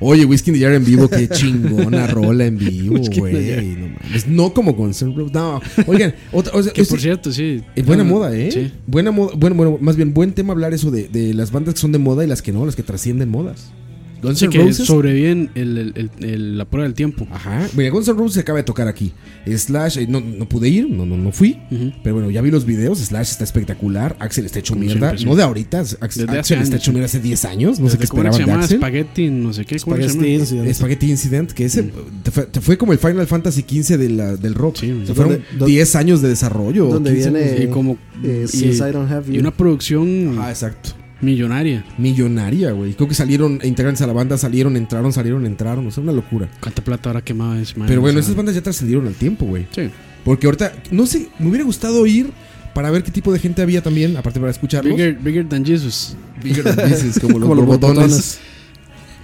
Speaker 3: Oye, Whiskey in the Jar en vivo, qué chingona rola en vivo,
Speaker 4: Whiskey in the Jar.
Speaker 3: güey. No, mames. no como con Sunroof. No, oigan, otra, o sea,
Speaker 4: Que
Speaker 3: es-
Speaker 4: por cierto, sí.
Speaker 3: eh, buena
Speaker 4: No,
Speaker 3: moda, ¿eh?
Speaker 4: Sí.
Speaker 3: Buena moda, bueno, bueno, más bien buen tema hablar eso de, de las bandas que son de moda y las que no, las que trascienden modas. Guns
Speaker 4: Sí,
Speaker 3: N'
Speaker 4: que
Speaker 3: Roses.
Speaker 4: sobreviven el, el- el- el- la prueba del tiempo.
Speaker 3: Ajá. Mira, Guns N' Roses se acaba de tocar aquí. Slash, eh, no, no pude ir, no, no, no fui.
Speaker 4: Ujú.
Speaker 3: Pero bueno, ya vi los videos. Slash está espectacular. Axel está hecho
Speaker 4: Como
Speaker 3: mierda.
Speaker 4: siempre, sí.
Speaker 3: No de ahorita. Ax-
Speaker 4: Desde hace
Speaker 3: Axel está
Speaker 4: años.
Speaker 3: hecho mierda hace 10 años. No sé qué
Speaker 4: Desde- ¿cómo era
Speaker 3: esperaban
Speaker 4: que se
Speaker 3: de
Speaker 4: llama?
Speaker 3: Axel.
Speaker 4: Spaghetti, no sé qué. ¿cómo era que se
Speaker 5: Spaghetti
Speaker 4: llama?
Speaker 5: Incident.
Speaker 3: Spaghetti Incident, que ese te fue, te fue como el Final Fantasy XV de la- del rock.
Speaker 4: Sí, güey.
Speaker 3: Se fueron
Speaker 5: ¿Dónde- dónde-
Speaker 3: 10 años de desarrollo.
Speaker 5: ¿Dónde
Speaker 3: 15
Speaker 5: viene?
Speaker 3: años.
Speaker 4: Y como.
Speaker 5: Eh,
Speaker 4: y,
Speaker 5: Since I Don't Have
Speaker 4: y
Speaker 5: You.
Speaker 4: una producción
Speaker 3: Ah, exacto.
Speaker 4: millonaria.
Speaker 3: Millonaria, güey. Creo que salieron integrantes a la banda, salieron, entraron, salieron, entraron. O sea, una locura.
Speaker 4: ¿Cuánta plata ahora quemaba ese man?
Speaker 3: Pero bueno,
Speaker 4: O sea,
Speaker 3: esas bandas ya trascendieron al tiempo, güey.
Speaker 4: Sí.
Speaker 3: Porque ahorita, no sé, me hubiera gustado ir para ver qué tipo de gente había también, aparte para escucharlos.
Speaker 4: Bigger, bigger than Jesus.
Speaker 3: Bigger Than Jesus, como los,
Speaker 5: Como los
Speaker 3: borbotones.
Speaker 5: borbotones.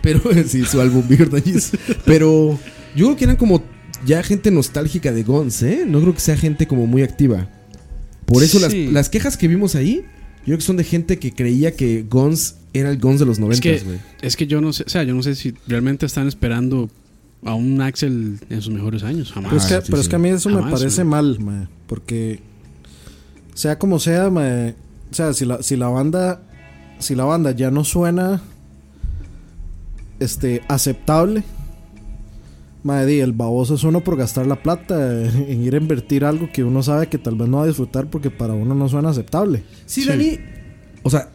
Speaker 3: Pero sí, su álbum Bigger Than Jesus. Pero yo creo que eran como ya gente nostálgica de Guns, ¿eh? No creo que sea gente como muy activa. Por eso las,
Speaker 4: Sí.
Speaker 3: las quejas que vimos ahí, yo creo que son de gente que creía que Guns era el Guns de los
Speaker 4: Es
Speaker 3: 90,
Speaker 4: que,
Speaker 3: güey.
Speaker 4: es que yo no sé, o sea, yo no sé si realmente están esperando a un Axel en sus mejores años. Jamás.
Speaker 5: Pero, es que,
Speaker 3: sí,
Speaker 5: pero es
Speaker 3: sí.
Speaker 5: que a mí eso me
Speaker 4: Ah, Jamás,
Speaker 5: parece
Speaker 4: güey.
Speaker 5: mal, mae, porque sea como sea, mae, o sea, si la, si la banda si la banda ya no suena este aceptable, mae, di, el baboso es uno por gastar la plata eh, en ir a invertir algo que uno sabe que tal vez no va a disfrutar porque para uno no suena aceptable.
Speaker 3: Sí, Dani. O sea,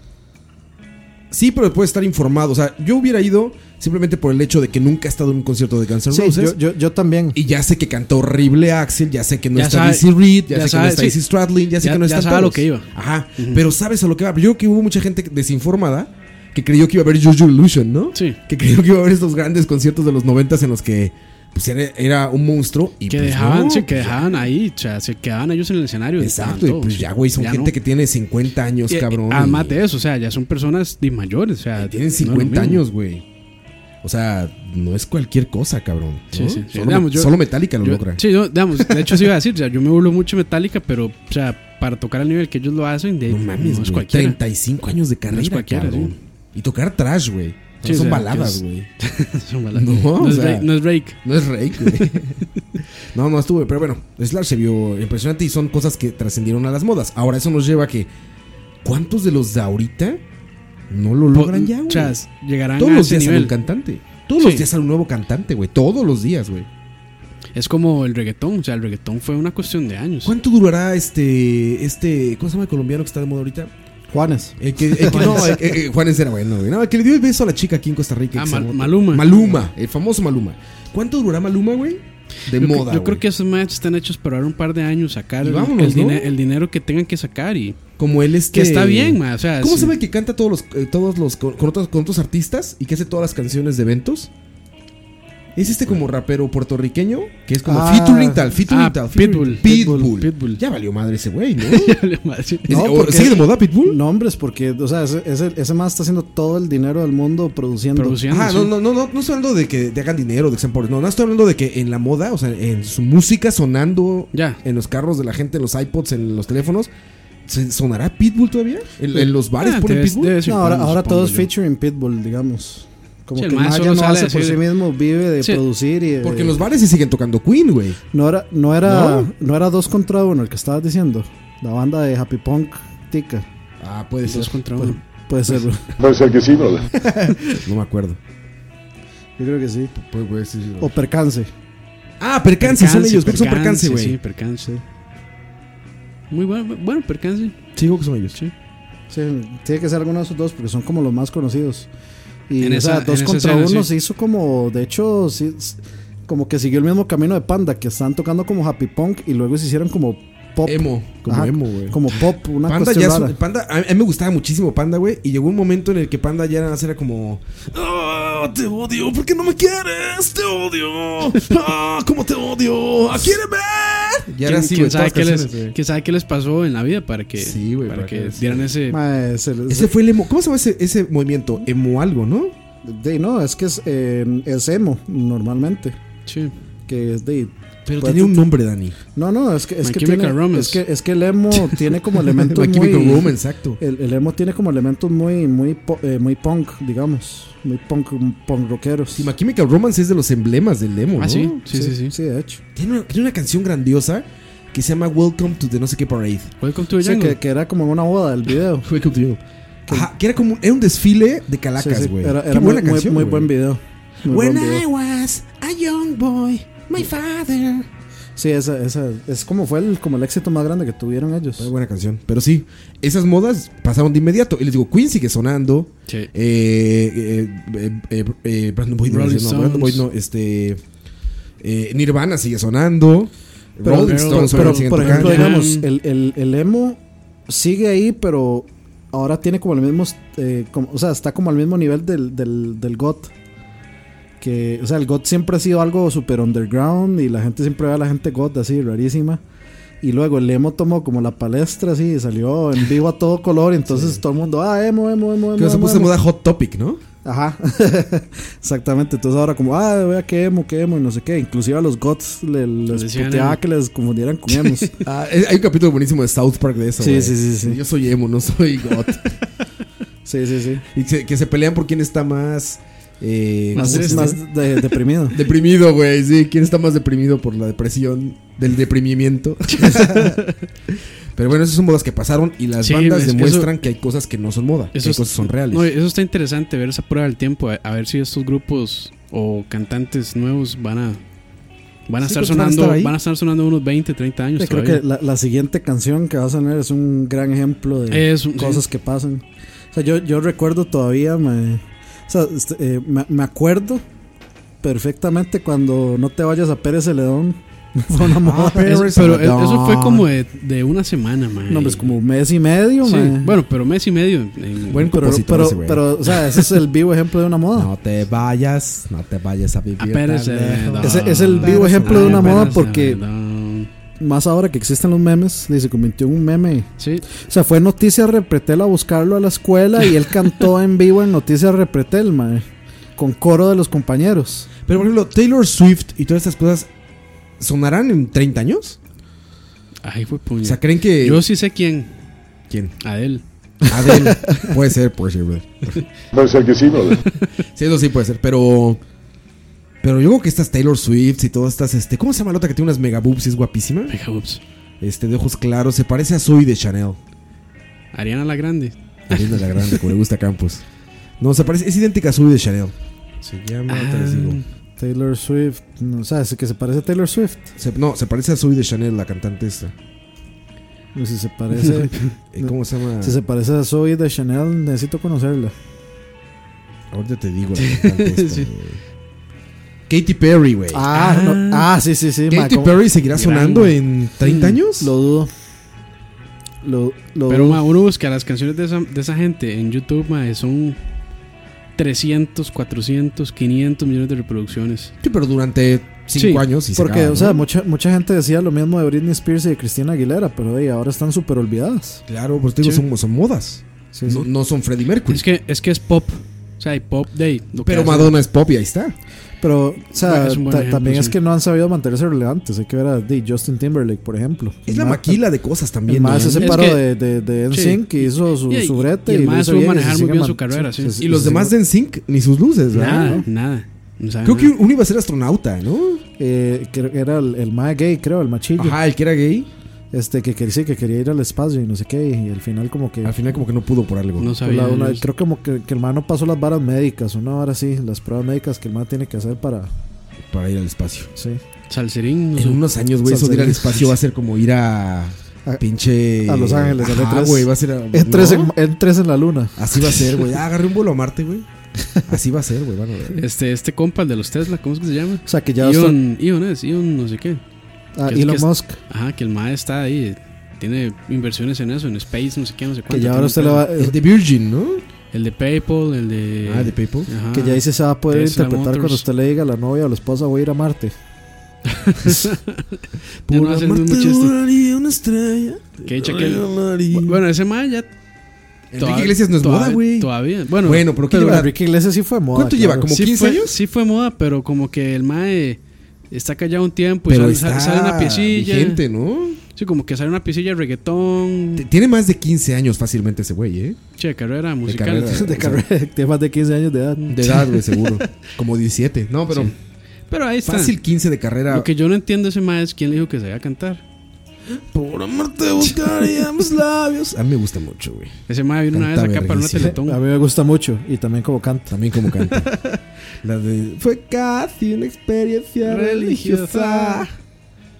Speaker 3: sí, pero puede estar informado. O sea, yo hubiera ido simplemente por el hecho de que nunca he estado en un concierto de Guns N'
Speaker 5: Sí,
Speaker 3: Roses.
Speaker 5: yo, yo, yo también.
Speaker 3: Y ya sé que cantó horrible Axel, ya sé que no
Speaker 4: Ya
Speaker 3: está
Speaker 4: sabe-
Speaker 3: Dizzy Reed, ya, sé
Speaker 4: ya
Speaker 3: que no
Speaker 4: sabe-
Speaker 3: está
Speaker 4: sí.
Speaker 3: Izzy Stradlin, ya sé
Speaker 4: Ya-
Speaker 3: que no
Speaker 4: ya
Speaker 3: está
Speaker 4: sabe a lo que iba.
Speaker 3: Ajá, pero sabes a lo que va. Yo creo que hubo mucha gente desinformada que creyó que iba a haber Jojo Illusion, ¿no?
Speaker 4: Sí.
Speaker 3: Que creyó que iba a haber estos grandes conciertos de los noventas en los que pues, era, era un monstruo y
Speaker 4: que
Speaker 3: pues,
Speaker 4: dejaban,
Speaker 3: no,
Speaker 4: se
Speaker 3: pues,
Speaker 4: dejaban ahí, o sea, se quedaban ellos en el escenario.
Speaker 3: Exacto, y pues ya, güey, son gente que tiene 50 años, cabrón.
Speaker 4: cabrón.
Speaker 3: y-
Speaker 4: eh, Además de eso, o sea, ya son personas de mayores, o sea,
Speaker 3: Tienen
Speaker 4: no es lo
Speaker 3: 50
Speaker 4: mismo.
Speaker 3: años, güey. O sea, no es cualquier cosa, cabrón. ¿no?
Speaker 4: Sí, sí, sí.
Speaker 3: Solo,
Speaker 4: Digamos, yo-
Speaker 3: solo Metallica lo
Speaker 4: Yo-
Speaker 3: logra.
Speaker 4: Sí, yo, digamos, de hecho sí iba a decir, o sea, yo me burlo mucho de Metallica, pero, o sea, para tocar al nivel que ellos lo hacen, de,
Speaker 3: no mames,
Speaker 4: no es
Speaker 3: güey.
Speaker 4: cualquiera.
Speaker 3: 35 años de carrera,
Speaker 4: cualquiera,
Speaker 3: cabrón. Y tocar trash, güey. No
Speaker 4: Sí,
Speaker 3: son
Speaker 4: o sea, que
Speaker 3: baladas,
Speaker 4: es-
Speaker 3: güey.
Speaker 4: Son malas.
Speaker 3: No,
Speaker 4: no,
Speaker 3: o
Speaker 4: es
Speaker 3: sea-
Speaker 4: Drake- no es Drake.
Speaker 3: No es rey, güey. no, no estuve. Pero bueno, Slash se vio impresionante y son cosas que trascendieron a las modas. Ahora, eso nos lleva a que... ¿Cuántos de los de ahorita no lo logran ya, güey?
Speaker 4: O sea, llegarán
Speaker 3: Todos
Speaker 4: a
Speaker 3: los
Speaker 4: ese
Speaker 3: días sale
Speaker 4: nivel.
Speaker 3: un cantante. Todos los
Speaker 4: Sí.
Speaker 3: días sale un nuevo cantante, güey. Todos los días, güey.
Speaker 4: Es como el reggaetón, o sea, el reggaetón fue una cuestión de años.
Speaker 3: ¿Cuánto durará este, este, ¿cómo se llama el colombiano que está de moda ahorita?
Speaker 5: Juanes.
Speaker 3: El que, el que- no, eh, eh, eh, Juanes era bueno, güey. No, el que le dio el beso a la chica aquí en Costa Rica.
Speaker 4: Ah,
Speaker 3: que se
Speaker 4: Mal-
Speaker 3: llamó-
Speaker 4: Maluma.
Speaker 3: Maluma, el famoso Maluma. ¿Cuánto durará Maluma, güey? De
Speaker 4: yo, cre-
Speaker 3: moda.
Speaker 4: yo creo
Speaker 3: güey.
Speaker 4: que esos matches están hechos para ahora un par de años sacar
Speaker 3: Y
Speaker 4: el,
Speaker 3: vámonos,
Speaker 4: el dine-
Speaker 3: ¿no?
Speaker 4: el dinero que tengan que sacar y
Speaker 3: Como él este.
Speaker 4: que está bien, ma, o sea,
Speaker 3: ¿Cómo
Speaker 4: sí.
Speaker 3: se ve que canta todos los, eh, todos los con, con otros, con otros artistas y que hace todas las canciones de eventos? Es este como rapero puertorriqueño que es como
Speaker 5: Ah.
Speaker 3: featuring tal, featuring
Speaker 4: Ah,
Speaker 3: tal, featuring-
Speaker 4: Pitbull,
Speaker 3: Pitbull.
Speaker 4: Pitbull.
Speaker 3: Ya valió madre ese güey, ¿no?
Speaker 4: Vale, madre.
Speaker 3: Es- o- ¿Sigue de moda Pitbull?
Speaker 5: No, hombre, es porque, o sea, ese, ese, ese más está haciendo todo el dinero del mundo produciendo.
Speaker 4: Produciendo,
Speaker 3: Ajá,
Speaker 4: sí.
Speaker 3: Ah, no, no, no, no, no estoy hablando de que te hagan dinero, de que sean pobres. No, no estoy hablando de que en la moda, o sea, en su música sonando
Speaker 4: Ya.
Speaker 3: en los carros de la gente, en los iPods, en los teléfonos. ¿se- ¿Sonará Pitbull todavía? ¿En, en los bares
Speaker 4: Ah,
Speaker 3: ponen
Speaker 4: debe-
Speaker 3: Pitbull?
Speaker 4: debe ser
Speaker 5: No, ahora,
Speaker 4: cuando,
Speaker 5: ahora
Speaker 4: supongo
Speaker 5: todo es
Speaker 4: yo.
Speaker 5: featuring Pitbull, digamos. Como
Speaker 4: Sí, el
Speaker 5: que
Speaker 4: mae
Speaker 5: más ya
Speaker 4: solo
Speaker 5: no
Speaker 4: sale
Speaker 5: hace
Speaker 4: así
Speaker 5: por
Speaker 4: de-
Speaker 5: sí mismo, vive de
Speaker 4: Sí.
Speaker 5: producir y de-
Speaker 3: Porque en los bares se siguen tocando Queen, güey.
Speaker 5: No era, no era,
Speaker 3: ¿No?
Speaker 5: ¿No? era dos contra uno el que estabas diciendo. La banda de Happy Punk Tica.
Speaker 3: Ah, puede ser.
Speaker 4: Dos contra uno.
Speaker 5: Puede ser,
Speaker 3: Pues,
Speaker 5: bro.
Speaker 2: Puede ser que sí, brother.
Speaker 3: No me acuerdo.
Speaker 5: Yo creo que sí.
Speaker 3: Puede- puede ser, sí,
Speaker 5: O percance.
Speaker 3: Ah, percance, son ellos. Creo que son percance, güey.
Speaker 4: Sí, percance. Muy bueno, bueno, percance.
Speaker 3: Sí, creo que son ellos. Sí.
Speaker 5: Sí, tiene que ser alguno de esos dos porque son como los más conocidos. Y
Speaker 4: En
Speaker 5: o sea,
Speaker 4: esa-
Speaker 5: dos
Speaker 4: en esa
Speaker 5: contra
Speaker 4: escena,
Speaker 5: uno
Speaker 4: sí.
Speaker 5: se hizo como, de hecho, sí, s- como que siguió el mismo camino de Panda, que están tocando como Happy Punk y luego se hicieron como pop.
Speaker 3: Emo, como
Speaker 5: Ajá,
Speaker 3: emo, güey.
Speaker 5: Como pop, una
Speaker 3: Panda
Speaker 5: cuestión
Speaker 3: ya es-
Speaker 5: rara.
Speaker 3: Panda, a, a mí me gustaba muchísimo Panda, güey. Y llegó un momento en el que Panda ya era, era como. "Ah, te odio, ¿por qué no me quieres? Te odio. Ah, ¿Cómo te odio? Ah, ¿A quién me? Ya era
Speaker 4: ¿Quién,
Speaker 3: así,
Speaker 4: quién
Speaker 3: güey.
Speaker 4: sabe
Speaker 3: todas
Speaker 4: qué les,
Speaker 3: canciones, güey.
Speaker 4: quién sabe qué les pasó en la vida para que,
Speaker 3: Sí, güey,
Speaker 4: para
Speaker 3: para
Speaker 4: que
Speaker 3: que-
Speaker 4: dieran ese...
Speaker 5: Mae, se les-
Speaker 3: Ese fue el emo. ¿Cómo se llama ese, ese movimiento? Emo algo, ¿no?
Speaker 5: de- no, es que es, eh, es emo, normalmente.
Speaker 4: Sí.
Speaker 5: Que es de.
Speaker 3: Pero
Speaker 5: pues,
Speaker 3: tenía un nombre, Dani.
Speaker 5: No, no, es que, es
Speaker 4: My
Speaker 5: que,
Speaker 4: Chemical
Speaker 5: tiene,
Speaker 4: Romance.
Speaker 5: es, que, es que el emo tiene como elementos
Speaker 3: My Chemical
Speaker 5: muy-
Speaker 3: Romance, exacto.
Speaker 5: El, el emo tiene como elementos muy muy po- eh, muy punk, digamos, muy punk punk rockeros.
Speaker 3: Sí, My Chemical Romance es de los emblemas del emo,
Speaker 4: Ah,
Speaker 3: ¿no?
Speaker 4: sí, sí, sí, sí.
Speaker 5: sí, de hecho.
Speaker 3: Tiene una, tiene una canción grandiosa que se llama Welcome to the no sé qué parade.
Speaker 4: Welcome to the
Speaker 5: Sí,
Speaker 4: jungle.
Speaker 5: que, que era como una boda el video.
Speaker 3: Welcome to you. Ajá, que era como un, era un desfile de
Speaker 5: Sí,
Speaker 3: calacas,
Speaker 5: sí,
Speaker 3: güey.
Speaker 5: Era,
Speaker 3: Qué
Speaker 5: era muy,
Speaker 3: buena
Speaker 5: muy-
Speaker 3: canción,
Speaker 5: muy
Speaker 3: güey.
Speaker 5: buen video. Muy
Speaker 3: When
Speaker 5: buen video.
Speaker 3: I was a young boy, my father.
Speaker 5: Sí, esa, esa es como fue el, como el éxito más grande que tuvieron ellos.
Speaker 3: Muy buena canción. Pero sí, esas modas pasaron de inmediato. Y les digo, Queen sigue sonando.
Speaker 4: Sí.
Speaker 3: Eh, eh, eh, eh, eh, Brandon Boyd, no,
Speaker 4: Rolling
Speaker 3: no, Brandon Boyd no, este. eh, Nirvana sigue sonando.
Speaker 5: Pero-
Speaker 3: Rolling
Speaker 4: pero-
Speaker 3: Stones
Speaker 5: Pero
Speaker 3: siguen
Speaker 5: por ejemplo,
Speaker 3: tocando.
Speaker 4: Can-
Speaker 5: digamos,
Speaker 4: Can-
Speaker 5: el, el, el emo sigue ahí, pero ahora tiene como el mismo, eh, como- o sea, está como al mismo nivel del, del, del GOT. Que, o sea, el GOT siempre ha sido algo super underground y la gente siempre ve a la gente GOT así, rarísima. Y luego el emo tomó como la palestra así y salió en vivo a todo color. Y entonces todo el mundo, ah, emo, emo, emo, emo.
Speaker 3: que se
Speaker 5: emo,
Speaker 3: puso de
Speaker 5: emo".
Speaker 3: moda Hot Topic, ¿no?
Speaker 5: Ajá, exactamente. Entonces ahora como, ah, vea que emo, que emo y no sé qué. Inclusive a los GOTs le- les
Speaker 4: decían
Speaker 5: puteaba
Speaker 4: emo.
Speaker 5: que les confundieran con emos.
Speaker 3: Ah, eh, hay un capítulo buenísimo de South Park de eso.
Speaker 5: Sí,
Speaker 3: güey.
Speaker 5: sí, sí, sí.
Speaker 3: Yo soy emo, no soy God.
Speaker 5: Sí, sí, sí.
Speaker 3: y que, que se pelean por quién está más. eh,
Speaker 4: Más
Speaker 5: Más,
Speaker 4: triste.
Speaker 5: más de- deprimido.
Speaker 3: Deprimido, güey, sí. ¿Quién está más deprimido por la depresión del deprimimiento? Pero bueno, esas son modas que pasaron y las
Speaker 4: Sí,
Speaker 3: bandas
Speaker 4: es que
Speaker 3: demuestran que hay cosas que no son moda, que
Speaker 4: Eso
Speaker 3: hay
Speaker 4: es-
Speaker 3: cosas que son reales.
Speaker 4: No, eso está interesante, ver esa prueba del tiempo, a, a ver si estos grupos o cantantes nuevos van a van a
Speaker 3: Sí,
Speaker 4: estar
Speaker 3: pues, van a
Speaker 4: sonando,
Speaker 3: estar ahí.
Speaker 4: van a estar sonando unos 20, 30 años
Speaker 5: Yo creo
Speaker 4: todavía.
Speaker 5: que la, la siguiente canción que vas a tener es un gran ejemplo de
Speaker 4: Es un-
Speaker 5: cosas que pasan. O sea, yo, yo recuerdo todavía, me, o sea, este, eh, me, me acuerdo perfectamente cuando No te vayas a Pérez Celedón. Fue
Speaker 3: Ah,
Speaker 5: una moda.
Speaker 4: Es- pero e- eso fue como de, de una semana, man.
Speaker 5: No, hombre, es como un mes y medio,
Speaker 4: Sí,
Speaker 5: mae.
Speaker 4: Bueno, pero mes y medio. en-
Speaker 3: Buen
Speaker 5: pero,
Speaker 3: compositor
Speaker 5: pero,
Speaker 3: ese, güey.
Speaker 5: pero, o sea, ese es el vivo ejemplo de una moda.
Speaker 3: No te vayas, no te vayas a vivir.
Speaker 4: a Pérez
Speaker 3: tan lejos.
Speaker 4: Celedón.
Speaker 5: Ese es el vivo ejemplo
Speaker 3: de una
Speaker 5: moda
Speaker 4: Pérez
Speaker 5: porque-
Speaker 4: Celedón.
Speaker 5: Más ahora que existen los memes, y se convirtió en un meme.
Speaker 4: Sí,
Speaker 5: O sea, fue Noticias Repretel a buscarlo a la escuela y él cantó en vivo en Noticias Repretel, mae, con coro de los compañeros.
Speaker 3: Pero por ejemplo, Taylor Swift y todas estas cosas sonarán en 30 años.
Speaker 4: ahí fue
Speaker 3: O
Speaker 4: puño.
Speaker 3: sea, ¿creen que.
Speaker 4: Yo sí sé quién.
Speaker 3: ¿Quién?
Speaker 4: Adel.
Speaker 3: Adele. puede ser, puede ser, brother.
Speaker 2: Puede ser que sí, brother.
Speaker 3: Sí, eso sí puede ser, pero. Pero yo creo que estas Taylor Swift y todas estas. este ¿Cómo se llama la otra que tiene unas mega boobs y es guapísima?
Speaker 4: Venga, ups.
Speaker 3: Este, de ojos claros, se parece a Zoe de Chanel.
Speaker 4: Ariana la Grande.
Speaker 3: Ariana la Grande, como le gusta a Campos. No, se parece, es idéntica a Zoe de Chanel. Ah. Se llama, ahorita les digo.
Speaker 5: Taylor Swift, no, o sea, es que se parece a Taylor Swift.
Speaker 3: Se- no, se parece a Zoe de Chanel, la cantante esta.
Speaker 5: No sé si se parece,
Speaker 3: Eh, ¿Cómo se llama?
Speaker 5: si se parece a Zoe de Chanel, necesito conocerla.
Speaker 3: Ahorita te digo la cantante esta. güey. Katy Perry, güey.
Speaker 5: Ah, ah, no, ah sí, sí, sí. mae,
Speaker 3: Katy
Speaker 5: como-
Speaker 3: Perry seguirá
Speaker 4: Gran,
Speaker 3: sonando
Speaker 4: güey.
Speaker 3: en 30 años.
Speaker 5: Lo dudo. Lo, lo
Speaker 4: Pero
Speaker 5: dudo.
Speaker 4: ma, uno busca las canciones de esa, de esa gente en YouTube, ma, son 300, 400, 500 millones de reproducciones.
Speaker 3: Sí, pero durante cinco
Speaker 4: Sí,
Speaker 3: años y se
Speaker 5: Porque,
Speaker 3: acaba,
Speaker 5: o
Speaker 3: ¿no?
Speaker 5: sea, mucha, mucha gente decía lo mismo de Britney Spears y de Cristina Aguilera, pero hey, ahora están súper olvidadas.
Speaker 3: Claro, pues te digo,
Speaker 4: Sí.
Speaker 3: son, son modas.
Speaker 5: Sí, sí.
Speaker 3: No, no son Freddie Mercury.
Speaker 4: Es que es, que es pop. O sea, hay pop day. lo que
Speaker 3: pero
Speaker 4: hace-
Speaker 3: Madonna es pop y ahí está.
Speaker 5: Pero, o sea,
Speaker 4: Bueno, es un buen
Speaker 5: ta-
Speaker 4: ejemplo,
Speaker 5: también es
Speaker 4: sí.
Speaker 5: que no han sabido mantenerse relevantes. Hay que ver a de Justin Timberlake, por ejemplo.
Speaker 3: Es la maquila de cosas también.
Speaker 5: El más
Speaker 3: ¿no?
Speaker 5: se
Speaker 4: Es
Speaker 5: separó
Speaker 4: que-
Speaker 5: de, de, de
Speaker 4: sí.
Speaker 5: NSYNC y hizo su,
Speaker 4: Y-
Speaker 5: su brete.
Speaker 4: y el
Speaker 5: lo
Speaker 4: mae
Speaker 5: hizo
Speaker 4: supo
Speaker 5: bien y se
Speaker 4: manejar muy
Speaker 5: sigue
Speaker 4: bien su
Speaker 5: man-
Speaker 4: carrera, sí.
Speaker 5: se-
Speaker 3: Y los
Speaker 5: se
Speaker 3: demás
Speaker 5: sigue-
Speaker 3: de NSYNC, ni sus luces, ¿verdad?
Speaker 4: Nada,
Speaker 3: ¿No?
Speaker 4: nada. No sabe
Speaker 3: Creo que
Speaker 4: nada.
Speaker 3: uno iba a ser astronauta, ¿no?
Speaker 5: eh, creo que era el, el mae gay, creo, el machillo.
Speaker 3: Ajá, el que era gay.
Speaker 5: Este, que, que sí, que quería ir al espacio y no sé qué. Y al final, como
Speaker 4: Ah,
Speaker 5: que.
Speaker 3: Al final como que no pudo por algo.
Speaker 4: No
Speaker 5: por
Speaker 4: sabía.
Speaker 5: la- una-
Speaker 4: yo-
Speaker 5: creo como que, que el mae no pasó las varas médicas. Una vara sí, las pruebas médicas que el mae tiene que hacer para.
Speaker 3: Para ir al espacio.
Speaker 5: Sí.
Speaker 4: Salserín. no sé.
Speaker 3: En unos años, güey, eso de ir al
Speaker 5: Salserín.
Speaker 3: espacio va a ser como ir a...
Speaker 5: A-
Speaker 3: pinche...
Speaker 5: a Los Ángeles, a
Speaker 3: Ajá,
Speaker 5: E3.
Speaker 3: güey, va a E ser... a-
Speaker 5: En tres,
Speaker 3: ¿no?
Speaker 5: en, en tres en la luna.
Speaker 3: Así va a ser, güey. Ah, agarré un vuelo a Marte, güey. Así va a ser, güey. van a ver.
Speaker 4: Este, este compa, el de los Tesla, ¿cómo es que se llama?
Speaker 5: O sea, que ya. está-
Speaker 4: Ion, Ion es, Ion no sé qué.
Speaker 5: ah,
Speaker 4: que es-
Speaker 5: Elon
Speaker 4: que es-
Speaker 5: Musk.
Speaker 4: Ajá, que el MAE está ahí. eh, Tiene inversiones en eso, en Space, no sé qué, no sé cuánto.
Speaker 5: Que ya
Speaker 4: tiene
Speaker 5: ahora usted
Speaker 4: un
Speaker 5: le va.
Speaker 3: El de Virgin, ¿no?
Speaker 4: El de PayPal, el de.
Speaker 3: Ah, el de PayPal.
Speaker 4: Ajá.
Speaker 5: Que ya dice se va a poder
Speaker 4: Tesla
Speaker 5: interpretar
Speaker 4: Motors.
Speaker 5: cuando usted le diga a la novia o a la esposa voy a ir a Marte.
Speaker 3: pues,
Speaker 4: Ya no hace el mismo chiste.
Speaker 3: volaría una estrella.
Speaker 4: Que dicha que-
Speaker 3: Volaría.
Speaker 4: Bu- Bueno, ese MAE ya.
Speaker 3: Enrique Iglesias no es
Speaker 4: todavía-
Speaker 3: moda, güey.
Speaker 4: Todavía. Bueno,
Speaker 3: Bueno, pero ¿qué
Speaker 5: Pero
Speaker 3: lleva?
Speaker 5: Enrique Iglesias sí fue moda.
Speaker 3: ¿Cuánto
Speaker 5: claro.
Speaker 3: lleva? ¿Como
Speaker 4: sí
Speaker 3: 15
Speaker 4: fue,
Speaker 3: años?
Speaker 4: Sí fue moda, pero como que el MAE está callado un tiempo y
Speaker 3: Pero
Speaker 4: pues, sale,
Speaker 3: está
Speaker 4: sale una piecilla.
Speaker 3: vigente, ¿no?
Speaker 4: Sí, como que sale una piecilla de reggaetón.
Speaker 3: T- Tiene más de 15 años fácilmente ese güey, ¿eh?
Speaker 4: Che, de carrera musical.
Speaker 3: carrera. Mm.
Speaker 5: De carrera, de más de 15 años de edad.
Speaker 3: De edad, güey, seguro. Como 17. No, pero
Speaker 4: Pero ahí está.
Speaker 3: fácil 15 de carrera.
Speaker 4: Lo que yo no entiendo ese mae es quién le dijo que sabía cantar.
Speaker 3: Por amarte buscaría mis labios. A mí me gusta mucho, güey.
Speaker 4: Ese mae vino una vez
Speaker 3: Canta
Speaker 4: acá para una
Speaker 3: verguísima.
Speaker 5: A
Speaker 4: teletón.
Speaker 5: mí me gusta mucho y también como canta.
Speaker 3: También como canta. La de... Fue casi una experiencia religiosa.
Speaker 4: Religiosa.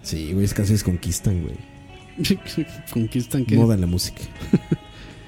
Speaker 3: Sí, güey, esas canciones conquistan, güey.
Speaker 4: Conquistan que.
Speaker 3: Moda en la música.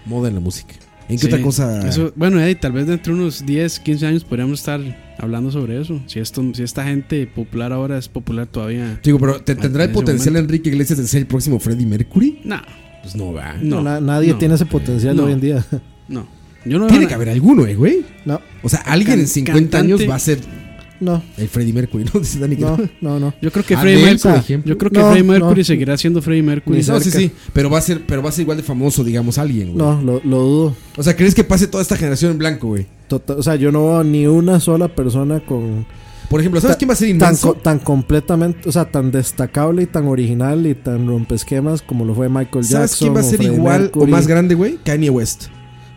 Speaker 3: Moda en la música. ¿En qué
Speaker 4: Sí,
Speaker 3: otra cosa?
Speaker 4: eso- bueno, eh, tal vez dentro de unos 10, 15 años podríamos estar hablando sobre eso. Si, esto, si esta gente popular ahora es popular todavía.
Speaker 3: Digo, pero ¿te- ¿tendrá
Speaker 4: en
Speaker 3: el
Speaker 4: ese
Speaker 3: potencial
Speaker 4: momento.
Speaker 3: Enrique Iglesias de ser el próximo Freddie Mercury?
Speaker 4: No,
Speaker 3: Pues no, va.
Speaker 4: no.
Speaker 5: Na- nadie
Speaker 4: no,
Speaker 5: tiene ese potencial
Speaker 4: No.
Speaker 5: hoy en día.
Speaker 4: No. Yo no veo
Speaker 3: Tiene
Speaker 4: na-
Speaker 3: que haber alguno, eh, güey.
Speaker 5: No,
Speaker 3: O sea, alguien en
Speaker 4: Can-
Speaker 3: 50 años
Speaker 4: cantante.
Speaker 3: va a ser
Speaker 5: no,
Speaker 3: el Freddie Mercury, ¿no? Dice Dani que
Speaker 5: no,
Speaker 3: no.
Speaker 5: no, no.
Speaker 4: Yo creo que
Speaker 3: Adele,
Speaker 4: Freddie
Speaker 3: por
Speaker 4: Mercury.
Speaker 3: ejemplo.
Speaker 4: Yo creo que
Speaker 5: No,
Speaker 4: Freddie Mercury
Speaker 5: no.
Speaker 4: seguirá siendo Freddie Mercury.
Speaker 5: Ni
Speaker 3: No, sí,
Speaker 5: cerca.
Speaker 3: sí, pero va a ser, pero va a ser igual de famoso, digamos, alguien, güey.
Speaker 5: No, lo, lo dudo.
Speaker 3: O sea, ¿crees que pase toda esta generación en blanco, güey?
Speaker 5: Tota- o sea, yo no veo ni una sola persona con
Speaker 3: Por ejemplo, ¿sabes
Speaker 5: Ta-
Speaker 3: quién va a ser
Speaker 5: tan,
Speaker 3: inmenso?
Speaker 5: co- tan completamente, o sea, tan destacable y tan original y tan rompesquemas como lo fue Michael Jackson.
Speaker 3: ¿Sabes quién va a
Speaker 5: o
Speaker 3: ser
Speaker 5: Freddie
Speaker 3: igual o
Speaker 5: Mercury.
Speaker 3: más grande, güey? Kanye West.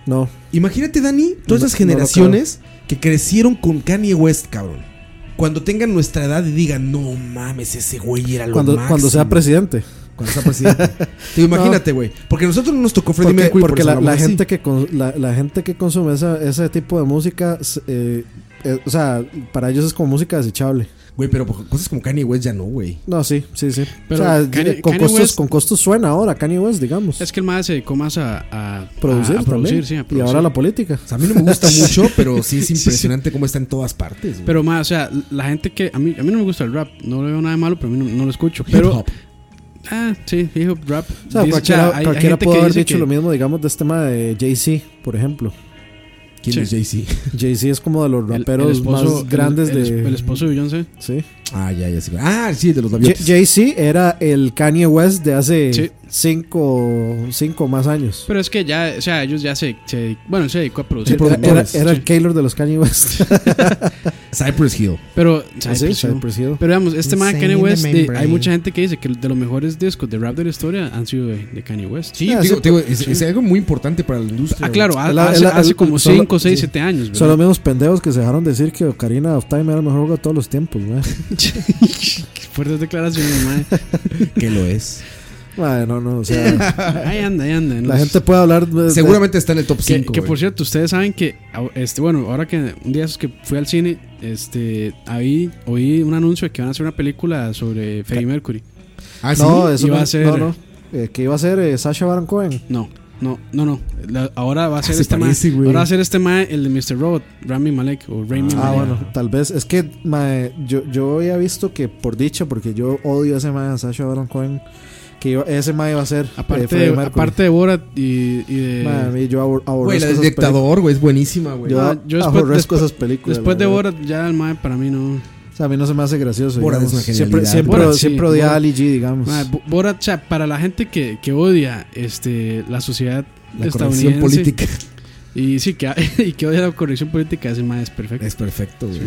Speaker 5: No,
Speaker 3: Imagínate, Dani, todas
Speaker 5: No,
Speaker 3: esas
Speaker 5: no lo
Speaker 3: generaciones que crecieron con Kanye West, cabrón. Cuando tengan nuestra edad y digan, no mames, ese güey era lo
Speaker 5: cuando,
Speaker 3: máximo.
Speaker 5: cuando sea presidente.
Speaker 3: Cuando sea presidente. Te digo, imagínate, güey. Porque a nosotros no nos tocó Freddie
Speaker 5: Porque,
Speaker 3: Mercury.
Speaker 5: porque
Speaker 3: por
Speaker 5: la,
Speaker 3: eso
Speaker 5: la
Speaker 3: hablamos así.
Speaker 5: gente que con- la, la gente que consume esa- ese tipo de música, s- eh, eh, o sea, para ellos es como música desechable.
Speaker 3: Güey, pero por cosas como Kanye West ya no, güey.
Speaker 5: No, sí, sí, sí.
Speaker 4: Pero
Speaker 5: o sea,
Speaker 4: Kanye-
Speaker 5: con,
Speaker 4: Kanye
Speaker 5: costos,
Speaker 4: West-
Speaker 5: con costos suena ahora Kanye West, digamos.
Speaker 4: Es que el mae se dedicó más a, a- a
Speaker 5: producir,
Speaker 4: a
Speaker 5: también.
Speaker 4: producir, sí, a producir.
Speaker 5: Y ahora la política.
Speaker 3: O sea, a mí no me gusta mucho, pero sí es impresionante cómo está en todas partes. güey.
Speaker 4: Pero más, o sea, la gente que. A mí, a mí no me gusta el rap. No le veo nada de malo, pero a mí no, no lo escucho.
Speaker 3: Hip
Speaker 4: Pero.
Speaker 3: hop.
Speaker 4: Ah, sí, hip hop, rap.
Speaker 5: O sea,
Speaker 4: Dice,
Speaker 5: cualquiera,
Speaker 4: hay- hay
Speaker 5: cualquiera
Speaker 4: gente
Speaker 5: pudo
Speaker 4: que
Speaker 5: haber
Speaker 4: dice
Speaker 5: dicho
Speaker 4: que-
Speaker 5: lo mismo, digamos, de este tema de Jay-Z, por ejemplo.
Speaker 3: ¿Quién
Speaker 4: sí.
Speaker 3: es Jay-Z?
Speaker 5: Jay-Z es como de los
Speaker 4: el- el
Speaker 5: raperos
Speaker 4: esposo-
Speaker 5: más grandes
Speaker 4: el, el-
Speaker 5: de.
Speaker 4: El esposo de Beyoncé.
Speaker 5: sí.
Speaker 3: Ah, ya, ya. sí. Ah, sí, de los
Speaker 5: Jay-
Speaker 3: labiotes.
Speaker 5: Jay-Z era el Kanye West de hace
Speaker 4: Sí.
Speaker 5: cinco, cinco más años.
Speaker 4: Pero es que ya, o sea, ellos ya se. se- bueno, se dedicó a
Speaker 3: Sí,
Speaker 4: producir. pero,
Speaker 5: Era, era-
Speaker 3: productores,
Speaker 5: era el Keylor de los Kanye West.
Speaker 3: Cypress Hill.
Speaker 4: pero-
Speaker 5: Ah, sí, Cypress Hill.
Speaker 4: pues, pero digamos, este man
Speaker 3: Insane
Speaker 4: Kanye
Speaker 3: in the
Speaker 4: West, de-
Speaker 3: membrane.
Speaker 4: hay mucha gente que dice que de los mejores discos de rap de la historia han sido de, de Kanye West.
Speaker 3: Sí,
Speaker 5: Ah,
Speaker 3: digo,
Speaker 5: sí,
Speaker 3: digo, es, es algo muy importante para la industria.
Speaker 4: Ah, claro, ha-
Speaker 5: Él ha-
Speaker 4: hace,
Speaker 5: él ha-
Speaker 4: hace
Speaker 5: él-
Speaker 4: como
Speaker 5: solo-
Speaker 4: 5, 6,
Speaker 5: sí.
Speaker 4: 7 años.
Speaker 5: Son los
Speaker 4: ¿verdad?
Speaker 5: mismos pendejos que se dejaron decir que Ocarina of Time era el mejor juego de todos los tiempos, güey.
Speaker 4: Fuertes declaraciones, man.
Speaker 3: güey, Que lo es.
Speaker 5: Madre, no, no, o sea,
Speaker 4: Ahí anda, ahí anda. en
Speaker 5: la
Speaker 4: los-
Speaker 5: gente puede hablar de-
Speaker 3: Seguramente está en el top
Speaker 4: Que,
Speaker 3: 5.
Speaker 4: que, por cierto, ustedes saben que, au- este, bueno, ahora que un día esos que fui al cine, este, ahí oí un anuncio de que van a hacer una película sobre Freddie Mercury.
Speaker 3: Ah,
Speaker 5: de-
Speaker 3: sí.
Speaker 5: No, eso
Speaker 4: Iba
Speaker 5: no,
Speaker 4: a ser-
Speaker 5: no, no. Eh, que iba a ser eh, Sasha Baron Cohen.
Speaker 4: No, no, no, no. La- ahora va a ser
Speaker 3: se
Speaker 4: este
Speaker 3: parece,
Speaker 4: mae-
Speaker 3: güey.
Speaker 4: Ahora va a ser este mae, el de Mr. Robot, Rami Malek o Rami
Speaker 5: Ah,
Speaker 4: Malek.
Speaker 5: bueno, tal vez. Es que mae, yo, yo había visto que, por dicha, porque yo odio a ese man, Sasha Baron Cohen, que iba- ese mae iba a ser. eh,
Speaker 4: Aparte,
Speaker 5: Freddie
Speaker 4: de,
Speaker 5: Mercury.
Speaker 4: aparte de Borat y, y de.
Speaker 5: Mae, a mí yo abor- aborrezco
Speaker 3: Güey, la del
Speaker 5: esas
Speaker 3: dictador, güey, es buenísima, güey.
Speaker 5: Yo-
Speaker 4: Ah,
Speaker 5: aborrezco
Speaker 4: despu-
Speaker 5: esas películas,
Speaker 4: Después
Speaker 5: la
Speaker 4: de
Speaker 5: verdad.
Speaker 4: Borat, ya el mae para mí no.
Speaker 5: películas. O sea, a mí no se me hace gracioso.
Speaker 3: Borat
Speaker 5: digamos.
Speaker 3: es una
Speaker 5: siempre
Speaker 3: genialidad.
Speaker 5: siempre,
Speaker 4: Borat, sí,
Speaker 5: siempre odié a
Speaker 4: Borat.
Speaker 5: Ali G, digamos.
Speaker 4: Mae, Bo- Borat, o sea, para la gente que, que odia este, la sociedad
Speaker 3: La corrección
Speaker 4: estadounidense.
Speaker 3: política.
Speaker 4: Y sí, que, y que odia la corrección política, ese mae es perfecto.
Speaker 3: Es perfecto, güey.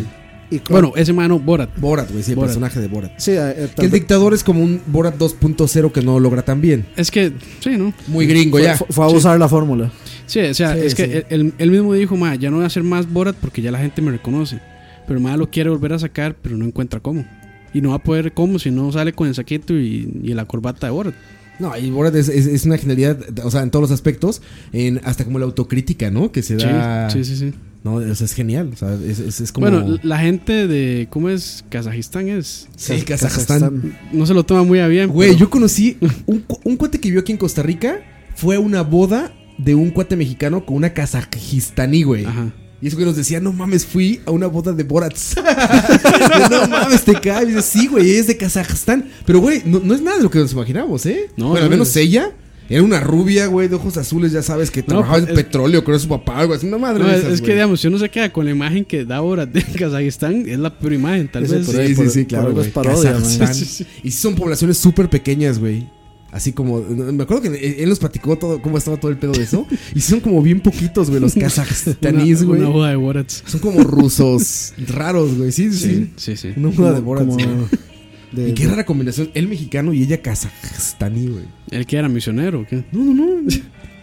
Speaker 5: Y cu-
Speaker 4: Bueno, ese mae no, Borat.
Speaker 3: Borat, güey, sí, el
Speaker 4: Borat.
Speaker 3: personaje de Borat.
Speaker 5: sí, eh, eh,
Speaker 3: Que
Speaker 5: tal
Speaker 3: el
Speaker 5: vez-
Speaker 3: dictador es como un Borat 2.0 que no logra tan bien.
Speaker 4: Es que, sí, ¿no?
Speaker 3: Muy gringo ya.
Speaker 5: fue, fue a usar la fórmula.
Speaker 4: Sí, o sea,
Speaker 3: Sí,
Speaker 4: es que
Speaker 3: sí.
Speaker 4: él- él, él mismo dijo, ma, ya no voy a hacer más Borat porque ya la gente me reconoce. Pero ma lo quiere volver a sacar, pero no encuentra cómo. Y no va a poder cómo si no sale con el saquito y, y la corbata de Borat.
Speaker 3: No, y Borat es, es- es una genialidad, o sea, en todos los aspectos, en hasta como la autocrítica, ¿no? Que se
Speaker 4: Sí,
Speaker 3: da.
Speaker 4: sí, sí, sí.
Speaker 3: No, o sea, es genial. O sea, es, es- es como.
Speaker 4: Bueno, l- la gente de, ¿cómo es? Kazajistán es.
Speaker 3: sí, Kazajstán.
Speaker 4: No se lo toma muy a bien.
Speaker 3: Güey,
Speaker 4: pero-
Speaker 3: yo conocí un, cu- un cuate que vio aquí en Costa Rica. Fue a una boda de un cuate mexicano con una kazajistaní, güey.
Speaker 4: Ajá.
Speaker 3: Y ese güey nos decía, no mames, fui a una boda de Borat. Yo, no mames, te cae. Y dice, sí, güey, es de Kazajstán. Pero, güey, no, no es nada de lo que nos imaginamos, ¿eh?
Speaker 4: No,
Speaker 3: bueno, al
Speaker 4: no,
Speaker 3: menos
Speaker 4: es-
Speaker 3: ella. Era una rubia, güey, de ojos azules, ya sabes, que trabajaba en
Speaker 4: pues, es-
Speaker 3: petróleo, creo que su papá, algo así. Una madre
Speaker 4: No,
Speaker 3: de
Speaker 4: es,
Speaker 3: esas,
Speaker 4: es que,
Speaker 3: güey.
Speaker 4: digamos, si uno se queda con la imagen que da Borat de Kazajistán, es la peor imagen, tal
Speaker 5: Ese
Speaker 4: vez.
Speaker 5: por
Speaker 3: Sí,
Speaker 5: ahí.
Speaker 3: sí, sí,
Speaker 5: por
Speaker 3: claro.
Speaker 5: algo
Speaker 3: güey.
Speaker 5: es parodia,
Speaker 3: Kazajstán.
Speaker 4: man. Sí, sí, sí.
Speaker 3: Y sí son poblaciones súper pequeñas, güey. Así como, me acuerdo que e-, él- él nos platicó todo, cómo estaba todo el pedo de eso. Y sí son como bien poquitos, güey, los kazajstaníes,
Speaker 4: Una-
Speaker 3: güey.
Speaker 4: Una boda de Borat.
Speaker 3: Son como rusos raros, güey. Sí, sí.
Speaker 4: Sí, sí, sí.
Speaker 3: No
Speaker 5: Como,
Speaker 3: de Borat.
Speaker 5: como
Speaker 3: sí.
Speaker 5: de-
Speaker 3: Y qué rara combinación, él mexicano y ella kazajstaní, güey.
Speaker 4: ¿El que era misionero o qué?
Speaker 3: No, no, no.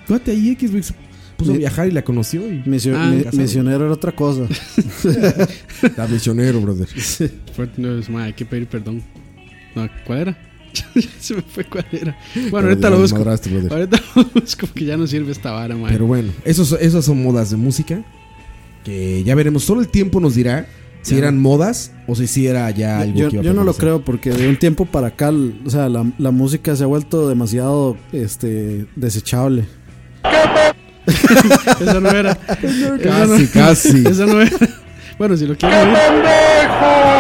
Speaker 3: Cuate ahí X, güey. se Puso a viajar y la conoció y.
Speaker 5: misio-
Speaker 4: Ah,
Speaker 5: mi-
Speaker 3: casado.
Speaker 5: misionero era otra cosa.
Speaker 3: La misionero, brother.
Speaker 4: Fuerte News, ma, hay que pedir perdón. No, ¿Cuál era? Ya Se me fue cuál era. Bueno, ahorita lo busco. Ahorita lo busco porque ya no sirve esta vara, ma.
Speaker 3: Pero bueno, esos, esas son modas de música. Que ya veremos. Solo el tiempo nos dirá si
Speaker 4: Ya.
Speaker 3: eran modas o si sí era ya algo
Speaker 5: yo
Speaker 3: que iba a
Speaker 5: yo no lo
Speaker 3: permanecer.
Speaker 5: creo porque de un tiempo para acá, l- o sea, la, la música se ha vuelto demasiado este desechable.
Speaker 4: Esa no era. Esa no,
Speaker 3: Casi, casi.
Speaker 4: esa no era. Bueno, si lo quieren oír.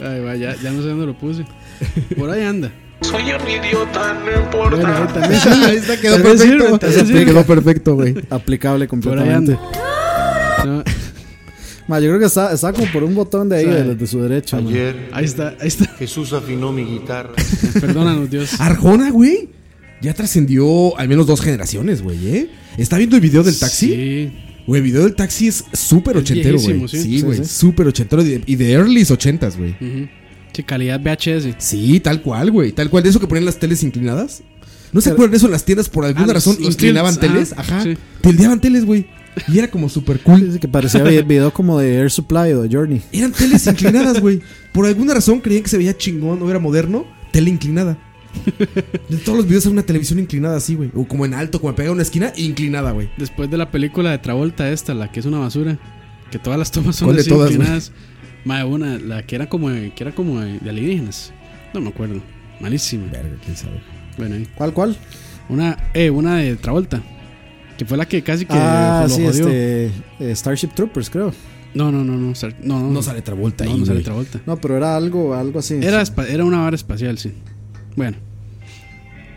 Speaker 4: Ay, va, ya, ya no sé dónde lo puse. Por ahí anda. Soy un idiota, no importa. Bueno, ahí también.
Speaker 3: Ahí está, quedó
Speaker 4: Tal vez sirva,
Speaker 3: perfecto.
Speaker 4: tal vez sirva.
Speaker 3: Quedó perfecto, güey.
Speaker 5: Aplicable
Speaker 4: Por ahí
Speaker 5: completamente.
Speaker 4: anda. No,
Speaker 5: Ma, yo creo que está, está como por un botón de ahí,
Speaker 4: O sea,
Speaker 5: de, de su derecha. ma.
Speaker 6: Ayer
Speaker 4: ahí está, ahí está.
Speaker 6: Jesús afinó mi guitarra.
Speaker 4: Perdónanos, Dios.
Speaker 3: Arjona, güey. Ya trascendió al menos dos generaciones, güey, ¿eh? ¿Está viendo el video del taxi?
Speaker 4: Sí.
Speaker 3: Güey, el video del taxi es súper
Speaker 4: Es
Speaker 3: ochentero, güey.
Speaker 4: viejísimo, sí.
Speaker 3: Sí,
Speaker 4: Sí,
Speaker 3: güey,
Speaker 5: sí.
Speaker 3: súper ochentero. Y de- y de earlys ochentas, güey.
Speaker 4: Ujú. Sí, calidad VHS.
Speaker 3: Sí, tal cual, güey. Tal cual. De eso que ponían las teles inclinadas. ¿No se acuerdan de eso en las tiendas? Por alguna
Speaker 4: los-
Speaker 3: razón
Speaker 4: los
Speaker 3: inclinaban
Speaker 4: tilts,
Speaker 3: teles.
Speaker 4: ajá,
Speaker 3: Ajá.
Speaker 4: sí.
Speaker 3: Tildeaban teles, güey. Y era como súper cool.
Speaker 5: Dice que parecía vi- video como de Air Supply o de Journey.
Speaker 3: Eran teles inclinadas, güey. Por alguna razón creían que se veía chingón o era moderno. Tele inclinada. En todos los videos era una televisión inclinada así, güey. O como en alto, como pegada a una esquina, inclinada, güey.
Speaker 4: Después de la película de Travolta esta, la que es una basura, que todas las tomas son
Speaker 3: ¿Cuál de
Speaker 4: así
Speaker 3: todas,
Speaker 4: inclinadas. Mae, una, la que era como de, que era como de, de alienígenas. No me acuerdo. Malísima.
Speaker 3: Verga, quién sabe.
Speaker 4: Bueno, ahí.
Speaker 5: ¿Cuál, cuál?
Speaker 4: una eh una de Travolta, que fue la que casi que
Speaker 5: ah,
Speaker 4: lo
Speaker 5: sí,
Speaker 4: jodió.
Speaker 5: este. eh, Starship Troopers, creo.
Speaker 4: No, no, no, no, sal- no, no,
Speaker 3: No sale Travolta
Speaker 4: no,
Speaker 3: ahí,
Speaker 4: no sale
Speaker 3: güey.
Speaker 4: Travolta.
Speaker 5: No, pero era algo, algo así.
Speaker 4: Era, espa- era una vara espacial, sí. Bueno,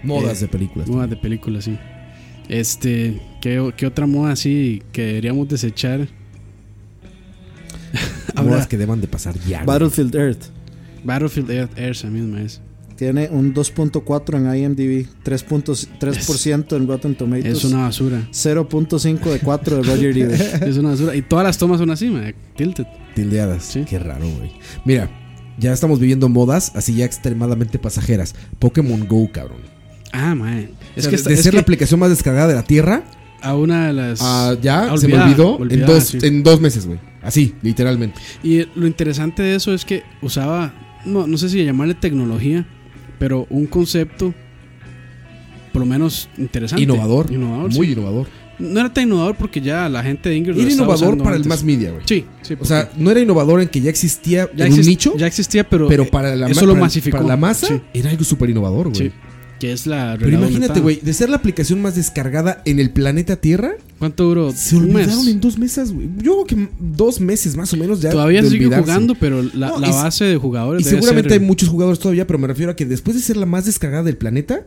Speaker 3: Modas
Speaker 4: Eh,
Speaker 3: de películas.
Speaker 4: moda de película, sí. Este, ¿qué, o- qué otra moda así que deberíamos desechar?
Speaker 3: Modas que deban de pasar ya. güey.
Speaker 5: Battlefield Earth.
Speaker 4: Battlefield Earth, esa misma es.
Speaker 5: Tiene un 2.4 en IMDb, 3.3% en Rotten Tomatoes.
Speaker 4: Es una basura.
Speaker 5: 0.5 de 4 de Roger Ebert.
Speaker 4: Es una basura. Y todas las tomas son así, man. Tilted.
Speaker 3: Tildeadas.
Speaker 4: Sí.
Speaker 3: Qué raro, güey. Mira, ya estamos viviendo modas así ya extremadamente pasajeras. Pokémon Go, cabrón.
Speaker 4: Ah, man.
Speaker 3: Es
Speaker 4: Es que,
Speaker 3: de,
Speaker 4: esta-
Speaker 3: de
Speaker 4: es
Speaker 3: ser la
Speaker 4: que
Speaker 3: aplicación más descargada de la Tierra,
Speaker 4: a una de las.
Speaker 3: ah, ya
Speaker 4: a
Speaker 3: se me
Speaker 4: olvidada,
Speaker 3: olvidó en,
Speaker 4: olvidada,
Speaker 3: dos,
Speaker 4: sí.
Speaker 3: en dos meses, güey. Así, literalmente.
Speaker 4: Y lo interesante de eso es que usaba. No, no sé si llamarle tecnología, pero un concepto. Por lo menos interesante.
Speaker 3: Innovador.
Speaker 4: Innovador,
Speaker 3: muy
Speaker 4: sí.
Speaker 3: innovador.
Speaker 4: No era tan innovador porque ya la gente de Ingram. lo
Speaker 3: Era
Speaker 4: estaba
Speaker 3: innovador
Speaker 4: usando
Speaker 3: para el
Speaker 4: antes.
Speaker 3: más media, güey.
Speaker 4: Sí, sí.
Speaker 3: O
Speaker 4: porque
Speaker 3: sea, no era innovador en que ya existía
Speaker 4: ya,
Speaker 3: en un
Speaker 4: exist-
Speaker 3: nicho,
Speaker 4: ya existía, pero.
Speaker 3: pero
Speaker 4: eh,
Speaker 3: para la, ma-
Speaker 4: Eso lo
Speaker 3: para-
Speaker 4: masificó.
Speaker 3: para la masa
Speaker 4: Sí,
Speaker 3: era algo súper innovador, güey.
Speaker 4: sí. Que es la.
Speaker 3: Pero
Speaker 4: realidad
Speaker 3: imagínate,
Speaker 4: aumentada.
Speaker 3: güey, de ser la aplicación más descargada en el planeta Tierra
Speaker 4: ¿Cuánto duró?
Speaker 3: Se
Speaker 4: un
Speaker 3: olvidaron
Speaker 4: mes.
Speaker 3: en dos mesas, güey. Yo creo que dos meses más o menos ya.
Speaker 4: Todavía
Speaker 3: de
Speaker 4: sigue
Speaker 3: olvidarse.
Speaker 4: jugando, pero la,
Speaker 3: No,
Speaker 4: la
Speaker 3: y-
Speaker 4: base de jugadores.
Speaker 3: Y
Speaker 4: debe
Speaker 3: seguramente
Speaker 4: ser-
Speaker 3: hay muchos jugadores todavía, pero me refiero a que después de ser la más descargada del planeta,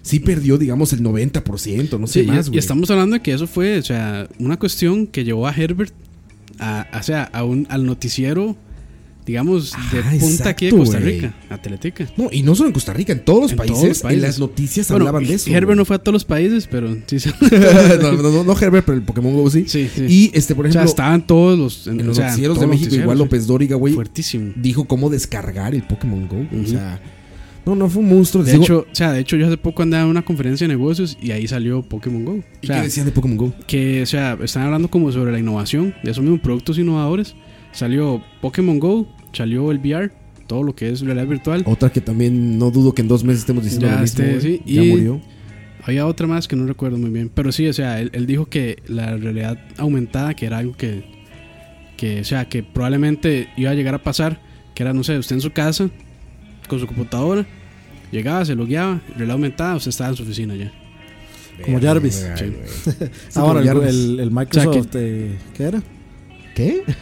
Speaker 3: sí perdió, digamos, el 90%, no sé
Speaker 4: Sí, y-
Speaker 3: más,
Speaker 4: y,
Speaker 3: güey.
Speaker 4: estamos hablando de que eso fue, o sea, una cuestión que llevó a Herbert a, a- o sea, a un, al noticiero, digamos, de
Speaker 3: Ajá,
Speaker 4: punta aquí de
Speaker 3: Ah, exacto,
Speaker 4: Costa
Speaker 3: güey.
Speaker 4: Rica, Atletica.
Speaker 3: No, y no solo en Costa Rica, en todos los,
Speaker 4: En
Speaker 3: países,
Speaker 4: todos los
Speaker 3: en
Speaker 4: países.
Speaker 3: las noticias
Speaker 4: Bueno,
Speaker 3: hablaban de eso.
Speaker 4: Herbert
Speaker 3: güey.
Speaker 4: no fue a todos los países, pero sí. se-
Speaker 3: no, no, no, no Herbert, pero el Pokémon Go sí.
Speaker 4: Sí, sí.
Speaker 3: Y este, por
Speaker 4: o sea,
Speaker 3: ejemplo,
Speaker 4: estaban todos los.
Speaker 3: en
Speaker 4: o
Speaker 3: los
Speaker 4: sea,
Speaker 3: noticieros
Speaker 4: todos
Speaker 3: de
Speaker 4: los
Speaker 3: México, igual
Speaker 4: noticieros,
Speaker 3: López Dóriga,
Speaker 4: sí.
Speaker 3: güey,
Speaker 4: Fuertísimo.
Speaker 3: dijo cómo descargar el Pokémon Go. O sea, no, no fue un monstruo.
Speaker 4: De
Speaker 3: Digo,
Speaker 4: hecho, o sea, de hecho, yo hace poco andaba en una conferencia de negocios y ahí salió Pokémon Go. O
Speaker 3: ¿y
Speaker 4: sea,
Speaker 3: qué decían de Pokémon Go?
Speaker 4: que, o sea, están hablando como sobre la innovación, de esos mismos productos innovadores. Salió Pokémon Go, salió el VR, todo lo que es realidad virtual.
Speaker 3: Otra que también no dudo que en dos meses estemos diciendo
Speaker 4: Ya
Speaker 3: lo mismo.
Speaker 4: esté,
Speaker 3: güey.
Speaker 4: sí,
Speaker 3: Ya
Speaker 4: y-
Speaker 3: murió.
Speaker 4: Había otra más que no recuerdo muy bien, pero sí, o sea, él, él dijo que la realidad aumentada, que era algo que, que, o sea, que probablemente iba a llegar a pasar, que era, no sé, usted en su casa, con su computadora, llegaba, se logueaba, realidad aumentada, usted estaba en su oficina ya.
Speaker 5: Como Jarvis.
Speaker 3: Ay,
Speaker 4: Sí. Ah,
Speaker 3: güey.
Speaker 5: Ahora, Ah, el,
Speaker 3: como Jarvis.
Speaker 5: el- el Microsoft, eh, ¿qué era?
Speaker 3: ¿Qué?
Speaker 5: El-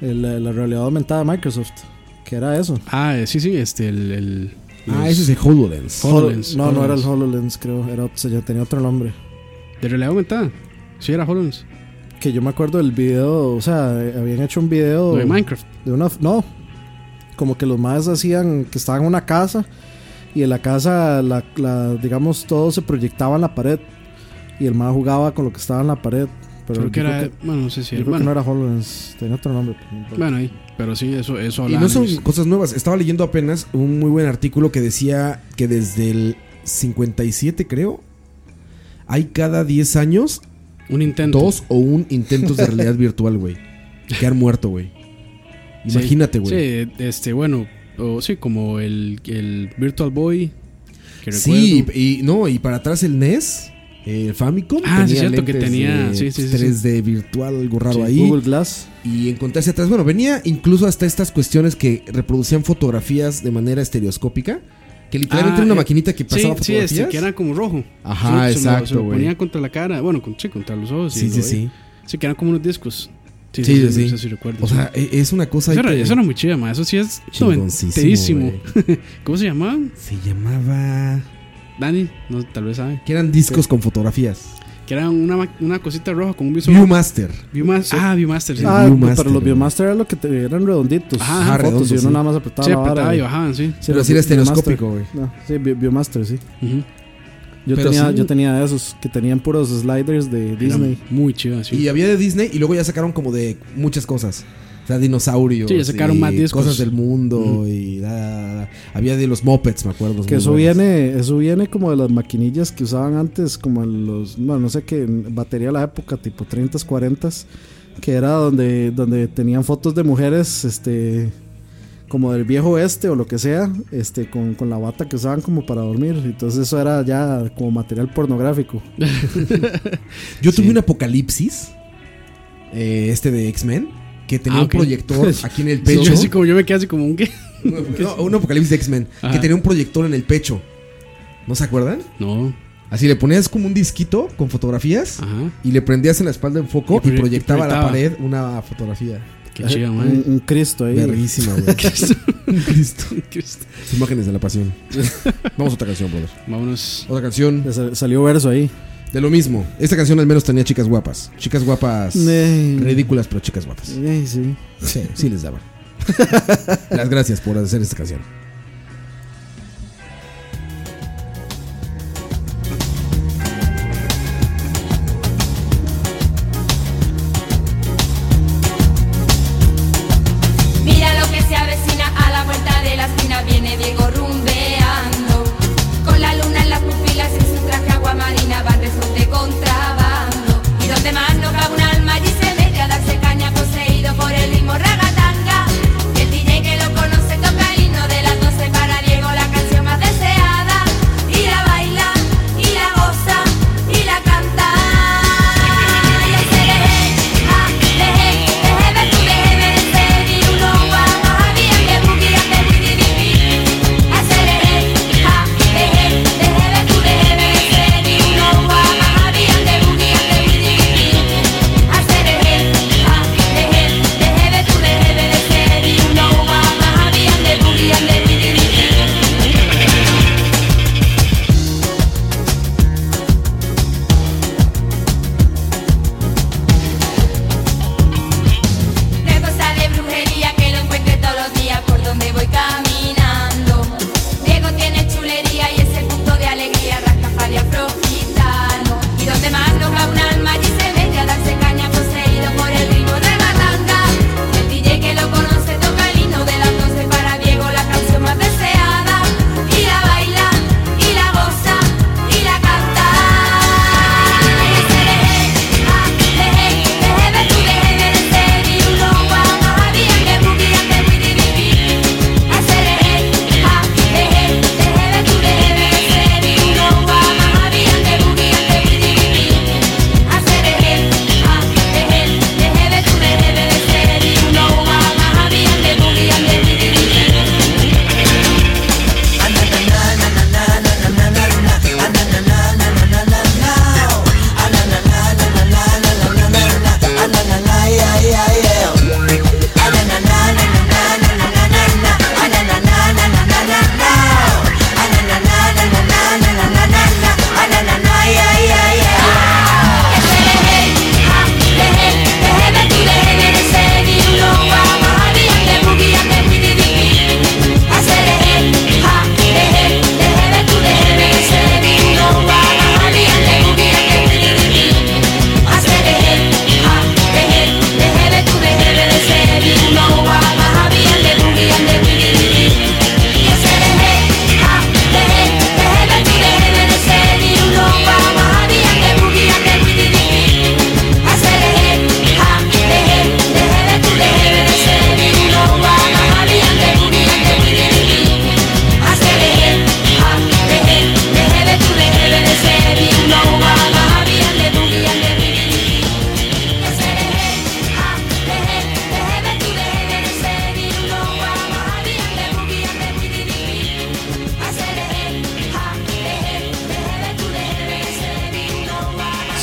Speaker 5: eh, la, la realidad aumentada de Microsoft. ¿Qué era eso?
Speaker 4: Ah, eh, sí, sí, este, el... el-
Speaker 3: Ah,
Speaker 4: los-
Speaker 3: ese es el HoloLens.
Speaker 4: HoloLens,
Speaker 5: no, no era el
Speaker 4: HoloLens.
Speaker 5: HoloLens, creo. Era, otro- se- ya tenía otro nombre.
Speaker 4: De realidad aumentada. Sí, era HoloLens.
Speaker 5: Que yo me acuerdo del video, o sea, eh, habían hecho un video
Speaker 4: Lo
Speaker 3: Oh.
Speaker 4: de Minecraft.
Speaker 5: de una no como que los más hacían que estaban en una casa y en la casa la, la- digamos todo se proyectaba en la pared y el más jugaba con lo que estaba en la pared pero
Speaker 4: Creo que
Speaker 5: dijo
Speaker 4: era...
Speaker 5: que-
Speaker 4: bueno, no sé si
Speaker 5: yo
Speaker 4: era...
Speaker 5: creo que
Speaker 4: Bueno,
Speaker 5: no era HoloLens tenía otro nombre pero no importa.
Speaker 4: bueno, ahí. Pero sí, eso, eso
Speaker 3: Y
Speaker 4: hablaban
Speaker 3: no son
Speaker 4: ellos.
Speaker 3: cosas nuevas. Estaba leyendo apenas un muy buen artículo que decía que desde el 57, creo, hay cada 10 años
Speaker 4: Un intento.
Speaker 3: dos o un intentos de realidad virtual, güey. Que han muerto, güey.
Speaker 4: Sí.
Speaker 3: Imagínate, güey.
Speaker 4: Sí, este, bueno, o sí, como el, el Virtual Boy. Que
Speaker 3: Sí,
Speaker 4: recuerdo.
Speaker 3: y, y- no, y para atrás el NES, el Famicom,
Speaker 4: Ah, sí, cierto, que
Speaker 3: lentes
Speaker 4: tenía-
Speaker 3: de
Speaker 4: sí, sí, sí, sí.
Speaker 3: 3D virtual, algo raro
Speaker 4: Sí,
Speaker 3: ahí.
Speaker 5: Google Glass
Speaker 3: Y encontrarse atrás. Bueno, venía incluso hasta estas cuestiones que reproducían fotografías de manera estereoscópica. Que literalmente era
Speaker 4: Ah,
Speaker 3: una
Speaker 4: eh,
Speaker 3: maquinita que
Speaker 4: Sí,
Speaker 3: pasaba
Speaker 4: sí,
Speaker 3: fotografías.
Speaker 4: este, que era como rojo.
Speaker 3: Ajá,
Speaker 4: Sí, se lo-
Speaker 3: exacto,
Speaker 4: Se lo
Speaker 3: güey.
Speaker 4: ponía contra la cara, bueno, con, sí, contra los ojos. y
Speaker 3: Sí,
Speaker 4: lo
Speaker 3: sí,
Speaker 4: veía.
Speaker 3: sí.
Speaker 4: Sí, que eran como unos discos. Sí,
Speaker 3: Sí,
Speaker 4: sí,
Speaker 3: sí,
Speaker 4: sí,
Speaker 3: sí.
Speaker 4: no sé si recuerdo.
Speaker 3: O sea, e- es una cosa.
Speaker 4: eso,
Speaker 3: ahí
Speaker 4: era,
Speaker 3: que-
Speaker 4: eso era muy chida, ma. Eso sí es
Speaker 3: Chingoncísimo,
Speaker 4: noventerísimo. ¿Cómo se llamaban?
Speaker 3: Se llamaba.
Speaker 4: Dani, no, tal vez sabe.
Speaker 3: Que eran discos con fotografías.
Speaker 4: Que era una, ma- una cosita roja con un visor.
Speaker 3: Viewmaster.
Speaker 4: Viewmaster. Ah, Viewmaster, sí.
Speaker 3: El
Speaker 5: ah
Speaker 3: Viewmaster,
Speaker 5: pero los
Speaker 3: güey.
Speaker 5: Biomaster eran lo que te, eran redonditos
Speaker 4: Ajá,
Speaker 5: eran
Speaker 3: ajá,
Speaker 5: fotos,
Speaker 3: redondos,
Speaker 5: y uno
Speaker 3: sí.
Speaker 5: nada más apretaba
Speaker 4: sí,
Speaker 5: la vara,
Speaker 4: apretaba y
Speaker 5: güey.
Speaker 4: bajaban, sí.
Speaker 5: Sí,
Speaker 3: Pero
Speaker 5: los
Speaker 3: sí era
Speaker 5: Biomaster.
Speaker 3: estereoscópico, güey.
Speaker 5: No, sí Bi- Biomaster sí
Speaker 4: Ujú.
Speaker 5: yo
Speaker 3: Pero
Speaker 5: tenía
Speaker 3: sí.
Speaker 5: yo tenía esos que tenían puros sliders de
Speaker 4: Era
Speaker 5: Disney
Speaker 4: muy chido, sí.
Speaker 3: Y había de Disney y luego ya sacaron como de muchas cosas. O sea, dinosaurios.
Speaker 4: Sí, ya sacaron
Speaker 3: y
Speaker 4: más discos.
Speaker 3: Cosas del mundo y da, da, da. Había de los mopeds, me acuerdo. muy
Speaker 5: Que eso
Speaker 3: buenos.
Speaker 5: viene, eso viene como de las maquinillas que usaban antes, como en los, no, no sé qué, en batería de la época, tipo 30s, 40s, que era donde, donde tenían fotos de mujeres, este, como del viejo oeste o lo que sea, este, con, con la bata que usaban como para dormir. Entonces eso era ya como material pornográfico.
Speaker 3: Yo tuve un apocalipsis. eh, este de X-Men. Que tenía
Speaker 4: Ah,
Speaker 3: un
Speaker 4: ok.
Speaker 3: proyector aquí en el
Speaker 4: Sí,
Speaker 3: pecho.
Speaker 4: yo, así como, yo me quedé así como un qué.
Speaker 3: No, un apocalipsis de X-Men. Que
Speaker 4: Ajá.
Speaker 3: tenía un proyector en el pecho. ¿No se acuerdan?
Speaker 4: No,
Speaker 3: Así le ponías como un disquito con fotografías.
Speaker 4: ajá.
Speaker 3: Y le prendías en la espalda en foco
Speaker 4: Ah. Y
Speaker 3: y,
Speaker 4: proye-
Speaker 3: proyectaba a la pared
Speaker 4: proyectaba.
Speaker 3: una fotografía.
Speaker 4: Qué chido,
Speaker 5: un,
Speaker 4: man.
Speaker 5: un Cristo ahí.
Speaker 3: Verguísima, güey. Cristo. Imágenes de la pasión. Vamos a otra canción, brother.
Speaker 4: Vámonos.
Speaker 3: Otra canción
Speaker 5: Le sal- salió verso ahí.
Speaker 3: de lo mismo. Esta canción al menos tenía chicas guapas. Chicas guapas.
Speaker 5: Eh,
Speaker 3: Ridículas, pero chicas guapas.
Speaker 5: eh, sí.
Speaker 3: Sí, sí les daba. Las gracias por hacer esta canción.
Speaker 9: Mira lo que se avecina a la vuelta de la esquina Viene Diego rumbeando Con la luna en las pupilas y su traje aguamarina Van rezos de contrabando Y donde más no cabe un alma allí se mete a darse caña Poseído por el ritmo ragatanga El DJ que lo conoce toca el himno de la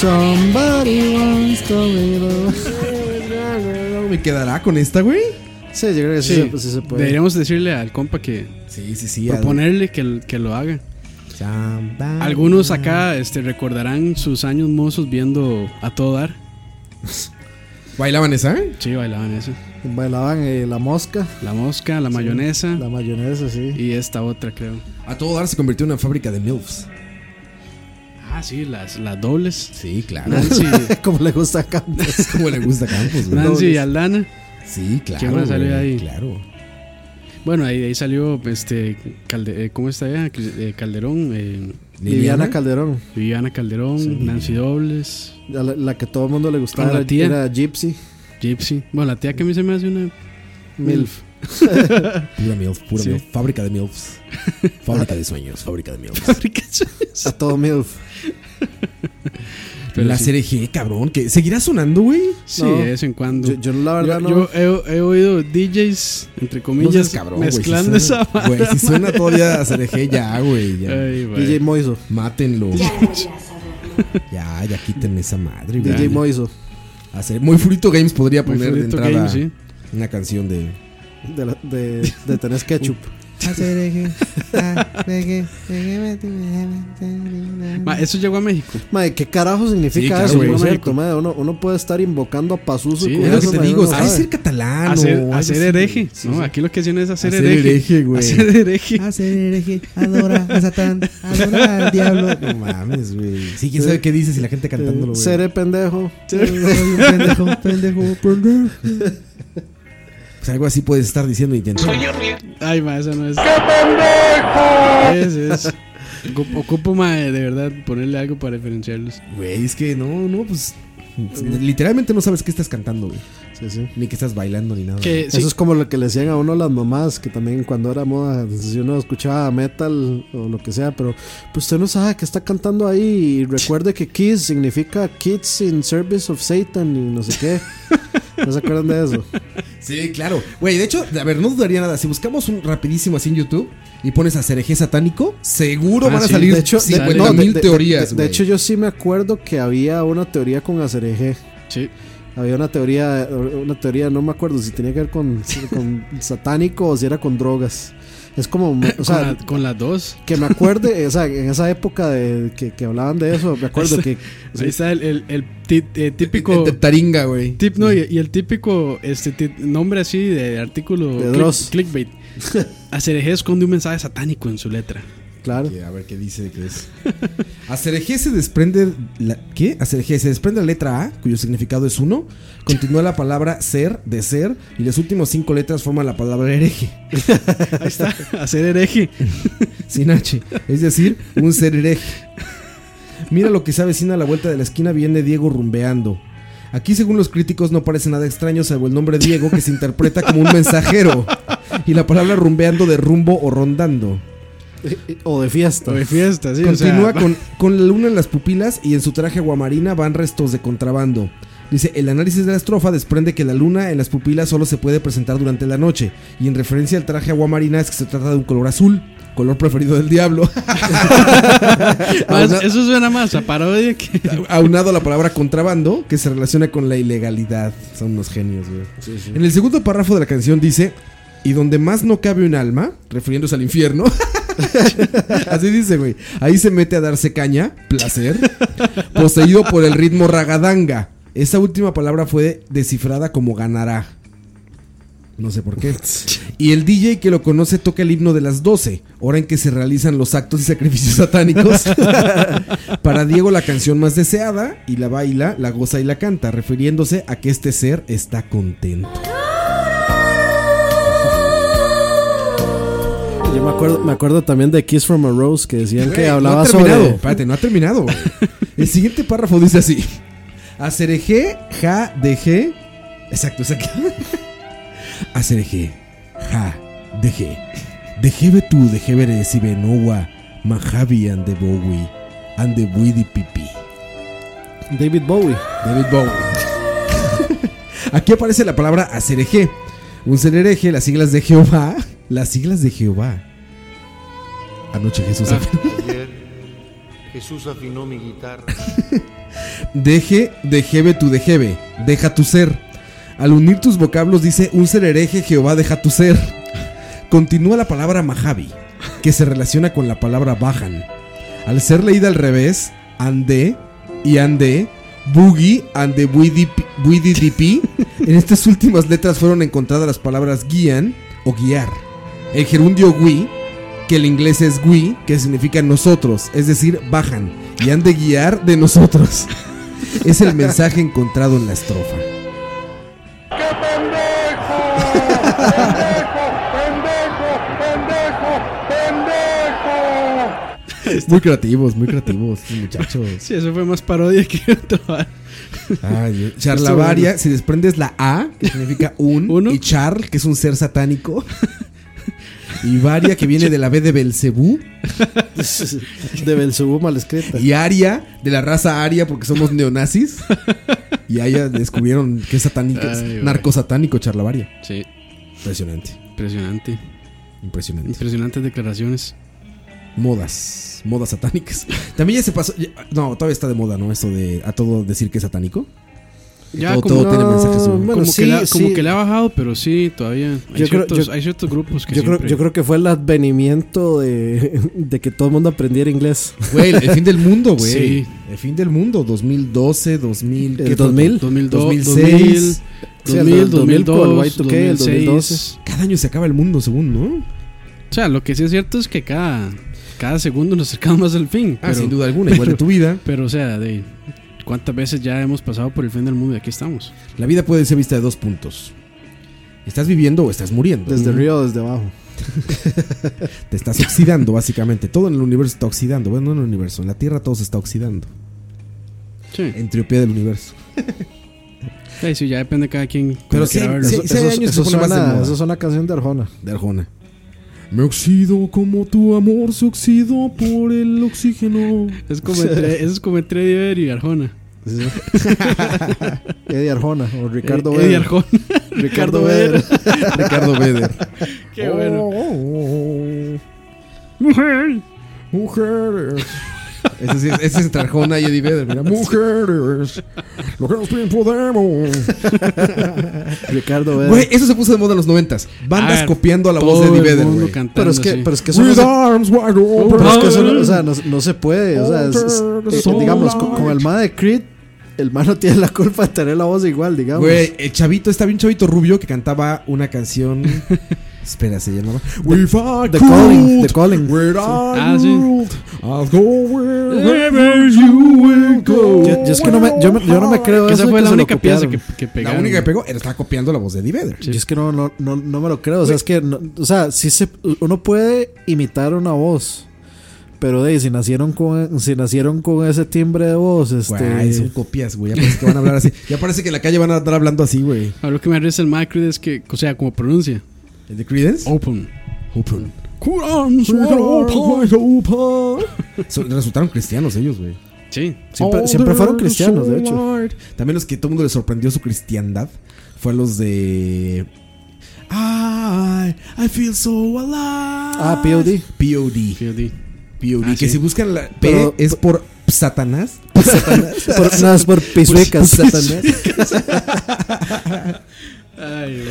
Speaker 5: Nobody wants to be the-
Speaker 3: ¿Me quedará con esta, güey?
Speaker 5: Sí, yo creo que sí,
Speaker 4: Sí,
Speaker 5: se, pues, sí se puede.
Speaker 4: Deberíamos decirle al compa que
Speaker 3: Sí, sí, sí.
Speaker 4: proponerle que, que lo haga.
Speaker 5: Ah.
Speaker 3: Somebody-
Speaker 4: Algunos acá este, recordarán sus años mozos viendo a todo dar.
Speaker 3: ¿Bailaban esa? eh?
Speaker 4: Sí, bailaban eso.
Speaker 5: Bailaban eh, la mosca,
Speaker 4: La mosca, la mayonesa
Speaker 5: la mayonesa, sí.
Speaker 4: y esta otra, creo.
Speaker 3: A todo dar se convirtió en una fábrica de MILFs.
Speaker 4: Ah, sí, las, las dobles.
Speaker 3: Sí, claro.
Speaker 4: Nancy,
Speaker 5: Como le gusta a Campos.
Speaker 3: ¿Cómo le gusta a Campos, güey?
Speaker 4: Nancy y Aldana.
Speaker 3: Sí, claro.
Speaker 4: ¿Quién más salió
Speaker 3: güey,
Speaker 4: ahí?
Speaker 3: Claro.
Speaker 4: Bueno, ahí, ahí salió este Calde- eh, ¿cómo está ella? Cris- eh, Calderón, eh,
Speaker 5: Viviana Calderón,
Speaker 4: Viviana Calderón, Nancy Dobles,
Speaker 5: a la, la que todo el mundo le gustaba,
Speaker 4: Con la
Speaker 5: era,
Speaker 4: tía.
Speaker 5: era Gypsy,
Speaker 4: Gypsy. Bueno, la tía que a mí se me hace una
Speaker 5: Milf.
Speaker 3: Pura MILF, pura
Speaker 4: Sí.
Speaker 3: MILF. Fábrica de MILFs. Fábrica de sueños, fábrica de MILFs.
Speaker 5: A todo Milf.
Speaker 4: Pero
Speaker 3: la
Speaker 4: sí.
Speaker 3: serie G, cabrón. que ¿Seguirá sonando, güey?
Speaker 4: Sí,
Speaker 5: No.
Speaker 4: de vez en cuando.
Speaker 5: Yo, yo la verdad
Speaker 4: Yo-
Speaker 5: no.
Speaker 4: yo he, he oído DJs, entre
Speaker 3: No
Speaker 4: comillas,
Speaker 3: seas cabrón, güey. si
Speaker 4: mezclando
Speaker 3: suena-
Speaker 4: esa vara,
Speaker 3: Güey, si suena
Speaker 4: madre.
Speaker 3: todavía a serie G, ya, güey. ya.
Speaker 4: Ay, güey.
Speaker 5: DJ Moiso.
Speaker 3: Mátenlo.
Speaker 7: Ya deberías saberlo.
Speaker 3: Ya, ya quiten esa madre, güey.
Speaker 5: DJ Moiso.
Speaker 3: Hacer- Muy Frito Games podría
Speaker 4: Muy
Speaker 3: poner de
Speaker 4: Frito
Speaker 3: entrada
Speaker 4: Games, sí.
Speaker 3: una canción de.
Speaker 5: De, la- de, de tenés ketchup.
Speaker 4: Ma, eso llegó a México.
Speaker 5: Madre, ¿qué carajo
Speaker 3: Sí,
Speaker 5: significa
Speaker 3: claro,
Speaker 5: eso?
Speaker 3: güey.
Speaker 5: Por
Speaker 4: Sí.
Speaker 5: cierto, madre, uno, uno puede estar invocando a Pazuzu
Speaker 4: Sí,
Speaker 5: con
Speaker 4: es lo
Speaker 5: eso,
Speaker 4: que
Speaker 5: madre, uno no
Speaker 3: ha de
Speaker 5: sabe. Eh,
Speaker 3: ser catalano.
Speaker 4: hacer
Speaker 3: algo
Speaker 4: hacer
Speaker 3: así.
Speaker 4: hereje.
Speaker 3: Ah, Sí,
Speaker 4: no,
Speaker 3: sí.
Speaker 4: aquí lo que hacían es hacer,
Speaker 3: Hacer
Speaker 4: hereje.
Speaker 3: hereje, güey.
Speaker 4: Hacer hereje.
Speaker 3: Hacer hereje. Adora a Satán. Adora al diablo. No mames, güey. Sí, quién sabe qué dices y la gente cantándolo, güey.
Speaker 5: Seré pendejo.
Speaker 3: pendejo, pendejo, pendejo. Pues algo así puedes estar diciendo intentando.
Speaker 4: Ay, ma, esa no es. ¡Qué pendejo! Es, es. Ocupo- Ocupo, ma, de verdad, ponerle algo para diferenciarlos.
Speaker 3: Güey, es que no, no, pues. Literalmente no sabes qué estás cantando, güey.
Speaker 5: Sí, sí.
Speaker 3: Ni qué estás bailando, ni nada.
Speaker 4: Que sí,
Speaker 5: Eso es como lo que le decían a uno las mamás, que también cuando era moda, si uno escuchaba metal o lo que sea, pero pues usted no sabe que está cantando ahí y recuerde que Kiss significa Kids in Service of Satan y no sé qué. ¿No se acuerdan de eso?
Speaker 3: Sí, claro. Güey, de hecho, a ver, no dudaría nada. Si buscamos un rapidísimo así en YouTube y pones a hereje satánico, seguro
Speaker 4: Ah,
Speaker 3: van a
Speaker 4: sí,
Speaker 3: salir
Speaker 4: de hecho, de-
Speaker 3: 50
Speaker 4: no,
Speaker 3: mil
Speaker 5: de- de-
Speaker 3: teorías,
Speaker 5: de-
Speaker 3: güey.
Speaker 5: de hecho, yo sí me acuerdo que había una teoría con Acereje.
Speaker 4: sí.
Speaker 5: Había una teoría, una teoría, no me acuerdo si tenía que ver con, con satánico o si era con drogas. Es como, o
Speaker 4: con,
Speaker 5: sea,
Speaker 4: la- con las dos.
Speaker 5: que me acuerde, o sea, en esa época de, que, que hablaban de eso, me acuerdo que
Speaker 4: Ahí está el, el, el ti- eh, típico.
Speaker 3: De taringa, güey.
Speaker 4: Tip, no, y, y el típico este, ti- nombre así de artículo
Speaker 5: De
Speaker 4: click-
Speaker 5: Dross.
Speaker 4: clickbait. Acereje esconde un mensaje satánico en su letra.
Speaker 5: Claro.
Speaker 3: Que, A ver qué dice que es. Acereje se desprende. La, ¿Qué? Acereje se desprende la letra A, cuyo significado es uno. Continúa la palabra ser, de ser. Y las últimas cinco letras forman la palabra hereje,
Speaker 4: Ahí está, hacer hereje.
Speaker 3: sin H. Es decir, un ser hereje. Mira lo que se avecina a la vuelta de la esquina, viene Diego rumbeando. Aquí, según los críticos, no parece nada extraño, salvo el nombre Diego, que se interpreta como un mensajero. Y la palabra rumbeando de rumbo o rondando.
Speaker 5: O de fiesta.
Speaker 4: O de fiesta, sí. o sea,
Speaker 3: Continúa con, con la luna en las pupilas y en su traje aguamarina van restos de contrabando. Dice, el análisis de la estrofa desprende que la luna en las pupilas solo se puede presentar durante la noche. Y en referencia al traje aguamarina es que se trata de un color azul, color preferido del diablo.
Speaker 4: Más- eso suena más a parodia que.
Speaker 3: Aunado a la palabra contrabando, que se relaciona con la ilegalidad. Son unos genios, güey. En el segundo párrafo de la canción dice, y donde más no cabe un alma, refiriéndose al infierno. Así dice, güey. Ahí se mete a darse caña, placer, poseído por el ritmo ragadanga. Esa última palabra fue descifrada como ganará. No sé por qué. Y el DJ que lo conoce toca el himno de las 12, hora en que se realizan los actos y sacrificios satánicos. Para Diego la canción más deseada y la baila, la goza y la canta, refiriéndose a que este ser está contento.
Speaker 5: Yo me acuerdo, me acuerdo también de Kiss from a Rose que decían que
Speaker 3: Güey,
Speaker 5: hablaba
Speaker 3: no ha terminado.
Speaker 5: sobre.
Speaker 3: Espérate, no ha terminado. güey. El siguiente párrafo dice así: Acereje, ja, deje. Exacto, exacto. Acereje, ja, deje. Dejebe tú, dejebe recibe nowa, Mahavi and the Bowie, and the Widi Pipi.
Speaker 5: David Bowie.
Speaker 3: David Bowie. Aquí aparece la palabra acereje. Un ser hereje, las siglas de Jehová. Las siglas de Jehová. Anoche Jesús.
Speaker 6: Ayer Jesús afinó mi guitarra.
Speaker 3: Deje de jeve tu dejeve, deja tu ser. Al unir tus vocablos dice, un ser hereje Jehová deja tu ser. Continúa la palabra Mahavi, que se relaciona con la palabra Bajan. Al ser leída al revés, ande y ande, boogie ande buididipi, en estas últimas letras fueron encontradas las palabras guían o guiar. El gerundio gui, que el inglés es gui, que significa nosotros, es decir, bajan y han de guiar de nosotros. Es el mensaje encontrado en la estrofa.
Speaker 1: ¡Qué pendejo! ¡Pendejo! ¡Pendejo! ¡Pendejo! ¡Pendejo!
Speaker 3: Muy creativos, muy creativos, muchachos.
Speaker 4: Sí, eso fue más parodia que ah. otra.
Speaker 3: Ay, Dios. Charlavaria, si desprendes la A, que significa un,
Speaker 4: Uno.
Speaker 3: y Char, que es un ser satánico. Y Varia, que viene de la B de Belcebú.
Speaker 5: De Belzebú mal escrita.
Speaker 3: Y Aria, de la raza Aria, porque somos neonazis. Y allá descubrieron que es satánico, es
Speaker 4: Ay, güey.
Speaker 3: narcosatánico Charlavaria.
Speaker 4: Sí,
Speaker 3: Impresionante,
Speaker 4: impresionante.
Speaker 3: impresionante.
Speaker 4: Impresionantes declaraciones.
Speaker 3: modas, modas satánicas. También ya se pasó, ya- no, todavía está de moda, ¿no? Esto de a todo decir que es satánico.
Speaker 4: Ya
Speaker 3: todo
Speaker 4: como,
Speaker 3: todo tiene mensajes.
Speaker 5: No,
Speaker 3: subjetivos.
Speaker 5: bueno,
Speaker 4: como
Speaker 5: sí,
Speaker 4: que le ha- como
Speaker 5: sí.
Speaker 4: que le ha bajado, pero sí, todavía. Hay,
Speaker 5: Yo creo-
Speaker 4: ciertos,
Speaker 5: yo-
Speaker 4: hay ciertos grupos que
Speaker 5: Yo creo,
Speaker 4: siempre-
Speaker 5: yo creo que fue el advenimiento de, de que todo el mundo aprendiera inglés.
Speaker 3: Güey, el fin del mundo, güey.
Speaker 4: Sí.
Speaker 3: El fin del mundo, 2012, 2000,
Speaker 5: El
Speaker 3: ¿qué
Speaker 5: 2000,
Speaker 3: tanto?
Speaker 4: 2002,
Speaker 3: 2006.
Speaker 4: 2000, 2002,
Speaker 5: 2000, con el Y2K, el
Speaker 4: 2006.
Speaker 3: Cada año se acaba el mundo, según, ¿no?
Speaker 4: O sea, lo que sí es cierto es que cada, cada segundo nos acercamos más al fin.
Speaker 3: Ah,
Speaker 4: pero,
Speaker 3: sin duda alguna, igual de tu vida.
Speaker 4: pero, o sea, de cuántas veces ya hemos pasado por el fin del mundo y aquí estamos.
Speaker 3: La vida puede ser vista de dos puntos. Estás viviendo o estás muriendo. Mm.
Speaker 5: Desde arriba o desde abajo.
Speaker 3: Te estás oxidando, básicamente. Todo en el universo está oxidando. Bueno, no en el universo. En la Tierra todo se está oxidando.
Speaker 4: Sí,
Speaker 3: Entropía del universo.
Speaker 4: Sí, sí, ya depende de cada quien. cómo
Speaker 3: Pero sí,
Speaker 4: quiera verlo.
Speaker 3: sí.
Speaker 5: Eso-
Speaker 3: hay años que se
Speaker 5: eso
Speaker 3: pone más de
Speaker 5: suena-
Speaker 3: moda.
Speaker 5: eso suena a canción de Arjona.
Speaker 3: De Arjona. Me oxido como tu amor se oxidó por el oxígeno.
Speaker 4: Es como entre, eso es como entre Eddie Vedder y Arjona.
Speaker 5: Eddie Arjona o Ricardo
Speaker 4: Eh,
Speaker 5: Vedder.
Speaker 4: Eddie Arjona. Ricardo Vedder.
Speaker 3: Ricardo Beder.
Speaker 4: Qué
Speaker 3: Oh,
Speaker 4: bueno.
Speaker 3: Mujeres. Ese, sí es- ese es entre Arjona y Eddie Vedder. mira. Mujeres. Lo que nos piden podemos.
Speaker 5: Ricardo Vedder.
Speaker 3: Güey, eso se puso de moda en los noventas. Bandas
Speaker 4: Ah,
Speaker 3: copiando a la
Speaker 4: todo
Speaker 3: voz de Eddie
Speaker 4: el
Speaker 3: Vedder.
Speaker 4: mundo
Speaker 3: güey.
Speaker 4: cantando,
Speaker 5: pero es que,
Speaker 4: sí.
Speaker 5: pero es que eso no
Speaker 3: With
Speaker 5: se-
Speaker 3: arms wide open.
Speaker 5: Pero es que eso no, o sea, no, no se puede. O sea, es- es- eh, digamos, co- con, el ma de Creed, el ma no tiene la culpa de tener la voz igual, digamos.
Speaker 3: Güey, el chavito, está bien chavito rubio que cantaba una canción. Espera, se llamaba. If I
Speaker 5: The
Speaker 3: could,
Speaker 5: Calling, The Calling.
Speaker 3: where I
Speaker 4: Ah, sí. Eh,
Speaker 3: would, I'll go wherever
Speaker 4: Wherever
Speaker 3: you will go.
Speaker 5: Yo, yo es que no me, yo, me- yo no me creo
Speaker 4: Que
Speaker 5: eso.
Speaker 4: esa
Speaker 5: de
Speaker 4: fue
Speaker 5: que
Speaker 4: la
Speaker 5: se lo
Speaker 4: única pieza que,
Speaker 5: copiaron.
Speaker 4: que
Speaker 3: La
Speaker 4: pegaron.
Speaker 3: única que pegó era estaba copiando la voz de Eddie Vedder.
Speaker 5: Yo es que no, no, no, no me lo creo. O sea, es que, no- o sea, sí se, uno puede imitar una voz. Pero de, ahí, si nacieron con si nacieron con ese timbre de voz, este
Speaker 3: Güey, son copias, güey. Ya parece que van a hablar así. Ya parece que en la calle van a andar hablando así, güey.
Speaker 4: A lo que me reza el Macri es que, o sea, como pronuncia.
Speaker 3: ¿El de Credence?
Speaker 4: Open.
Speaker 3: Open.
Speaker 4: Good arms wide open.
Speaker 3: So- Resultaron cristianos ellos, güey.
Speaker 4: Sí.
Speaker 5: siempre, siempre fueron cristianos, de hecho.
Speaker 3: También los que todo el mundo les sorprendió su cristiandad fue a los de. I, I feel so alive.
Speaker 5: Ah, POD.
Speaker 3: POD.
Speaker 4: POD.
Speaker 3: POD.
Speaker 4: Ah,
Speaker 3: que
Speaker 4: sí.
Speaker 3: si buscan la P
Speaker 5: Pero-
Speaker 3: es por Satanás.
Speaker 5: Por, no, es por pisuecas. Satanás.
Speaker 4: Ay,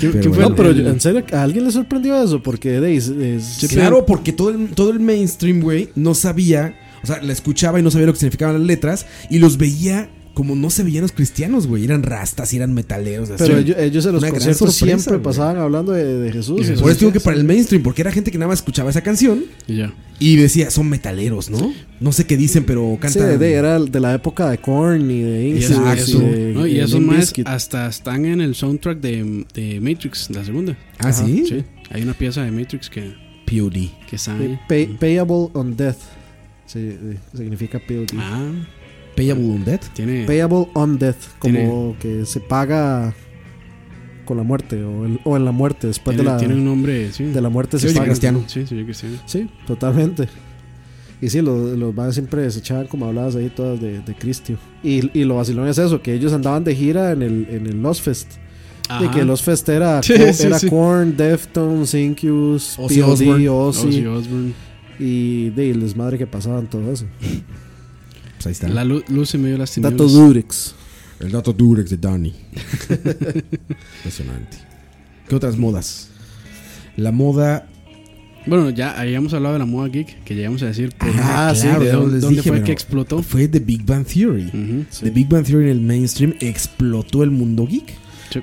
Speaker 3: Pero
Speaker 4: ¿Qué, qué fue
Speaker 3: bueno.
Speaker 4: el-
Speaker 5: No, pero
Speaker 4: el-
Speaker 5: yo- en serio, ¿a alguien le sorprendió eso? Porque de, ahí, es- es-
Speaker 3: Claro, porque todo el, todo el mainstream, güey, no sabía. O sea, la escuchaba y no sabía lo que significaban las letras. Y los veía como no se veían los cristianos, güey. Eran rastas y eran metaleros. así.
Speaker 5: Pero eh, ellos, ellos en los
Speaker 3: Una gran
Speaker 5: conciertos
Speaker 3: sorpresa,
Speaker 5: siempre
Speaker 3: güey.
Speaker 5: pasaban hablando de, de Jesús.
Speaker 4: De
Speaker 5: y
Speaker 4: Jesús.
Speaker 3: Por eso digo que
Speaker 5: decías,
Speaker 3: para el mainstream, porque era gente que nada más escuchaba esa canción.
Speaker 4: Y ya.
Speaker 3: Y decía, son metaleros, ¿no? No sé qué dicen, pero
Speaker 5: Sí,
Speaker 3: cantan.
Speaker 5: de, de- era de la época de Korn y de
Speaker 4: Y,
Speaker 5: Inksys
Speaker 4: eso,
Speaker 5: y
Speaker 4: eso,
Speaker 5: de,
Speaker 4: ¿no?
Speaker 5: y
Speaker 4: y esos
Speaker 5: Limp
Speaker 4: más
Speaker 5: Bizkit.
Speaker 4: hasta están en el soundtrack de, de Matrix, la segunda.
Speaker 3: Ah, sí.
Speaker 4: Sí. Hay una pieza de Matrix que,
Speaker 3: POD.
Speaker 4: que está
Speaker 5: Pay-
Speaker 4: ahí.
Speaker 5: pay- payable on death. Sí, de- significa POD.
Speaker 4: Ah,
Speaker 3: Payable on Dead.
Speaker 4: tiene.
Speaker 5: Payable on death, como
Speaker 4: Tiene-
Speaker 5: que se paga con la muerte o, el- o en la muerte, después
Speaker 4: tiene,
Speaker 5: de, la,
Speaker 4: tiene un nombre. Sí.
Speaker 5: de la muerte
Speaker 3: Se
Speaker 5: se
Speaker 3: oye
Speaker 5: paga.
Speaker 3: cristiano.
Speaker 4: Sí, sí, cristiano.
Speaker 5: Sí, totalmente. Y sí, los, los más siempre se echaban como habladas ahí todas de, de Cristio. Y, y lo vacilón es eso, que ellos andaban de gira en el, en el Lost Fest. Y
Speaker 4: Ajá.
Speaker 5: que Lost Fest era,
Speaker 4: Sí,
Speaker 5: Co-
Speaker 4: sí,
Speaker 5: era
Speaker 4: sí.
Speaker 5: Korn, Deftones, Incubus,
Speaker 3: Ozzy
Speaker 5: POD,
Speaker 3: Osbourne.
Speaker 5: Ozzy.
Speaker 4: Ozzy Osbourne.
Speaker 5: Y de y el desmadre que pasaban todo eso.
Speaker 3: Pues pues ahí está.
Speaker 4: La lu- luz se me dio las tinieblas.
Speaker 5: Dato Durex.
Speaker 3: El dato Durex de Dani. Impresionante. ¿Qué otras modas? La moda.
Speaker 4: Bueno, ya habíamos hablado de la moda geek, que llegamos a decir por
Speaker 3: Ah,
Speaker 4: de
Speaker 3: claro, ya
Speaker 4: dó-
Speaker 3: les
Speaker 4: dónde
Speaker 3: dije,
Speaker 4: fue
Speaker 3: pero
Speaker 4: que explotó.
Speaker 3: Fue The Big Bang Theory.
Speaker 4: Ujú.
Speaker 3: The Big Bang Theory en el mainstream explotó el mundo geek.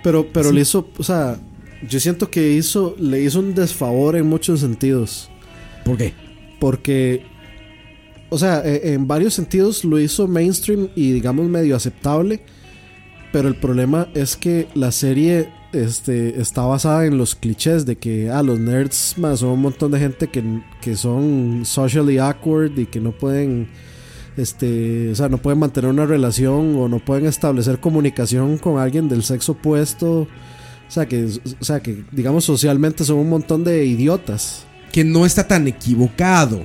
Speaker 5: Pero, pero le hizo, o sea, yo siento que hizo, le hizo un desfavor en muchos sentidos.
Speaker 3: ¿Por qué?
Speaker 5: Porque, o sea, e- en varios sentidos lo hizo mainstream y digamos medio aceptable. Pero el problema es que la serie este, está basada en los clichés de que ah, los nerds más son un montón de gente que, que son socially awkward y que no pueden. Este, o sea, no pueden mantener una relación o no pueden establecer comunicación con alguien del sexo opuesto. O sea, que, o sea, que digamos socialmente son un montón de idiotas.
Speaker 3: Que no está tan equivocado.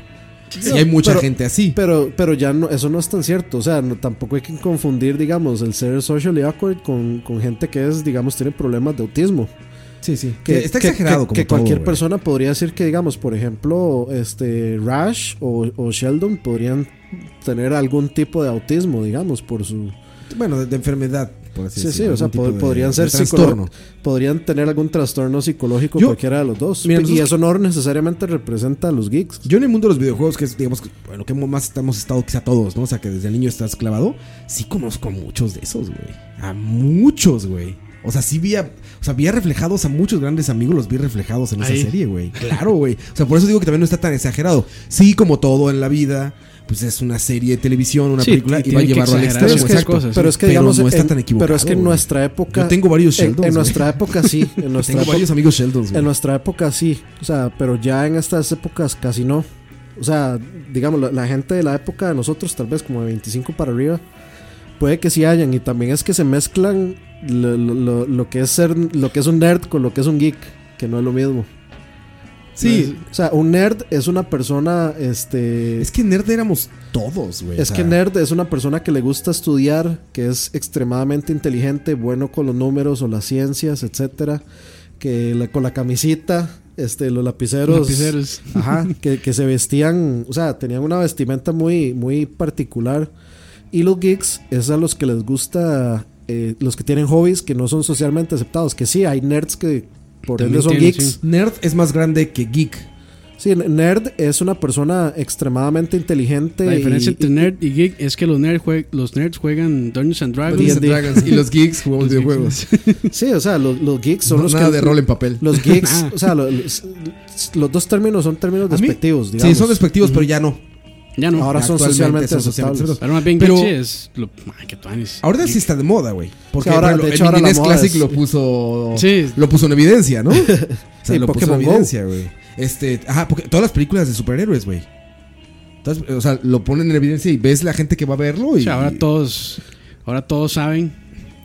Speaker 3: Si
Speaker 5: No,
Speaker 3: hay mucha
Speaker 5: pero-
Speaker 3: gente así.
Speaker 5: Pero, pero ya no, eso no es tan cierto. O sea, no- tampoco hay que confundir, digamos, el ser socially awkward con, con gente que es, digamos, tiene problemas de autismo.
Speaker 3: sí, sí. Que, está exagerado
Speaker 5: que-
Speaker 3: como
Speaker 5: que
Speaker 3: todo,
Speaker 5: cualquier
Speaker 3: güey.
Speaker 5: persona podría decir que, digamos, por ejemplo, este Rash o, o Sheldon podrían tener algún tipo de autismo, digamos, por su.
Speaker 3: Bueno, de, de enfermedad, por así
Speaker 5: Sí, sí,
Speaker 3: decirlo,
Speaker 5: o sea,
Speaker 3: algún tipo
Speaker 5: pod-
Speaker 3: de-
Speaker 5: podrían
Speaker 3: de
Speaker 5: ser
Speaker 3: trastorno.
Speaker 5: psicológicos. Podrían tener algún trastorno psicológico
Speaker 3: Yo-
Speaker 5: cualquiera de los dos.
Speaker 3: Mira,
Speaker 5: y
Speaker 3: nosotros-
Speaker 5: eso no necesariamente representa a los geeks.
Speaker 3: Yo en el mundo de los videojuegos, que es, digamos, que, bueno, que más estamos estado quizá todos, ¿no? O sea, que desde niño estás clavado. Sí conozco a muchos de esos, güey. A muchos, güey. O sea, sí vi, a- o sea, vi a reflejados a muchos grandes amigos, los vi reflejados en
Speaker 4: Ahí.
Speaker 3: esa serie, güey. Claro, güey. O sea, por eso digo que también no está tan exagerado. Sí, como todo en la vida, pues es una serie de televisión, una
Speaker 4: Sí,
Speaker 3: película, y
Speaker 4: tiene
Speaker 3: va a
Speaker 4: que
Speaker 3: llevarlo al
Speaker 4: exagerar
Speaker 3: extremo.
Speaker 4: esas
Speaker 3: exacto.
Speaker 4: cosas,
Speaker 5: ¿eh? Pero es que,
Speaker 3: Pero
Speaker 5: digamos,
Speaker 3: no está
Speaker 5: en-
Speaker 3: tan equivocado,
Speaker 5: Pero es que en
Speaker 3: güey.
Speaker 5: nuestra época.
Speaker 3: Yo tengo varios
Speaker 5: en-
Speaker 3: Sheldons,
Speaker 5: En,
Speaker 3: güey.
Speaker 5: nuestra época sí. En nuestra,
Speaker 3: Tengo
Speaker 5: época,
Speaker 3: varios amigos Sheldons, güey.
Speaker 5: en nuestra época sí. O sea, pero ya en estas épocas casi no. O sea, digamos, la, la gente de la época de nosotros, tal vez como de 25 para arriba, puede que sí hayan. Y también es que se mezclan lo, lo- lo- lo que es ser, lo que es un nerd con lo que es un geek, que no es lo mismo.
Speaker 3: Sí,
Speaker 5: O sea, un nerd es una persona, este,
Speaker 3: es que nerd éramos todos, güey. o
Speaker 5: es
Speaker 3: sea,
Speaker 5: que nerd es una persona que le gusta estudiar, que es extremadamente inteligente, bueno con los números o las ciencias, etcétera, que la- con la camisita, este, los lapiceros,
Speaker 4: Lapiceros.
Speaker 5: ajá, que, que se vestían, o sea, tenían una vestimenta muy, muy particular. Y los geeks es a los que les gusta, eh, los que tienen hobbies que no son socialmente aceptados, que sí, hay nerds que por
Speaker 4: También
Speaker 5: ende son
Speaker 4: tienen,
Speaker 5: geeks.
Speaker 4: sí.
Speaker 3: Nerd es más grande que geek.
Speaker 5: Sí, nerd es una persona extremadamente inteligente.
Speaker 3: eh,
Speaker 4: La diferencia
Speaker 5: y-
Speaker 4: entre nerd y geek es que los, nerd jue- los nerds juegan Dungeons and Dragons.
Speaker 5: Dungeons and D&D.
Speaker 3: Dragons y los geeks jugamos
Speaker 4: Los
Speaker 3: videojuegos.
Speaker 5: Sí, o sea, los, los geeks son
Speaker 3: No,
Speaker 5: los
Speaker 3: nada
Speaker 5: que.
Speaker 3: de rol en papel.
Speaker 5: Los geeks,
Speaker 4: Ah.
Speaker 5: o sea, lo- los, los dos términos son términos
Speaker 3: A mí-
Speaker 5: despectivos, digamos.
Speaker 3: Sí, son despectivos, pero ya no.
Speaker 4: Ya no.
Speaker 5: Ahora son
Speaker 3: Actualmente
Speaker 5: socialmente
Speaker 3: son socialmente
Speaker 5: aceptables.
Speaker 4: Pero más bien
Speaker 3: Pero-
Speaker 4: geek sí es lo- ay, qué tuanis.
Speaker 3: Ahora
Speaker 4: Geek.
Speaker 3: sí está de moda, güey. Porque
Speaker 5: Sí, ahora-
Speaker 3: por ejemplo,
Speaker 5: de hecho,
Speaker 3: el
Speaker 5: ahora la
Speaker 3: Inés
Speaker 5: moda
Speaker 3: Classic
Speaker 5: es-
Speaker 3: lo puso.
Speaker 4: Sí.
Speaker 3: Lo puso en evidencia, ¿no? O sea,
Speaker 5: Sí,
Speaker 3: lo puso en
Speaker 5: Pokémon Go.
Speaker 3: evidencia, güey. Este, ajá, porque todas las películas de superhéroes, güey. Todas- O sea, lo ponen en evidencia y ves la gente que va a verlo y.
Speaker 4: O sea, ahora todos, ahora todos saben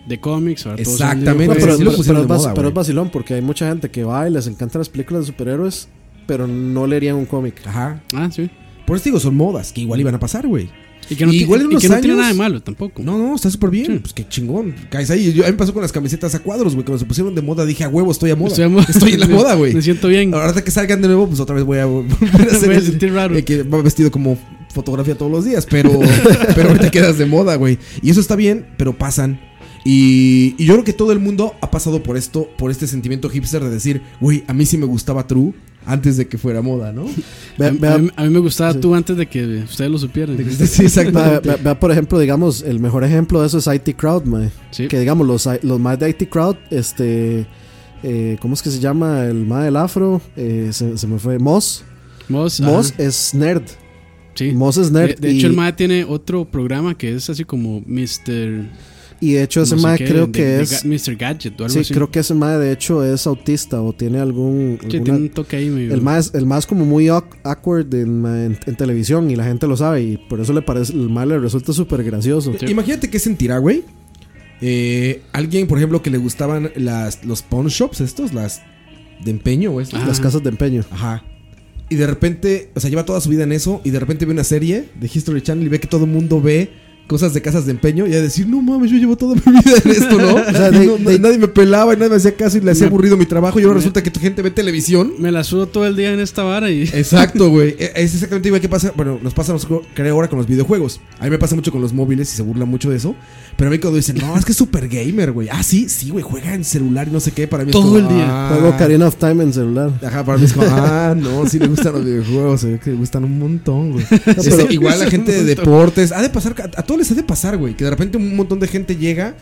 Speaker 4: de cómics. Ahora todos saben de
Speaker 3: Exactamente.
Speaker 5: No,
Speaker 4: videojuegos.
Speaker 5: pero,
Speaker 3: Sí lo
Speaker 5: pero-
Speaker 3: pusieron
Speaker 5: pero es
Speaker 3: de
Speaker 5: vac-
Speaker 3: moda,
Speaker 5: pero es
Speaker 3: güey.
Speaker 5: vacilón porque hay mucha gente que va y les encantan las películas de superhéroes, pero no leerían un cómic.
Speaker 3: Ajá.
Speaker 4: Ah, sí.
Speaker 3: Por eso digo, son modas que igual iban a pasar, güey.
Speaker 4: Y que no,
Speaker 3: Y
Speaker 4: ti-
Speaker 3: igual en
Speaker 4: y
Speaker 3: unos
Speaker 4: que no tiene
Speaker 3: años-
Speaker 4: nada de malo tampoco.
Speaker 3: No, no, está súper bien.
Speaker 4: Sí.
Speaker 3: Pues qué chingón. Caes ahí. Yo, a mí me pasó con las camisetas a cuadros, güey. Cuando se pusieron de moda, dije, a huevo, estoy a moda.
Speaker 4: Estoy
Speaker 3: Estoy,
Speaker 4: a moda.
Speaker 3: en la
Speaker 4: Me-
Speaker 3: moda, güey.
Speaker 4: me siento bien.
Speaker 3: Ahora que salgan de nuevo, pues otra vez voy a volver a ser
Speaker 4: Voy a
Speaker 3: el-
Speaker 4: sentir raro.
Speaker 3: el que va vestido como fotografía todos los días, pero, pero ahorita quedas de moda, güey. Y eso está bien, pero pasan. Y, y yo creo que todo el mundo ha pasado por esto, por este sentimiento hipster de decir, güey, a mí sí me gustaba True antes de que fuera moda, ¿no?
Speaker 5: Vea,
Speaker 4: a, mí-
Speaker 5: vea-
Speaker 4: a mí, a mí me gustaba tú antes de que ustedes lo supieran.
Speaker 3: Sí,
Speaker 5: vea-
Speaker 3: exactamente.
Speaker 5: vea- vea, por ejemplo, digamos, el mejor ejemplo de eso es IT Crowd, mae.
Speaker 4: Sí.
Speaker 5: Que digamos, los, los más de IT Crowd, este. eh, ¿Cómo es que se llama? El más del afro, eh, se, se me fue. Moss.
Speaker 4: Moss,
Speaker 5: Moss
Speaker 4: ajá,
Speaker 5: es nerd.
Speaker 4: sí.
Speaker 5: Moss es
Speaker 4: De,
Speaker 5: nerd.
Speaker 4: de hecho,
Speaker 5: y-
Speaker 4: el MAE tiene otro programa que es así como Mr.
Speaker 5: Y de hecho ese
Speaker 4: no sé
Speaker 5: mae
Speaker 4: qué,
Speaker 5: creo
Speaker 4: de-
Speaker 5: que
Speaker 4: de
Speaker 5: es...
Speaker 4: Ga- Mr. Gadget o algo
Speaker 5: Sí,
Speaker 4: así.
Speaker 5: creo que ese mae de hecho es autista o tiene algún...
Speaker 4: Sí,
Speaker 5: alguna-
Speaker 4: tiene un toque ahí medio-
Speaker 5: el más el más como muy awk- awkward en, en- en televisión y la gente lo sabe y por eso le parece el mae le resulta súper gracioso.
Speaker 4: Sí.
Speaker 3: Imagínate qué sentirá, güey. Eh, alguien, por ejemplo, que le gustaban las, los pawn shops estos, las de empeño o estas.
Speaker 5: Las casas de empeño.
Speaker 3: Ajá. Y de repente, o sea, lleva toda su vida en eso y de repente ve una serie de History Channel y ve que todo el mundo ve cosas de casas de empeño y a decir, no mames, yo llevo toda mi vida en esto, ¿no?
Speaker 5: sea,
Speaker 3: Y
Speaker 5: de-
Speaker 3: no-
Speaker 5: de-
Speaker 3: nadie me pelaba y nadie me hacía caso y le hacía
Speaker 4: Me-
Speaker 3: aburrido mi trabajo y ahora
Speaker 4: me-
Speaker 3: resulta que tu gente ve televisión.
Speaker 4: Me la sudo todo el día en esta vara y.
Speaker 3: Eh, Exacto, güey. E- Es exactamente igual que pasa. Bueno, nos pasa, nos- creo, ahora con los videojuegos. A mí me pasa mucho con los móviles y se burla mucho de eso. Pero a mí cuando dicen, no, es que es super gamer, güey. Ah, sí, sí, güey, juega en celular y no sé qué. Para mí es
Speaker 4: Todo
Speaker 3: como,
Speaker 4: el día.
Speaker 3: "Ah".
Speaker 5: Juego Ocarina of Time en celular.
Speaker 3: Ajá, para mí es como, ah, no, sí le gustan los videojuegos, se ve que le gustan un montón, güey. Este,
Speaker 5: pero-
Speaker 3: igual la
Speaker 4: Es un
Speaker 3: gente de
Speaker 4: montón.
Speaker 3: deportes, ha de pasar, a, a todos les ha de pasar, güey, que de repente un montón de gente llega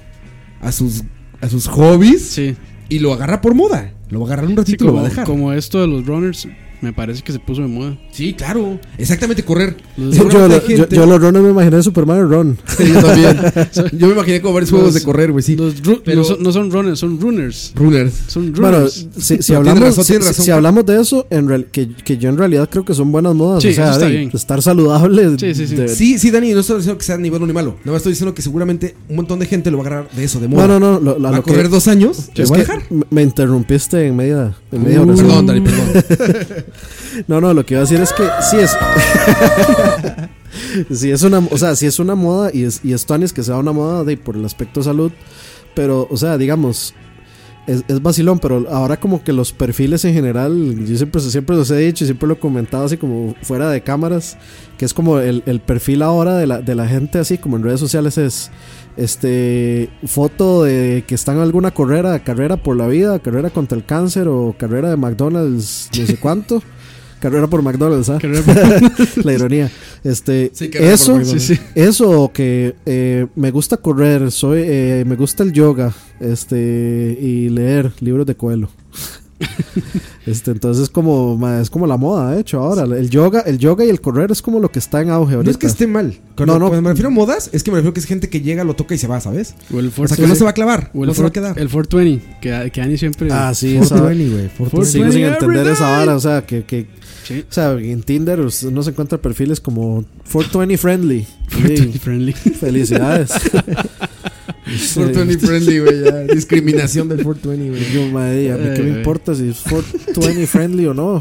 Speaker 3: a sus, a sus hobbies
Speaker 4: Sí.
Speaker 3: y lo agarra por moda. Lo va a agarrar un
Speaker 4: Sí,
Speaker 3: ratito y lo va a
Speaker 4: como,
Speaker 3: dejar.
Speaker 4: como esto de los runners, me parece que se puso de moda.
Speaker 3: Sí, claro. Exactamente, correr.
Speaker 5: Yo, yo,
Speaker 3: Seguramente Pues hay
Speaker 5: yo,
Speaker 3: gente-
Speaker 5: yo los runners me imaginé Super Mario Run.
Speaker 3: Sí, yo también. Yo me imaginé como varios juegos
Speaker 4: Los-
Speaker 3: de correr, güey, sí.
Speaker 4: Los ru-
Speaker 3: Pero-
Speaker 4: no, son, no son runners, son runners.
Speaker 3: Runners.
Speaker 4: Son
Speaker 5: Bueno,
Speaker 4: runners.
Speaker 5: si, si
Speaker 3: No,
Speaker 5: hablamos,
Speaker 3: tiene razón,
Speaker 5: si-
Speaker 3: tiene
Speaker 5: si-
Speaker 3: razón.
Speaker 5: si hablamos de eso, en real- que, que yo en realidad creo que son buenas modas.
Speaker 4: Sí,
Speaker 5: o sea,
Speaker 4: eso está
Speaker 5: de-
Speaker 4: bien.
Speaker 5: estar saludable.
Speaker 4: Sí, sí, sí.
Speaker 5: de-
Speaker 3: Sí, sí, Dani, no estoy diciendo que sea ni bueno ni malo. No, estoy diciendo que seguramente un montón de gente lo va a agarrar de eso, de moda.
Speaker 5: No, no, no. lo- lo- a
Speaker 3: va a
Speaker 5: lo que-
Speaker 3: correr dos años, lo
Speaker 5: es
Speaker 3: va a Mm,
Speaker 5: que
Speaker 3: dejar.
Speaker 5: me- me interrumpiste en media, en media oración.
Speaker 3: Perdón, Dani, perdón.
Speaker 5: No, no, lo que iba a decir es que sí es. sí es una, o sea, sí es una moda y es y esto es que sea una moda de por el aspecto salud, pero o sea, digamos es, es vacilón, pero ahora como que los perfiles en general, yo siempre, siempre los he dicho y siempre lo he comentado así como fuera de cámaras, que es como el, el perfil ahora de la, de la gente así como en redes sociales es este foto de que están en alguna carrera, carrera por la vida, carrera contra el cáncer o carrera de McDonald's, no sé cuánto. Carrera por McDonald's, ¿ah?
Speaker 4: Carrera por-
Speaker 5: la ironía. Este,
Speaker 3: Sí, carrera por
Speaker 5: eso,
Speaker 3: McDonald's.
Speaker 4: Sí, sí.
Speaker 5: eso o que eh, me gusta correr, soy, eh, me gusta el yoga, este, y leer libros de Coelho. este, entonces es como, ma, es como la moda, de hecho, ahora el yoga, el yoga y el correr es como lo que está en auge ahorita.
Speaker 3: No es que esté mal. Cuando,
Speaker 5: No, no.
Speaker 3: cuando me refiero a modas, es que me refiero que es gente que llega, lo toca y se va, ¿sabes?
Speaker 4: O el
Speaker 3: O sea, que no
Speaker 4: 420.
Speaker 3: se va a clavar,
Speaker 4: O
Speaker 3: no se va a
Speaker 4: Fort-
Speaker 3: quedar.
Speaker 4: El 420, que, que Ani siempre.
Speaker 5: Ah, sí, esa-
Speaker 3: 420, güey. 420.
Speaker 5: sigo sin
Speaker 4: 420
Speaker 5: entender
Speaker 4: every
Speaker 5: esa
Speaker 4: day.
Speaker 5: vara, o sea, que, que
Speaker 4: Sí.
Speaker 5: o sea, en Tinder usted no se encuentra perfiles como 420 friendly. Sí,
Speaker 4: 420 friendly.
Speaker 5: felicidades.
Speaker 3: 420 friendly, güey. ya. Discriminación del 420, güey.
Speaker 5: Yo, madre, a mí qué
Speaker 4: Ay,
Speaker 5: me
Speaker 4: güey.
Speaker 5: importa si es 420 friendly o no. O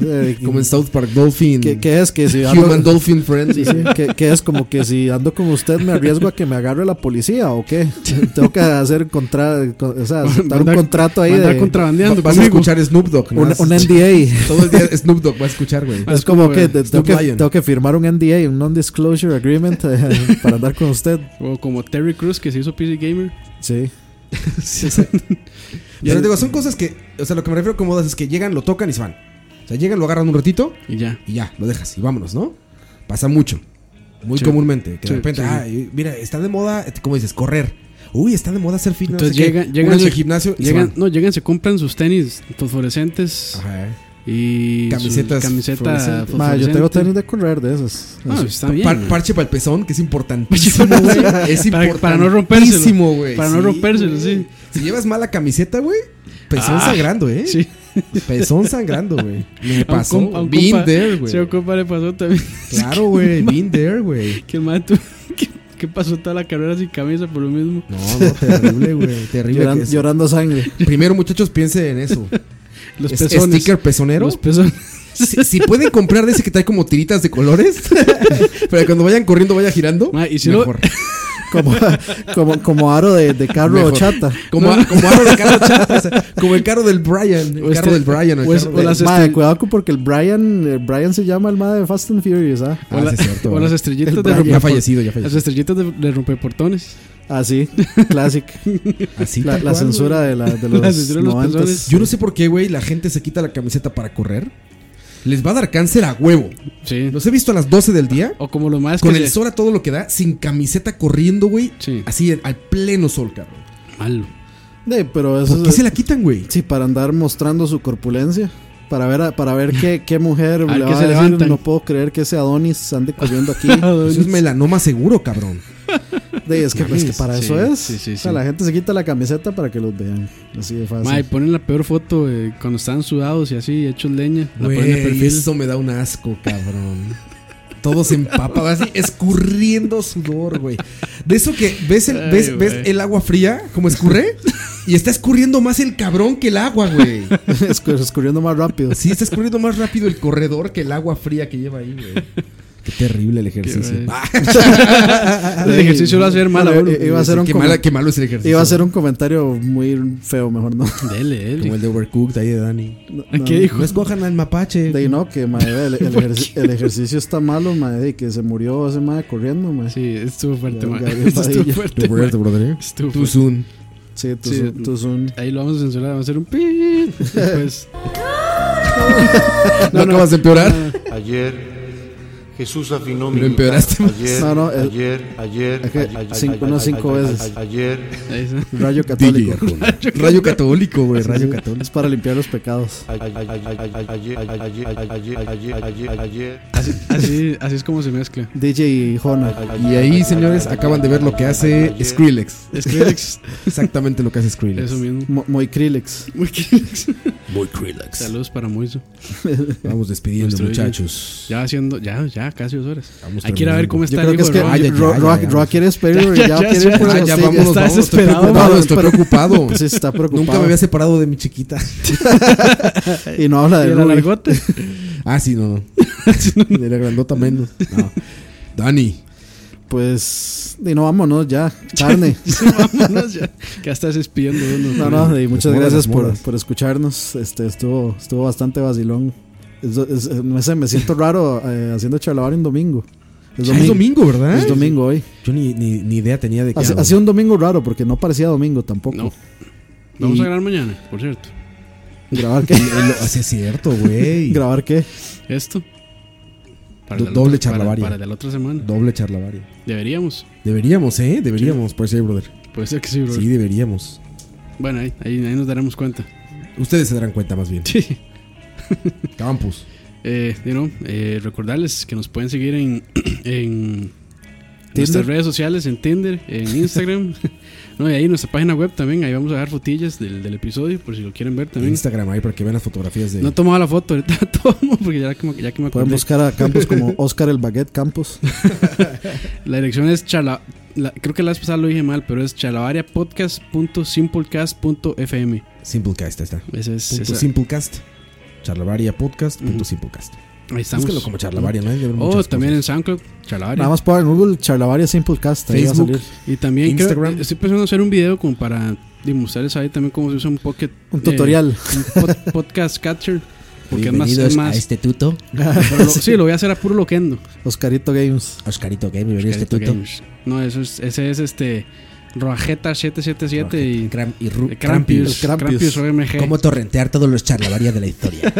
Speaker 5: sea,
Speaker 3: Como en South Park Dolphin.
Speaker 5: ¿qué, qué es? Que si
Speaker 3: Human
Speaker 5: ando,
Speaker 3: Dolphin Friendly.
Speaker 5: sí, sí, ¿qué- qué es como que si ando con usted me arriesgo a que me agarre la policía o qué? Tengo que hacer contra, con- o sea, aceptar un
Speaker 4: Mandar-
Speaker 5: contrato ahí
Speaker 4: mandar
Speaker 5: de
Speaker 4: contrabandeando.
Speaker 3: Vas a
Speaker 4: conmigo.
Speaker 3: escuchar Snoop Dogg. ¿no?
Speaker 5: un, un NDA.
Speaker 3: Todo el día Snoop Dogg va a escuchar, güey.
Speaker 4: Ah,
Speaker 5: Es como que te- tengo,
Speaker 3: Stop
Speaker 5: que
Speaker 3: lying.
Speaker 5: tengo que firmar un NDA, un non-disclosure agreement eh, para andar con usted.
Speaker 4: O como Terry Cruz, que se hizo PC Gamer.
Speaker 5: Sí.
Speaker 3: Pero digo, son cosas que, o sea, lo que me refiero con modas es que llegan, lo tocan y se van. O sea, llegan, lo agarran un ratito
Speaker 4: Y ya.
Speaker 3: y ya, lo dejas y vámonos, ¿no? Pasa mucho. Muy
Speaker 4: Sí.
Speaker 3: comúnmente. Que de
Speaker 4: Sí,
Speaker 3: repente,
Speaker 4: sí, sí.
Speaker 3: ah, y- mira, está de moda, eh, ¿cómo dices? Correr. Uy, está de moda hacer fitness. no
Speaker 4: Entonces
Speaker 3: sé qué.
Speaker 4: llegan, llegan,
Speaker 3: Únanse al gimnasio y se
Speaker 4: llegan,
Speaker 3: van.
Speaker 4: no, llegan, se compran sus tenis fosforescentes
Speaker 3: Ajá.
Speaker 4: y sus
Speaker 3: Camisetas
Speaker 4: camiseta
Speaker 3: fluorescentes.
Speaker 5: Ma, yo
Speaker 4: fosforescente.
Speaker 5: tengo tenis de correr de esas.
Speaker 4: Ah, está bien.
Speaker 3: Par- parche para el pezón, que es importantísimo,
Speaker 4: Parche
Speaker 3: güey.
Speaker 4: pa'l pezón.
Speaker 3: Es
Speaker 4: Para-
Speaker 3: importantísimo,
Speaker 4: para no rompérselo.
Speaker 3: güey.
Speaker 4: Para no rompérselo,
Speaker 3: güey.
Speaker 4: sí.
Speaker 3: Si llevas mala camiseta, güey, pezón
Speaker 4: Ah,
Speaker 3: sangrando, ¿eh?
Speaker 4: Sí.
Speaker 3: Pezón sangrando, güey. Me
Speaker 4: A un
Speaker 3: pasó.
Speaker 4: compa- a un
Speaker 3: Been
Speaker 4: compa-
Speaker 3: there, güey.
Speaker 4: Sí, a un compa le pasó también.
Speaker 3: Claro, güey. Been there, güey.
Speaker 4: Que el mae tuvo- que, que pasó toda la carrera sin camisa por lo mismo.
Speaker 3: No, no, terrible, güey. Terrible.
Speaker 5: Lloran-
Speaker 3: que es.
Speaker 5: llorando sangre.
Speaker 3: Primero, muchachos, piensen en eso.
Speaker 4: Los
Speaker 3: Es-
Speaker 4: pezones.
Speaker 3: Sticker pezonero.
Speaker 4: Los pezones.
Speaker 3: Si, si pueden comprar de ese que trae como tiritas de colores, para que cuando vayan corriendo vaya girando.
Speaker 4: Ma, y si no-
Speaker 3: mejor.
Speaker 5: Como, como, como aro de, de carro
Speaker 3: Mejor.
Speaker 5: chata.
Speaker 3: Como, a- como aro de carro chata, o sea, como el carro del Brian. El
Speaker 4: O
Speaker 3: carro
Speaker 4: este-
Speaker 3: del Brian. el
Speaker 4: o es-
Speaker 3: carro
Speaker 4: o
Speaker 3: del-
Speaker 4: las
Speaker 5: Madre,
Speaker 4: estrell-
Speaker 5: cuidado con- porque el Brian, el Brian se llama el madre de Fast and Furious, ¿ah?
Speaker 3: Ah, sí, es cierto,
Speaker 4: o
Speaker 3: ¿eh?
Speaker 4: las estrellitas
Speaker 3: El
Speaker 4: de
Speaker 3: Brian
Speaker 4: rompe-
Speaker 3: ya fallecido, ya
Speaker 4: Las
Speaker 3: fallecido.
Speaker 4: estrellitas de, de rompeportones.
Speaker 5: Ah, sí, classic.
Speaker 3: Así
Speaker 5: La,
Speaker 3: tal
Speaker 5: la
Speaker 3: cual,
Speaker 5: censura de, la, de los
Speaker 4: La censura de los
Speaker 5: noventas.
Speaker 4: pezones.
Speaker 3: Yo no sé por qué, güey, la gente se quita la camiseta para correr. Les va a dar cáncer a huevo.
Speaker 4: Sí.
Speaker 3: Los he visto a las 12 del día.
Speaker 4: O como lo más
Speaker 3: con
Speaker 4: que
Speaker 3: el
Speaker 4: se-
Speaker 3: sol a todo lo que da, sin camiseta corriendo, güey.
Speaker 4: Sí.
Speaker 3: Así, al pleno sol, cabrón.
Speaker 4: Malo.
Speaker 5: De, pero eso
Speaker 4: Pues
Speaker 3: ¿Por qué
Speaker 5: es-
Speaker 3: se la quitan, güey?
Speaker 5: Sí, para andar mostrando su corpulencia. Para ver, a- para ver qué, qué mujer
Speaker 4: ver
Speaker 5: le
Speaker 4: qué
Speaker 5: va a
Speaker 4: se
Speaker 5: decir,
Speaker 4: levantan.
Speaker 5: no puedo creer que ese Adonis ande corriendo aquí.
Speaker 3: Eso es melanoma seguro, cabrón.
Speaker 5: De, es, que, es que para
Speaker 4: Sí,
Speaker 5: eso es.
Speaker 4: sí, sí,
Speaker 5: o sea,
Speaker 4: sí.
Speaker 5: la gente se quita la camiseta para que los vean. Así de fácil.
Speaker 4: Mae, ponen la peor foto eh, cuando están sudados y así, hechos leña. La ponen de
Speaker 3: Güey,
Speaker 4: perfil.
Speaker 3: eso me da un asco, cabrón. Todos empapados, así, escurriendo sudor, güey. De eso que ves el,
Speaker 4: Ay,
Speaker 3: ves,
Speaker 4: güey.
Speaker 3: ves el agua fría, como escurre, y está escurriendo más el cabrón que el agua, güey.
Speaker 5: Escu- Escurriendo más rápido.
Speaker 3: Sí, está escurriendo más rápido el corredor que el agua fría que lleva ahí, güey. Qué terrible el ejercicio.
Speaker 4: Qué-
Speaker 3: Ah,
Speaker 4: El ejercicio lo hace ver mal a uno.
Speaker 5: Iba a hacer un
Speaker 3: qué,
Speaker 5: comen-
Speaker 3: mala- qué malo es el ejercicio.
Speaker 5: Iba a hacer un comentario muy feo, mejor no.
Speaker 4: Dele, dele.
Speaker 3: Como el de Overcooked ahí de Dani.
Speaker 5: No,
Speaker 4: ¿Qué
Speaker 5: no,
Speaker 4: dijo?
Speaker 3: No escojan al mapache.
Speaker 5: De ahí no, que mae, el, el ejer- el ejercicio está malo, mae, y que se murió ese mae corriendo, mae.
Speaker 4: Sí,
Speaker 5: Sí,
Speaker 4: estuvo fuerte,
Speaker 5: Ya,
Speaker 4: man.
Speaker 5: Gabriel
Speaker 4: Estuvo
Speaker 5: Padilla.
Speaker 4: fuerte.
Speaker 3: Tu brother, tu brother.
Speaker 4: Estuvo
Speaker 3: Tu
Speaker 4: fuerte.
Speaker 3: Zoom.
Speaker 5: tú,
Speaker 4: Sí.
Speaker 5: son- tú son-
Speaker 4: Ahí lo vamos a censurar, vamos a hacer un Pues, pi. Después.
Speaker 3: No, acabas de empeorar.
Speaker 6: Ayer Jesús afinó mi
Speaker 3: Lo
Speaker 6: guitarra.
Speaker 3: empeoraste más.
Speaker 6: Ayer,
Speaker 5: No, no, el-
Speaker 6: ayer, ayer,
Speaker 5: es que
Speaker 6: ayer,
Speaker 5: cinco- no, cinco veces.
Speaker 6: Ayer,
Speaker 4: Ahí está.
Speaker 5: Rayo
Speaker 3: DJ
Speaker 5: católico.
Speaker 3: Arjona. Rayo católico, güey. Rayo católico.
Speaker 5: Es para limpiar los pecados.
Speaker 6: ayer, ayer, ayer, ayer, ayer, ayer, ayer.
Speaker 4: Así, así es como se mezcla.
Speaker 5: DJ Jona.
Speaker 3: Y ahí, señores, acaban de ver lo que hace Skrillex.
Speaker 4: Es que Alex,
Speaker 3: Exactamente lo que hace Skrillex.
Speaker 4: eso mismo.
Speaker 5: Mo- Moy Krillex.
Speaker 4: Muy Alex.
Speaker 3: Muy Skrillex.
Speaker 4: Saludos para Moiso.
Speaker 3: Vamos despidiendo,
Speaker 4: Nuestro
Speaker 3: muchachos.
Speaker 4: Ya haciendo, ya, ya, casi dos horas.
Speaker 3: Vamos
Speaker 4: Hay que ir a ver cómo
Speaker 5: Yo
Speaker 4: está
Speaker 5: creo
Speaker 4: el
Speaker 5: que
Speaker 4: hijo
Speaker 5: es que
Speaker 4: de
Speaker 3: Roa, ya,
Speaker 4: Ron.
Speaker 5: Roa-
Speaker 3: ya,
Speaker 5: Roa-
Speaker 3: ya,
Speaker 5: Roa
Speaker 3: vamos.
Speaker 5: quiere despedirlo,
Speaker 4: Ya,
Speaker 5: ya
Speaker 4: ya,
Speaker 5: quiere ir por
Speaker 4: ya,
Speaker 5: la
Speaker 3: Ah, ya vámonos,
Speaker 5: silla.
Speaker 4: está
Speaker 3: vámonos. Estoy
Speaker 4: desesperado.
Speaker 3: preocupado, estoy preocupado.
Speaker 5: Sí, está preocupado.
Speaker 3: Nunca me había separado de mi chiquita.
Speaker 5: Y no habla
Speaker 4: Y
Speaker 5: de
Speaker 4: el
Speaker 5: Rui.
Speaker 4: alargote.
Speaker 3: Ah, sí, no, no. De la grandota menos. No. Dani,
Speaker 5: Pues, y no, vámonos ya. Carne.
Speaker 4: Sí, vámonos ya. Que ya estás despidiendo uno.
Speaker 5: No, no, y muchas
Speaker 3: Las moras,
Speaker 5: gracias
Speaker 3: las
Speaker 5: por,
Speaker 3: moras.
Speaker 5: por escucharnos. Este estuvo, estuvo bastante vacilón. Es do- es- no sé, me siento raro eh, haciendo charlabar en domingo. Es
Speaker 3: Ya es domingo, ¿verdad?
Speaker 5: Es domingo hoy.
Speaker 3: Yo ni, ni, ni idea tenía de qué.
Speaker 5: Ha, ha
Speaker 3: hablar.
Speaker 5: sido un domingo raro porque no parecía domingo tampoco.
Speaker 4: No. Vamos
Speaker 5: Y-
Speaker 4: a grabar mañana, por cierto.
Speaker 5: ¿Grabar qué?
Speaker 3: Eh, lo- sí, es cierto, güey.
Speaker 5: ¿Grabar qué?
Speaker 4: Esto.
Speaker 3: Do-
Speaker 4: la
Speaker 3: doble
Speaker 4: otra- para,
Speaker 3: charlavaria.
Speaker 4: para la otra semana.
Speaker 3: Doble charlavaria.
Speaker 4: Deberíamos.
Speaker 3: Deberíamos, ¿eh? Deberíamos, por ser brother.
Speaker 4: Puede ser que sí, bro.
Speaker 3: Sí, deberíamos.
Speaker 4: Bueno, ahí, ahí, ahí nos daremos cuenta.
Speaker 3: Ustedes se darán cuenta más bien.
Speaker 4: Sí.
Speaker 3: Campus.
Speaker 4: Eh, you know, eh, recordarles que nos pueden seguir en, en nuestras redes sociales, en Tinder, en Instagram. no, y ahí nuestra página web también. Ahí vamos a dar fotillas del, del episodio, por si lo quieren ver
Speaker 3: En
Speaker 4: también.
Speaker 3: Instagram ahí para que vean las fotografías de.
Speaker 4: No he tomado la foto, ahorita la tomo, porque ya que, me- ya que me
Speaker 5: Pueden
Speaker 4: acordé.
Speaker 5: buscar a Campos como Oscar el Baguette Campos.
Speaker 4: La dirección es charla. la- creo que la vez pasada lo dije mal, pero es chalavariapodcast.simplecast.fm.
Speaker 3: Simplecast, ahí está.
Speaker 4: Ese es.
Speaker 3: Punto
Speaker 4: esa-
Speaker 3: Simplecast. Charlavaria podcast. Punto Simplecast.
Speaker 4: ahí estamos.
Speaker 3: Búsquenlo como charlavaria, ¿no? Hay de ver
Speaker 4: Oh,
Speaker 3: muchas
Speaker 4: también
Speaker 3: cosas.
Speaker 4: en SoundCloud, charlavaria.
Speaker 5: Nada más pongan Google Charlavaria Simplecast. ahí va a
Speaker 3: Facebook.
Speaker 5: salir.
Speaker 4: Y también Instagram.
Speaker 3: Instagram.
Speaker 4: estoy pensando hacer un video como para demostrarles ahí también cómo se usa un pocket.
Speaker 5: Un
Speaker 4: eh,
Speaker 5: tutorial.
Speaker 4: un pod- podcast catcher. Porque es más, es
Speaker 10: Bienvenidos
Speaker 4: más-
Speaker 10: a este tuto.
Speaker 4: pero lo- sí, lo voy a hacer a puro loquendo.
Speaker 5: Oscarito Games.
Speaker 10: Oscarito Game, bienvenido a este
Speaker 4: Carito
Speaker 10: tuto.
Speaker 4: Games. No, eso es, ese es este. Roajeta777 y.
Speaker 10: Cram y Ru-
Speaker 4: eh, Crampius.
Speaker 5: Crampius. Crampius.
Speaker 4: Crampius OMG.
Speaker 10: Cómo torrentear todos los charlavarias de la historia.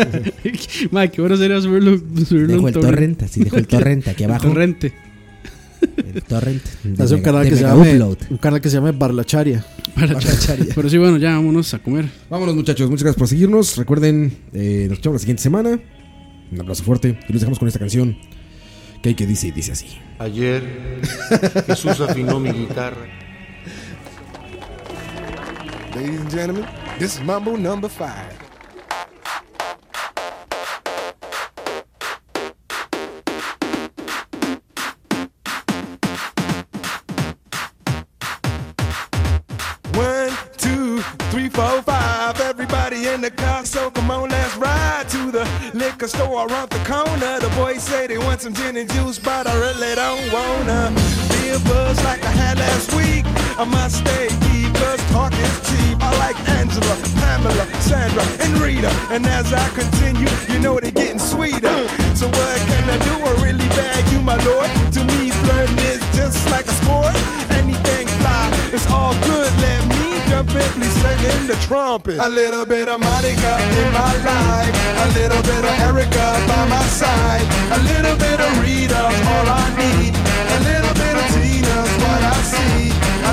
Speaker 4: Madre, qué bueno sería subirlo, subirlo
Speaker 10: Dejo
Speaker 4: en
Speaker 10: el torrent, así dejo el torrent aquí abajo.
Speaker 4: Torrente.
Speaker 10: El torrent. de
Speaker 5: Hace un
Speaker 10: mega-
Speaker 5: canal
Speaker 10: de
Speaker 5: que se
Speaker 10: mega
Speaker 5: llame
Speaker 10: upload.
Speaker 5: un canal que se llama Barlacharia.
Speaker 4: Para
Speaker 3: Barracharia.
Speaker 4: Pero sí, bueno, ya vámonos a comer.
Speaker 3: Vámonos, muchachos. Muchas gracias por seguirnos. Recuerden, eh, nos escuchamos la siguiente semana. Un abrazo fuerte. Y los dejamos con esta canción. Que hay que dice y dice así.
Speaker 6: Ayer Jesús afinó mi guitarra.
Speaker 8: Ladies and gentlemen, this is Mambo number five. One, two, three, four, five. Everybody in the car, so come on, let's ride to the liquor store around the corner. The boys say they want some gin and juice, but I really don't wanna be a buzz like I had last week. I must stay deep, cause talk is cheap. I like Angela, Pamela, Sandra, and Rita. And as I continue, you know they're getting sweeter. So what can I do? I really bag you, my lord. To me, flirting is just like a sport. Anything fly, it's all good. Let me jump in, please sing in the trumpet. A little bit of Monica in my life. A little bit of Erica by my side. A little bit of Rita's all I need. A little bit of Tina's what I see. A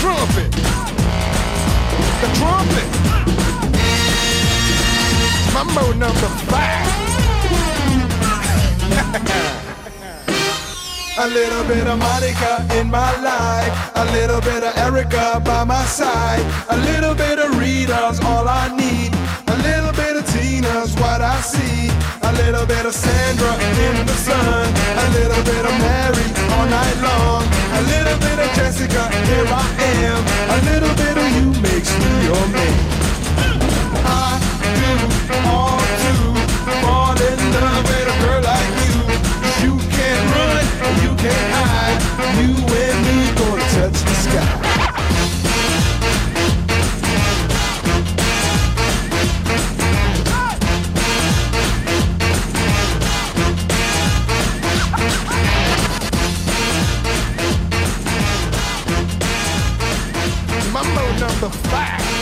Speaker 8: Trumpet. The trumpet. Mambo number five. A little bit of Monica in my life. A little bit of Erica by my side. A little bit of Rita's all I need. A little bit of Tina's what I see. A little bit of Sandra in the sun. A little bit of Mary all night long. A little bit of Jessica, here I am. A little bit of you makes me your man. I do all to fall in love with a girl like you. You can't run, you can't hide. You and me gonna touch the sky. Mambo number five.